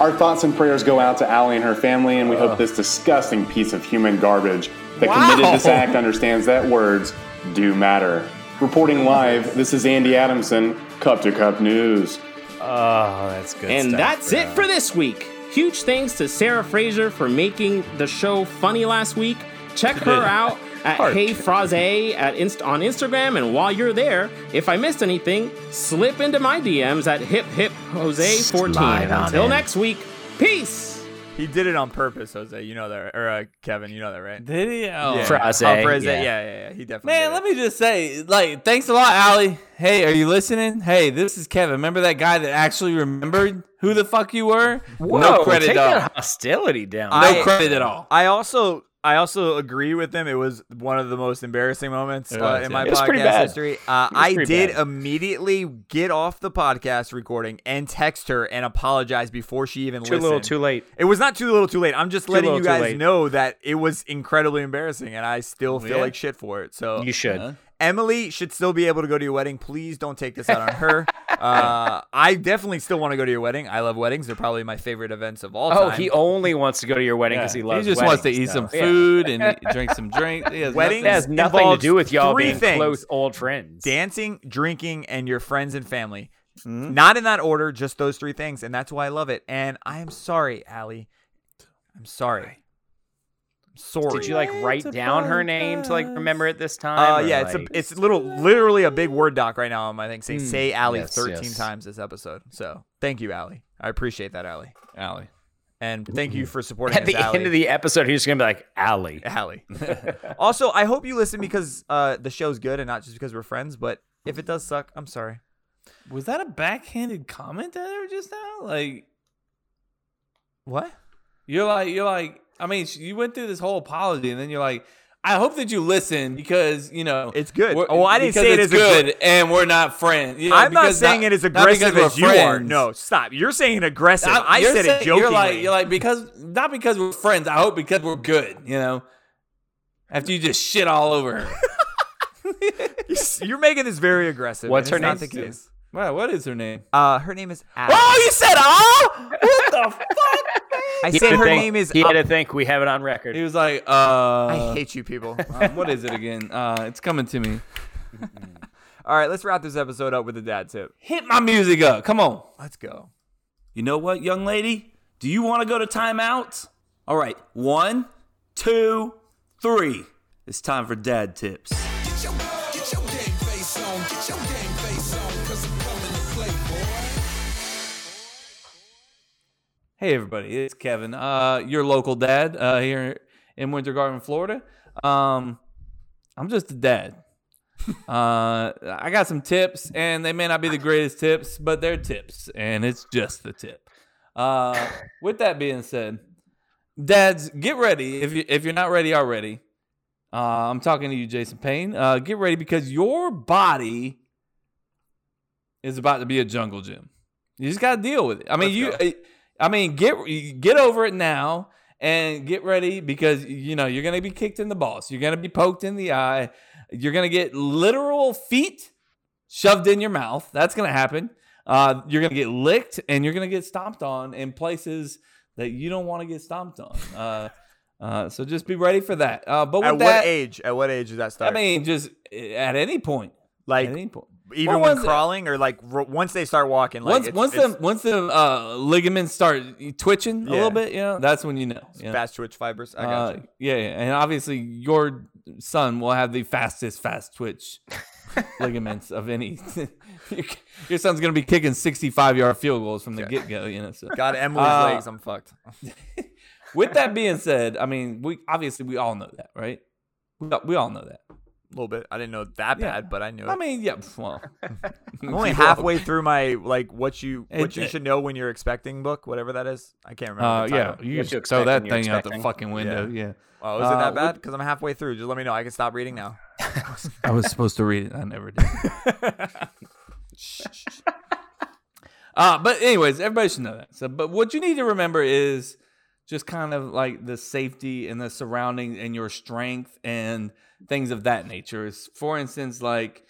Speaker 14: Our thoughts and prayers go out to Allie and her family, and we hope this disgusting piece of human garbage that
Speaker 16: Wow.
Speaker 14: committed this act understands that words do matter. Reporting live, this is Andy Adamson, Cup to Cup News.
Speaker 1: Oh, that's good.
Speaker 11: and
Speaker 1: stuff,
Speaker 11: that's it for this week. Huge thanks to Sarah Fraser for making the show funny last week. Check her out at
Speaker 1: Hard.
Speaker 11: Hey Fraze at inst- on Instagram. And while you're there, if I missed anything, slip into my DMs at Hip Hip Jose 14.
Speaker 4: Slide on
Speaker 11: Until
Speaker 4: in.
Speaker 11: next week, peace.
Speaker 4: He did it on purpose, Jose. You know that, or uh, Kevin, you know that, right?
Speaker 3: Did he? Oh.
Speaker 4: Yeah.
Speaker 3: Fraze,
Speaker 4: Oh, Fraze,
Speaker 3: yeah.
Speaker 4: yeah. yeah, yeah, He definitely.
Speaker 3: Man, let me just say, like, thanks a lot, Allie. Hey, are you listening? Hey, this is Kevin. Remember that guy that actually remembered who the fuck you were? no
Speaker 4: Whoa,
Speaker 3: credit
Speaker 4: take
Speaker 3: at all.
Speaker 4: that
Speaker 1: hostility down.
Speaker 3: No credit at all.
Speaker 4: I also I also agree with him. It was one of the most embarrassing moments
Speaker 3: It
Speaker 4: uh,
Speaker 3: was,
Speaker 4: in
Speaker 3: yeah.
Speaker 4: my
Speaker 3: It was pretty
Speaker 4: podcast
Speaker 3: bad.
Speaker 4: history.
Speaker 3: It
Speaker 4: Uh,
Speaker 3: was
Speaker 4: I
Speaker 3: pretty
Speaker 4: did
Speaker 3: bad.
Speaker 4: immediately get off the podcast recording and text her and apologize before she even
Speaker 1: Too little,
Speaker 4: listened.
Speaker 1: too late.
Speaker 4: It was not too little, too late. I'm just
Speaker 1: Too
Speaker 4: letting
Speaker 1: little,
Speaker 4: you
Speaker 1: too
Speaker 4: guys
Speaker 1: late.
Speaker 4: know that it was incredibly embarrassing, and I still feel
Speaker 1: yeah.
Speaker 4: like shit for it. So
Speaker 1: You should. Uh-huh.
Speaker 4: Emily should still be able to go to your wedding. Please don't take this out on her. Uh, I definitely still want to go to your wedding. I love weddings. They're probably my favorite events of all
Speaker 1: Oh,
Speaker 4: time.
Speaker 1: he only wants to go to your wedding because
Speaker 4: Yeah.
Speaker 1: he loves.
Speaker 4: He just wants to eat
Speaker 1: weddings,
Speaker 4: some
Speaker 1: though. Yeah.
Speaker 4: food and
Speaker 3: drink some drinks. It has
Speaker 4: Weddings
Speaker 1: That has nothing to
Speaker 4: involves
Speaker 1: do with y'all
Speaker 4: three
Speaker 1: being
Speaker 4: things.
Speaker 1: close old friends.
Speaker 4: dancing, drinking, and your friends and family. Not in that order, just those three things, and that's why I love it. And I am sorry, Allie. I'm sorry. I'm sorry.
Speaker 1: Did you like write down her name to like remember it this
Speaker 4: Uh,
Speaker 1: time? or,
Speaker 4: yeah, it's
Speaker 1: like-
Speaker 4: a, it's little literally a big word doc right now. I'm I think saying
Speaker 1: Hmm.
Speaker 4: say Allie
Speaker 1: Yes,
Speaker 4: 13
Speaker 1: yes.
Speaker 4: times this episode. So thank you, Allie. I appreciate that, Allie. Allie, and thank
Speaker 1: Mm-hmm.
Speaker 4: you for supporting
Speaker 1: at
Speaker 4: us,
Speaker 1: the
Speaker 4: Allie.
Speaker 1: end of the episode. He's gonna be like Allie.
Speaker 4: Allie. also, I hope you listen because uh, the show's good and not just because we're friends. But if it does suck, I'm sorry.
Speaker 3: Was that a backhanded comment that they were just now? Like
Speaker 4: what?
Speaker 3: You're like you're like I mean sh- you went through this whole apology and then you're like I hope that you listen because you know
Speaker 4: it's good.
Speaker 3: Oh,
Speaker 4: Oh, I didn't say it as
Speaker 3: good,
Speaker 4: aggr-
Speaker 3: and we're not friends. You know,
Speaker 4: I'm not
Speaker 3: because
Speaker 4: saying it as
Speaker 3: not because
Speaker 4: aggressive
Speaker 3: we're
Speaker 4: as you are.
Speaker 3: friends.
Speaker 4: No, stop. You're saying it aggressive. I,
Speaker 3: you're
Speaker 4: said
Speaker 3: saying-
Speaker 4: it jokingly.
Speaker 3: You're like you're like because not because we're friends. I hope because we're good. You know. After you just shit all over her.
Speaker 4: you're making this very aggressive.
Speaker 3: What's
Speaker 4: and
Speaker 3: her
Speaker 4: it's Not
Speaker 3: name?
Speaker 4: the case.
Speaker 3: Wow, what is her name?
Speaker 4: Uh, her name is Allie.
Speaker 3: Oh, you said all? What the fuck?
Speaker 4: I
Speaker 1: He
Speaker 4: said
Speaker 1: had to
Speaker 4: her
Speaker 1: think-
Speaker 4: name is.
Speaker 1: He had to think we have it on record.
Speaker 3: He was like, uh, I
Speaker 4: hate you people.
Speaker 3: what is it again? Uh, it's coming to me.
Speaker 4: All right, let's wrap this episode up with a dad tip.
Speaker 3: Hit my music up. Come on.
Speaker 4: Let's go.
Speaker 3: You know what, young lady? Do you want to go to timeout? All right, one, two, three. It's time for dad tips.
Speaker 12: Get your game face on, get your game face on, cause I'm coming to play, boy.
Speaker 3: Hey, everybody, it's Kevin, uh, your local dad uh, here in Winter Garden, Florida. Um, I'm just a dad. uh, I got some tips, and they may not be the greatest tips, but they're tips, and it's just the tip. Uh, with that being said, dads, get ready. If you if you're not ready already, uh, I'm talking to you, Jason Payne. Uh, get ready because your body is about to be a jungle gym. You just got to deal with it. I mean, you. I- I mean, get get over it now and get ready because you know you're gonna be kicked in the balls. You're gonna be poked in the eye. You're gonna get literal feet shoved in your mouth. That's gonna happen. Uh, you're gonna get licked and you're gonna get stomped on in places that you don't want to get stomped on. Uh, uh, so just be ready for that. Uh, but with
Speaker 4: At
Speaker 3: that,
Speaker 4: what age? At what age does that
Speaker 3: I
Speaker 4: start?
Speaker 3: mean, just at any point,
Speaker 4: like
Speaker 3: at any point,
Speaker 4: even
Speaker 3: Well,
Speaker 4: when
Speaker 3: once- uh,
Speaker 4: crawling, or like r- once they start walking. Like
Speaker 3: Once
Speaker 4: it's-
Speaker 3: once
Speaker 4: it's
Speaker 3: the once the uh, ligaments start twitching a
Speaker 4: Yeah.
Speaker 3: little bit, you know, that's when you know. you know.
Speaker 4: fast twitch fibers. I got
Speaker 3: Uh,
Speaker 4: you.
Speaker 3: yeah, yeah, and obviously your son will have the fastest fast twitch ligaments of any. your, your son's gonna be kicking sixty-five yard field goals from the get go. You know, so
Speaker 4: God, Emily's
Speaker 3: Uh,
Speaker 4: legs. I'm fucked.
Speaker 3: With that being said, I mean, we obviously we all know that, right? We, we all know that.
Speaker 4: A little bit. I didn't know that
Speaker 3: Yeah.
Speaker 4: bad, but I knew it.
Speaker 3: I mean, yeah. Well,
Speaker 4: I'm only halfway through my like what you
Speaker 3: It-
Speaker 4: what you
Speaker 3: it-
Speaker 4: should know when you're expecting book, whatever that is. I can't remember.
Speaker 3: Uh,
Speaker 4: the
Speaker 3: yeah,
Speaker 4: title.
Speaker 3: you What just you throw expect that when you're thing out the expecting. fucking window, yeah.
Speaker 4: Oh, is it
Speaker 3: Uh,
Speaker 4: that bad?
Speaker 3: what-
Speaker 4: Because I'm halfway through. Just let me know. I can stop reading now.
Speaker 3: I was supposed to read it. I never did. uh, but anyways, everybody should know that. So, but what you need to remember is just kind of like the safety and the surrounding and your strength and things of that nature. Is for instance, like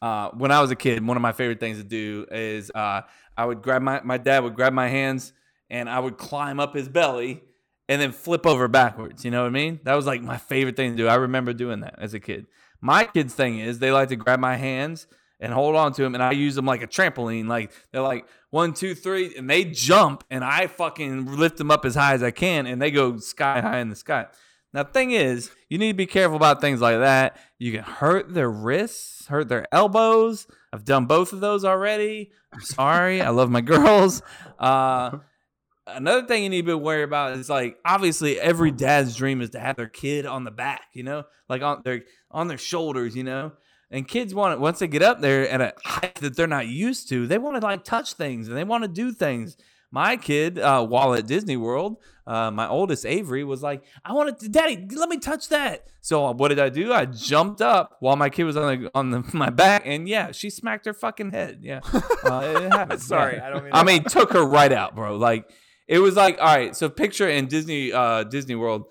Speaker 3: uh, when I was a kid, one of my favorite things to do is uh, I would grab my my dad would grab my hands and I would climb up his belly and then flip over backwards. You know what I mean? That was like my favorite thing to do. I remember doing that as a kid. My kids' thing is they like to grab my hands and hold on to them, and I use them like a trampoline. Like they're like one, two, three, and they jump, and I fucking lift them up as high as I can, and they go sky high in the sky. Now, thing is, you need to be careful about things like that. You can hurt their wrists, hurt their elbows. I've done both of those already. I'm sorry. I love my girls. Uh, another thing you need to be worried about is like obviously every dad's dream is to have their kid on the back, you know, like on their on their shoulders, you know. And kids want it once they get up there at a height that they're not used to, they want to like touch things and they want to do things. My kid, uh, while at Disney World, uh, my oldest Avery was like, "I wanted to, Daddy, let me touch that." So what did I do? I jumped up while my kid was on the on the, my back, and yeah, she smacked her fucking head. Yeah, uh, it happened.
Speaker 4: Sorry,
Speaker 3: Yeah.
Speaker 4: I don't mean
Speaker 3: I
Speaker 4: to-
Speaker 3: mean, took her right out, bro. Like it was like, all right, so picture in Disney uh Disney World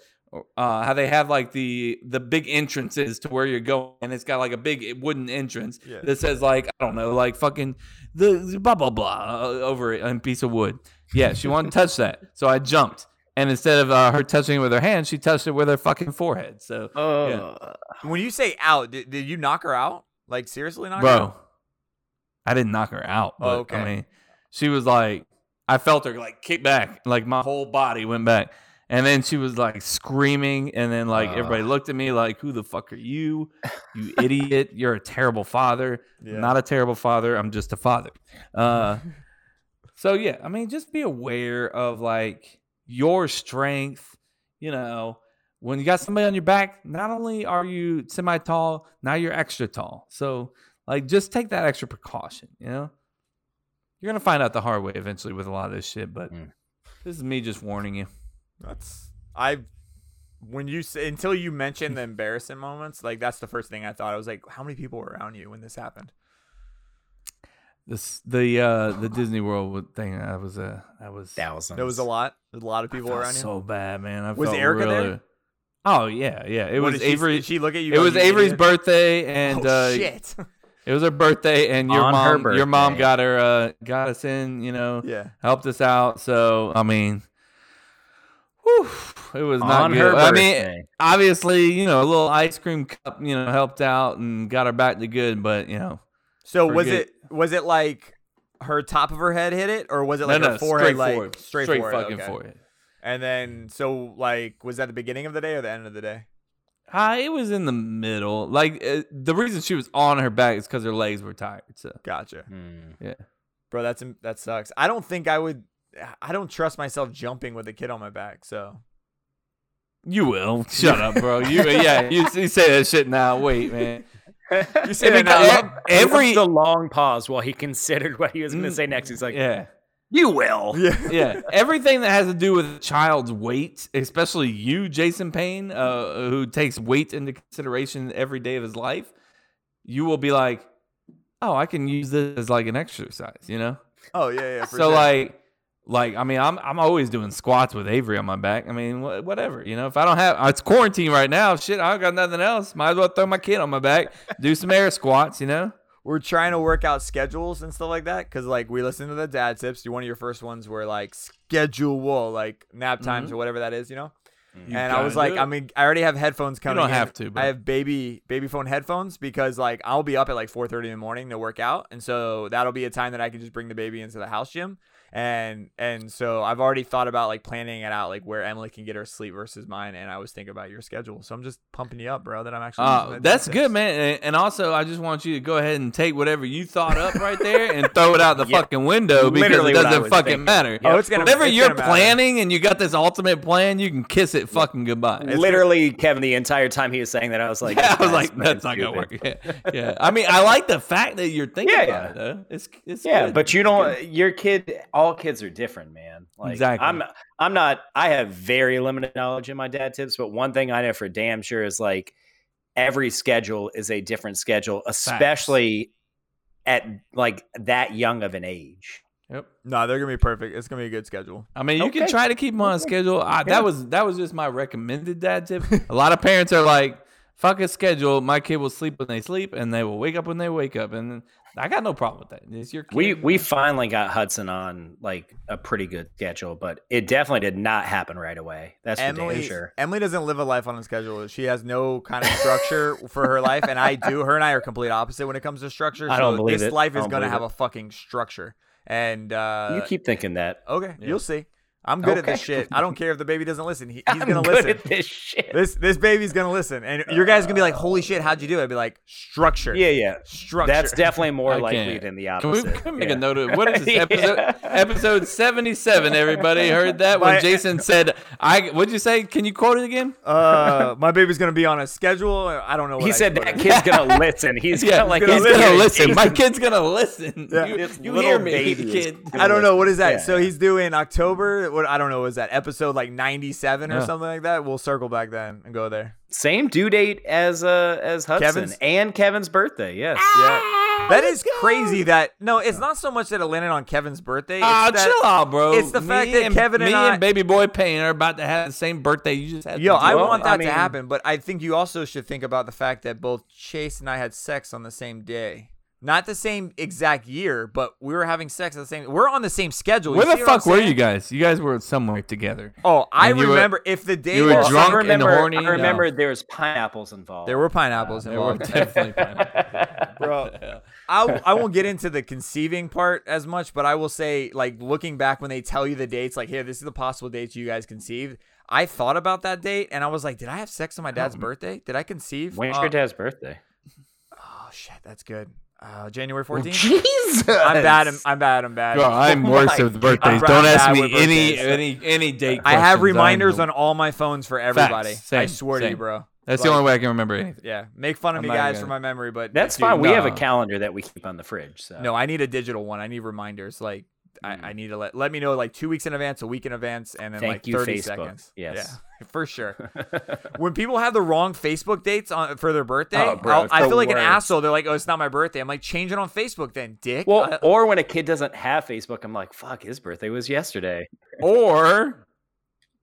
Speaker 3: uh, how they have like the the big entrances to where you're going, and it's got like a big wooden entrance
Speaker 16: Yeah.
Speaker 3: that says like I don't know, like fucking the, the blah blah blah uh, over it on a piece of wood. Yeah, she wanted to touch that, so I jumped, and instead of uh, her touching it with her hand, she touched it with her fucking forehead. So, yeah.
Speaker 4: When you say out, did, did you knock her out? Like seriously, knock her
Speaker 3: bro,
Speaker 4: out?
Speaker 3: I didn't knock her out, but
Speaker 4: Oh, okay.
Speaker 3: I mean, she was like, I felt her like kick back, like my whole body went back. And then she was like screaming, and then like everybody looked at me like, "Who the fuck are you? You idiot! You're a terrible father.
Speaker 16: Yeah.
Speaker 3: Not a terrible father. I'm just a father." Uh, so yeah, I mean, just be aware of like your strength. You know, when you got somebody on your back, not only are you semi tall, now you're extra tall. So like, just take that extra precaution. You know, you're gonna find out the hard way eventually with a lot of this shit. But this is me just warning you.
Speaker 4: That's I. When you say, until you mentioned the embarrassing moments, like that's the first thing I thought. I was like, how many people were around you when this happened?
Speaker 3: This the uh the Disney World wa- thing. I was uh I was
Speaker 4: There was a lot. There was a lot of people
Speaker 3: felt
Speaker 4: around you.
Speaker 3: so bad, man. I
Speaker 4: was
Speaker 3: felt
Speaker 4: Erica
Speaker 3: really-
Speaker 4: there?
Speaker 3: Oh yeah, yeah. It
Speaker 4: What
Speaker 3: was
Speaker 4: did she-
Speaker 3: Avery.
Speaker 4: did she look at you
Speaker 3: It
Speaker 4: like,
Speaker 3: was
Speaker 4: "You
Speaker 3: Avery's
Speaker 4: idiot"?
Speaker 3: birthday, and
Speaker 4: Oh,
Speaker 3: uh,
Speaker 4: shit.
Speaker 3: It was her birthday, and your
Speaker 4: On her
Speaker 3: mom, your mom
Speaker 4: birthday.
Speaker 3: got her, uh, got us in. You know,
Speaker 4: Yeah.
Speaker 3: helped us out. So I mean, whew, it was not
Speaker 11: On
Speaker 3: good.
Speaker 11: her
Speaker 3: I
Speaker 11: birthday.
Speaker 3: mean, obviously, you know, a little ice cream cup, you know, helped out and got her back to good. But you know,
Speaker 4: So was
Speaker 3: forget-
Speaker 4: it was it like her top of her head hit it, or was it like
Speaker 3: No,
Speaker 4: her
Speaker 3: no,
Speaker 4: forehead
Speaker 3: straight
Speaker 4: like
Speaker 3: forward.
Speaker 4: straight,
Speaker 3: Straight
Speaker 4: forward,
Speaker 3: fucking
Speaker 4: okay.
Speaker 3: forward.
Speaker 4: And then so like was that the beginning of the day or the end of the day?
Speaker 3: Uh, it was in the middle. Like uh, the reason she was on her back is because her legs were tired. So
Speaker 4: gotcha.
Speaker 3: Yeah.
Speaker 4: Bro, that's that sucks. I don't think I would. I don't trust myself jumping with a kid on my back. So
Speaker 3: You will shut up, bro. You yeah. You, you say that shit now. Wait, man.
Speaker 4: You
Speaker 3: say that now. Every-
Speaker 1: the long pause while he considered what he was going to say next. He's like,
Speaker 3: yeah.
Speaker 1: you will."
Speaker 4: Yeah,
Speaker 3: yeah. Everything that has to do with a child's weight, especially you, Jason Payne, uh, who takes weight into consideration every day of his life, you will be like, "Oh, I can use this as like an exercise," you know.
Speaker 4: Oh yeah, yeah. For
Speaker 3: so
Speaker 4: sure.
Speaker 3: like like i mean i'm i'm always doing squats with avery on my back i mean wha- whatever you know if i don't have it's quarantine right now shit i don't got nothing else might as well throw my kid on my back do some air squats you know
Speaker 4: we're trying to work out schedules and stuff like that because like we listen to the dad tips. One of your first ones were like schedule like nap times
Speaker 3: Mhm.
Speaker 4: or whatever that is, you know.
Speaker 3: Mm-hmm. You
Speaker 4: and I was
Speaker 3: gotta
Speaker 4: like,
Speaker 3: do
Speaker 4: I
Speaker 3: it.
Speaker 4: mean, I already have headphones coming.
Speaker 3: don't
Speaker 4: in.
Speaker 3: have to, but-
Speaker 4: I have baby baby phone headphones because like I'll be up at like 4:30 in the morning to work out, and so that'll be a time that I can just bring the baby into the house gym. And and so I've already thought about like planning it out, like where Emily can get her sleep versus mine. And I was thinking about your schedule, so I'm just pumping you up, bro. That I'm actually. using
Speaker 3: uh,
Speaker 4: that
Speaker 3: that's
Speaker 4: dad
Speaker 3: good man and, and also i just want you to go ahead and take whatever you thought up right there and throw it out the
Speaker 4: Yeah.
Speaker 3: fucking window because
Speaker 4: Literally
Speaker 3: it
Speaker 4: what I
Speaker 3: doesn't
Speaker 4: was
Speaker 3: fucking
Speaker 4: thinking.
Speaker 3: matter
Speaker 4: Oh, it's gonna-
Speaker 3: whatever
Speaker 4: it's
Speaker 3: you're
Speaker 4: gonna matter.
Speaker 3: planning and you got this ultimate plan you can kiss it fucking goodbye
Speaker 1: Literally, Kevin, the entire time he was saying that, I was like,
Speaker 3: I was like, that's not gonna work. yeah i mean i like the fact that you're thinking
Speaker 1: Yeah,
Speaker 3: about
Speaker 1: yeah.
Speaker 3: it though it's it's
Speaker 1: yeah,
Speaker 3: good.
Speaker 1: but you don't.
Speaker 3: Good.
Speaker 1: Your kid, all kids are different, man. Like,
Speaker 3: Exactly.
Speaker 1: I'm, I'm not. I have very limited knowledge in my dad tips, but one thing I know for damn sure is like every schedule is a different schedule, especially at like that young of an age.
Speaker 3: Yep.
Speaker 4: No, they're gonna be perfect. It's gonna be a good schedule.
Speaker 3: I mean, you can
Speaker 4: Okay.
Speaker 3: try to keep them on schedule. I,
Speaker 4: Yeah.
Speaker 3: That was that was just my recommended dad tip. a lot of parents are like, "Fuck a schedule. My kid will sleep when they sleep, and they will wake up when they wake up." And I got no problem with that. It's your kid.
Speaker 1: We we finally got Hudson on like a pretty good schedule, but it definitely did not happen right away. That's for
Speaker 4: Emily.
Speaker 1: damn sure.
Speaker 4: Emily doesn't live a life on a schedule. She has no kind of structure for her life, and I do. Her and I are complete opposite when it comes to structure.
Speaker 1: I don't
Speaker 4: so
Speaker 1: believe
Speaker 4: this
Speaker 1: it.
Speaker 4: life
Speaker 1: I
Speaker 4: is
Speaker 1: don't
Speaker 4: gonna
Speaker 1: believe
Speaker 4: have
Speaker 1: it.
Speaker 4: a fucking structure. And uh,
Speaker 1: you keep thinking that.
Speaker 4: Okay, you'll see. I'm good at this
Speaker 1: Okay.
Speaker 4: shit. I don't care if the baby doesn't listen. He, he's
Speaker 1: I'm
Speaker 4: gonna
Speaker 1: good
Speaker 4: listen.
Speaker 1: at this shit.
Speaker 4: This this baby's gonna listen, and your guys gonna be like, "Holy shit, how'd you do it?" I'd be like, "Structure."
Speaker 1: Yeah, yeah.
Speaker 4: Structure.
Speaker 1: That's definitely more
Speaker 3: I
Speaker 1: likely
Speaker 3: can't.
Speaker 1: than the
Speaker 3: Can we-
Speaker 1: opposite.
Speaker 3: can we make
Speaker 1: Yeah.
Speaker 3: a note of what is this
Speaker 1: Yeah.
Speaker 3: episode? Episode seventy-seven. Everybody heard that
Speaker 4: My-
Speaker 3: when Jason said, "I." What'd you say? Can you quote it again?
Speaker 4: Uh, my baby's gonna be on a schedule. I don't know. What
Speaker 1: He
Speaker 4: I
Speaker 1: said
Speaker 4: quoted.
Speaker 1: that kid's gonna listen. He's
Speaker 3: yeah,
Speaker 1: gonna like
Speaker 3: he's
Speaker 1: he's
Speaker 3: gonna
Speaker 1: gonna
Speaker 3: listen.
Speaker 1: taste
Speaker 3: My
Speaker 1: it.
Speaker 3: kid's gonna listen.
Speaker 4: Yeah.
Speaker 3: You,
Speaker 4: This
Speaker 3: you
Speaker 1: little
Speaker 3: hear me,
Speaker 1: baby is
Speaker 3: kid?
Speaker 4: I don't know what is that.
Speaker 1: Yeah.
Speaker 4: So he's doing October. What I don't know is that episode like ninety seven or
Speaker 1: Yeah.
Speaker 4: something like that. We'll circle back then and go there.
Speaker 1: Same due date as uh as Hudson
Speaker 4: Kevin's-
Speaker 1: and Kevin's birthday. Yes.
Speaker 4: Yeah.
Speaker 1: Oh
Speaker 4: That is crazy. That no, it's not so much that it landed on Kevin's birthday. it's
Speaker 3: Ah,
Speaker 4: that-
Speaker 3: chill out, bro.
Speaker 4: It's the
Speaker 3: Me
Speaker 4: fact that
Speaker 3: and-
Speaker 4: Kevin and
Speaker 3: me
Speaker 4: I,
Speaker 3: and baby boy Payne are about to have the same birthday. You just had.
Speaker 4: Yo,
Speaker 3: to
Speaker 4: I
Speaker 3: do it.
Speaker 4: want that
Speaker 3: Uh, mean,
Speaker 4: to happen, but I think you also should think about the fact that both Chase and I had sex on the same day. Not the same exact year, but we were having sex at the same. We're on the same schedule. You
Speaker 3: Where the
Speaker 4: see what I'm
Speaker 3: fuck were
Speaker 4: saying?
Speaker 3: you guys? You guys were somewhere together.
Speaker 4: Oh, I
Speaker 3: And you were-
Speaker 4: remember if the Oh. day
Speaker 3: you were
Speaker 4: was-
Speaker 3: drunk
Speaker 1: I remember,
Speaker 3: and horny.
Speaker 1: I remember there was pineapples involved.
Speaker 4: There were pineapples
Speaker 1: Uh,
Speaker 4: involved.
Speaker 3: definitely
Speaker 4: Bro, I, I won't get into the conceiving part as much, but I will say, like, looking back when they tell you the dates, like, here, this is the possible dates you guys conceived. I thought about that date and I was like, did I have sex on my dad's birthday? Did I conceive?
Speaker 1: When's
Speaker 4: Uh,
Speaker 1: your dad's birthday?
Speaker 4: Oh, shit, that's good. Uh, January 14th?
Speaker 1: Jesus!
Speaker 4: I'm bad. I'm, I'm bad. I'm bad.
Speaker 3: Bro, I'm
Speaker 4: Oh
Speaker 3: worse
Speaker 4: my
Speaker 3: with
Speaker 4: God.
Speaker 3: birthdays.
Speaker 4: Bro,
Speaker 3: Don't
Speaker 4: I'm
Speaker 3: ask
Speaker 4: bad
Speaker 3: me
Speaker 4: with
Speaker 3: any-
Speaker 4: birthdays.
Speaker 3: any- any date
Speaker 4: I
Speaker 3: questions.
Speaker 4: have
Speaker 3: I'm
Speaker 4: reminders
Speaker 3: the-
Speaker 4: on all my phones for everybody.
Speaker 3: Facts. Same,
Speaker 4: I swear to you,
Speaker 3: same.
Speaker 4: bro.
Speaker 3: That's the
Speaker 4: Like,
Speaker 3: only way I can remember anything.
Speaker 4: Yeah, make fun of
Speaker 3: I'm
Speaker 4: me,
Speaker 3: not
Speaker 4: guys,
Speaker 3: gonna-
Speaker 4: for my memory, but
Speaker 1: That's
Speaker 4: dude,
Speaker 1: fine. We have a
Speaker 3: nah.
Speaker 1: calendar that we keep on the fridge. So
Speaker 4: No, I need a digital one. I need reminders. Like I, I need to let let me know like two weeks in advance, a week in advance, and then
Speaker 1: Mm. Thank
Speaker 4: like
Speaker 1: you,
Speaker 4: thirty
Speaker 1: Facebook.
Speaker 4: seconds.
Speaker 1: Yes.
Speaker 4: Yeah, for sure. when people have the wrong Facebook dates on for their birthday,
Speaker 1: Oh, bro,
Speaker 4: I'll-
Speaker 1: it's
Speaker 4: I
Speaker 1: the
Speaker 4: feel like an
Speaker 1: worst.
Speaker 4: asshole. They're like, "Oh, it's not my birthday." I'm like, "Change it on Facebook, then, dick."
Speaker 1: Well,
Speaker 4: I-
Speaker 1: or when a kid doesn't have Facebook, I'm like, fuck, his birthday was yesterday.
Speaker 3: Or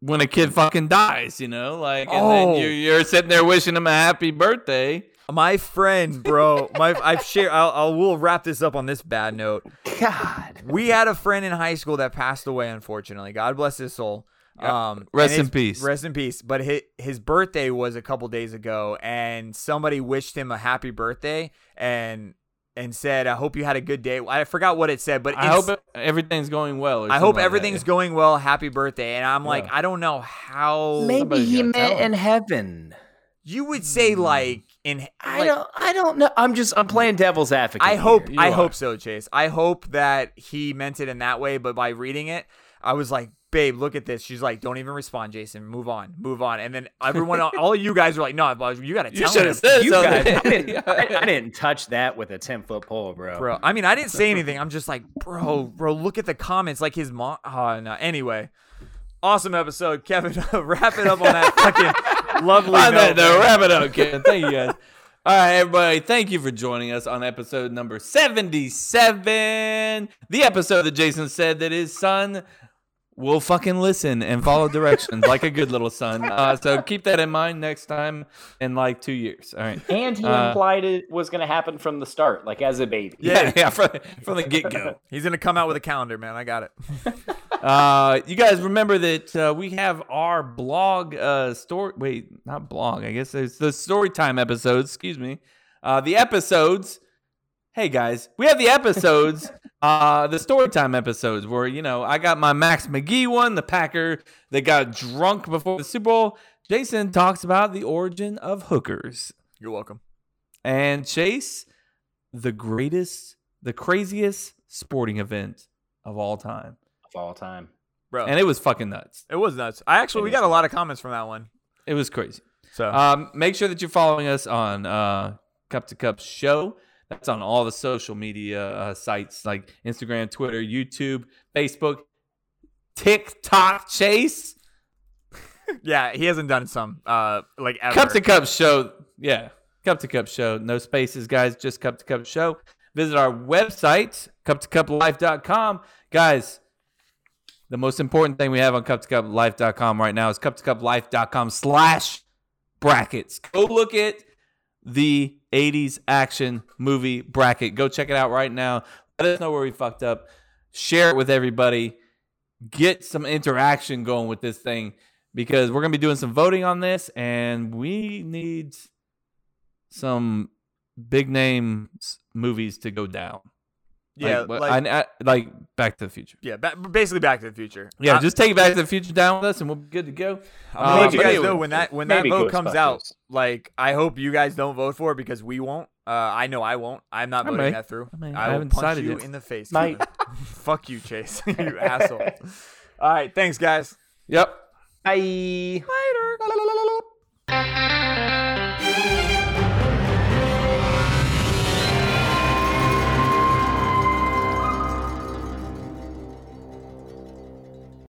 Speaker 3: when a kid fucking dies, you know, like, and
Speaker 4: Oh.
Speaker 3: then you, you're sitting there wishing him a happy birthday.
Speaker 4: My friend, bro, my I've shared. I'll, I'll we'll wrap this up on this bad note.
Speaker 1: God,
Speaker 4: we had a friend in high school that passed away. Unfortunately, God bless his soul. Um,
Speaker 3: Rest
Speaker 4: and
Speaker 3: in
Speaker 4: his-
Speaker 3: peace.
Speaker 4: Rest in peace. But his, his birthday was a couple days ago, and somebody wished him a happy birthday and and said, "I hope you had a good day." I forgot what it said, but
Speaker 3: I
Speaker 4: Oh, it's-
Speaker 3: hope everything's going well. Or
Speaker 4: I hope
Speaker 3: something like that,
Speaker 4: everything's
Speaker 3: yeah.
Speaker 4: going well. Happy birthday! And I'm like,
Speaker 3: Yeah.
Speaker 4: I don't know how.
Speaker 1: Maybe he meant in heaven.
Speaker 4: you would
Speaker 3: Mm.
Speaker 4: say like in.
Speaker 1: I don't. I don't know. I'm just. I'm playing devil's advocate.
Speaker 4: I hope
Speaker 1: here.
Speaker 4: I hope so, Chase. I hope that he meant it in that way, but by reading it, I was like, babe, look at this. She's like, don't even respond, Jason. Move on. Move on. And then everyone all you guys were like, no, but you gotta tell him.
Speaker 1: You guys, I, didn't, I, I didn't touch that with a ten foot pole, bro.
Speaker 4: Bro, I mean, I didn't say anything. I'm just like, bro, bro, look at the comments. Like his mom. Oh, no. Anyway, awesome episode, Kevin. wrap it up on that fucking lovely
Speaker 3: On that
Speaker 4: note.
Speaker 3: note, wrap
Speaker 4: man.
Speaker 3: it up, Kevin. Thank you guys. All right, everybody. Thank you for joining us on episode number 77. The episode that Jason said that his son will fucking listen and follow directions like a good little son. Uh, so keep that in mind next time in like two years. All right.
Speaker 1: And he
Speaker 3: Uh,
Speaker 1: implied it was going to happen from the start, like as a baby.
Speaker 3: Yeah, yeah, from, from the get go.
Speaker 4: He's gonna come out with a calendar, man. I got it.
Speaker 3: Uh, you guys remember that uh, we have our blog uh, story. Wait, not blog. I guess it's the story time episodes. Excuse me. Uh, the episodes. Hey guys, we have the episodes. uh, the story time episodes where you know I got my Max McGee one, the Packer that got drunk before the Super Bowl. Jason talks about the origin of hookers
Speaker 4: You're welcome.
Speaker 3: and Chase, the greatest, the craziest sporting event of all time.
Speaker 1: Of all time.
Speaker 4: Bro.
Speaker 3: And it was fucking nuts.
Speaker 4: It was nuts. I actually
Speaker 3: It
Speaker 4: we
Speaker 3: is
Speaker 4: got a lot of comments from that one.
Speaker 3: It was crazy.
Speaker 4: So
Speaker 3: um, make sure that you're following us on uh, Cup to Cup Show. That's on all the social media uh, sites like Instagram, Twitter, YouTube, Facebook, TikTok. Chase
Speaker 4: Yeah, he hasn't done some uh like ever.
Speaker 3: Cup to Cup Show. Yeah, Cup to Cup Show. No spaces, guys. Just Cup to Cup Show. Visit our website, cuptocuplife.com. Guys, the most important thing we have on cuptocuplife.com right now is cuptocuplife.com slash brackets. Go look at the 80s action movie bracket. Go check it out right now. Let us know where we fucked up. Share it with everybody. Get some interaction going with this thing because we're going to be doing some voting on this and we need some big name s- movies to go down.
Speaker 4: Yeah,
Speaker 3: Like, what-
Speaker 4: like-
Speaker 3: I- I- like Back to the Future.
Speaker 4: Yeah, ba- basically Back to the Future.
Speaker 3: Yeah,
Speaker 4: Uh,
Speaker 3: just take Back to the Future down with us, and we'll be good to go.
Speaker 4: I'll
Speaker 3: Um,
Speaker 4: let you
Speaker 3: but
Speaker 4: guys
Speaker 3: anyway.
Speaker 4: know when that when that
Speaker 3: Maybe
Speaker 4: vote comes
Speaker 3: Ghostbusters.
Speaker 4: out. Like, I hope you guys don't vote for it because we won't. Uh, I know I won't. I'm not
Speaker 3: I
Speaker 4: voting
Speaker 3: may.
Speaker 4: that through.
Speaker 3: I may.
Speaker 4: will
Speaker 3: I haven't
Speaker 4: punch
Speaker 3: decided
Speaker 4: you
Speaker 3: yet.
Speaker 4: in the face.
Speaker 3: Might.
Speaker 4: Kevin. Fuck you, Chase. you asshole. All right, thanks, guys.
Speaker 3: Yep.
Speaker 1: Bye.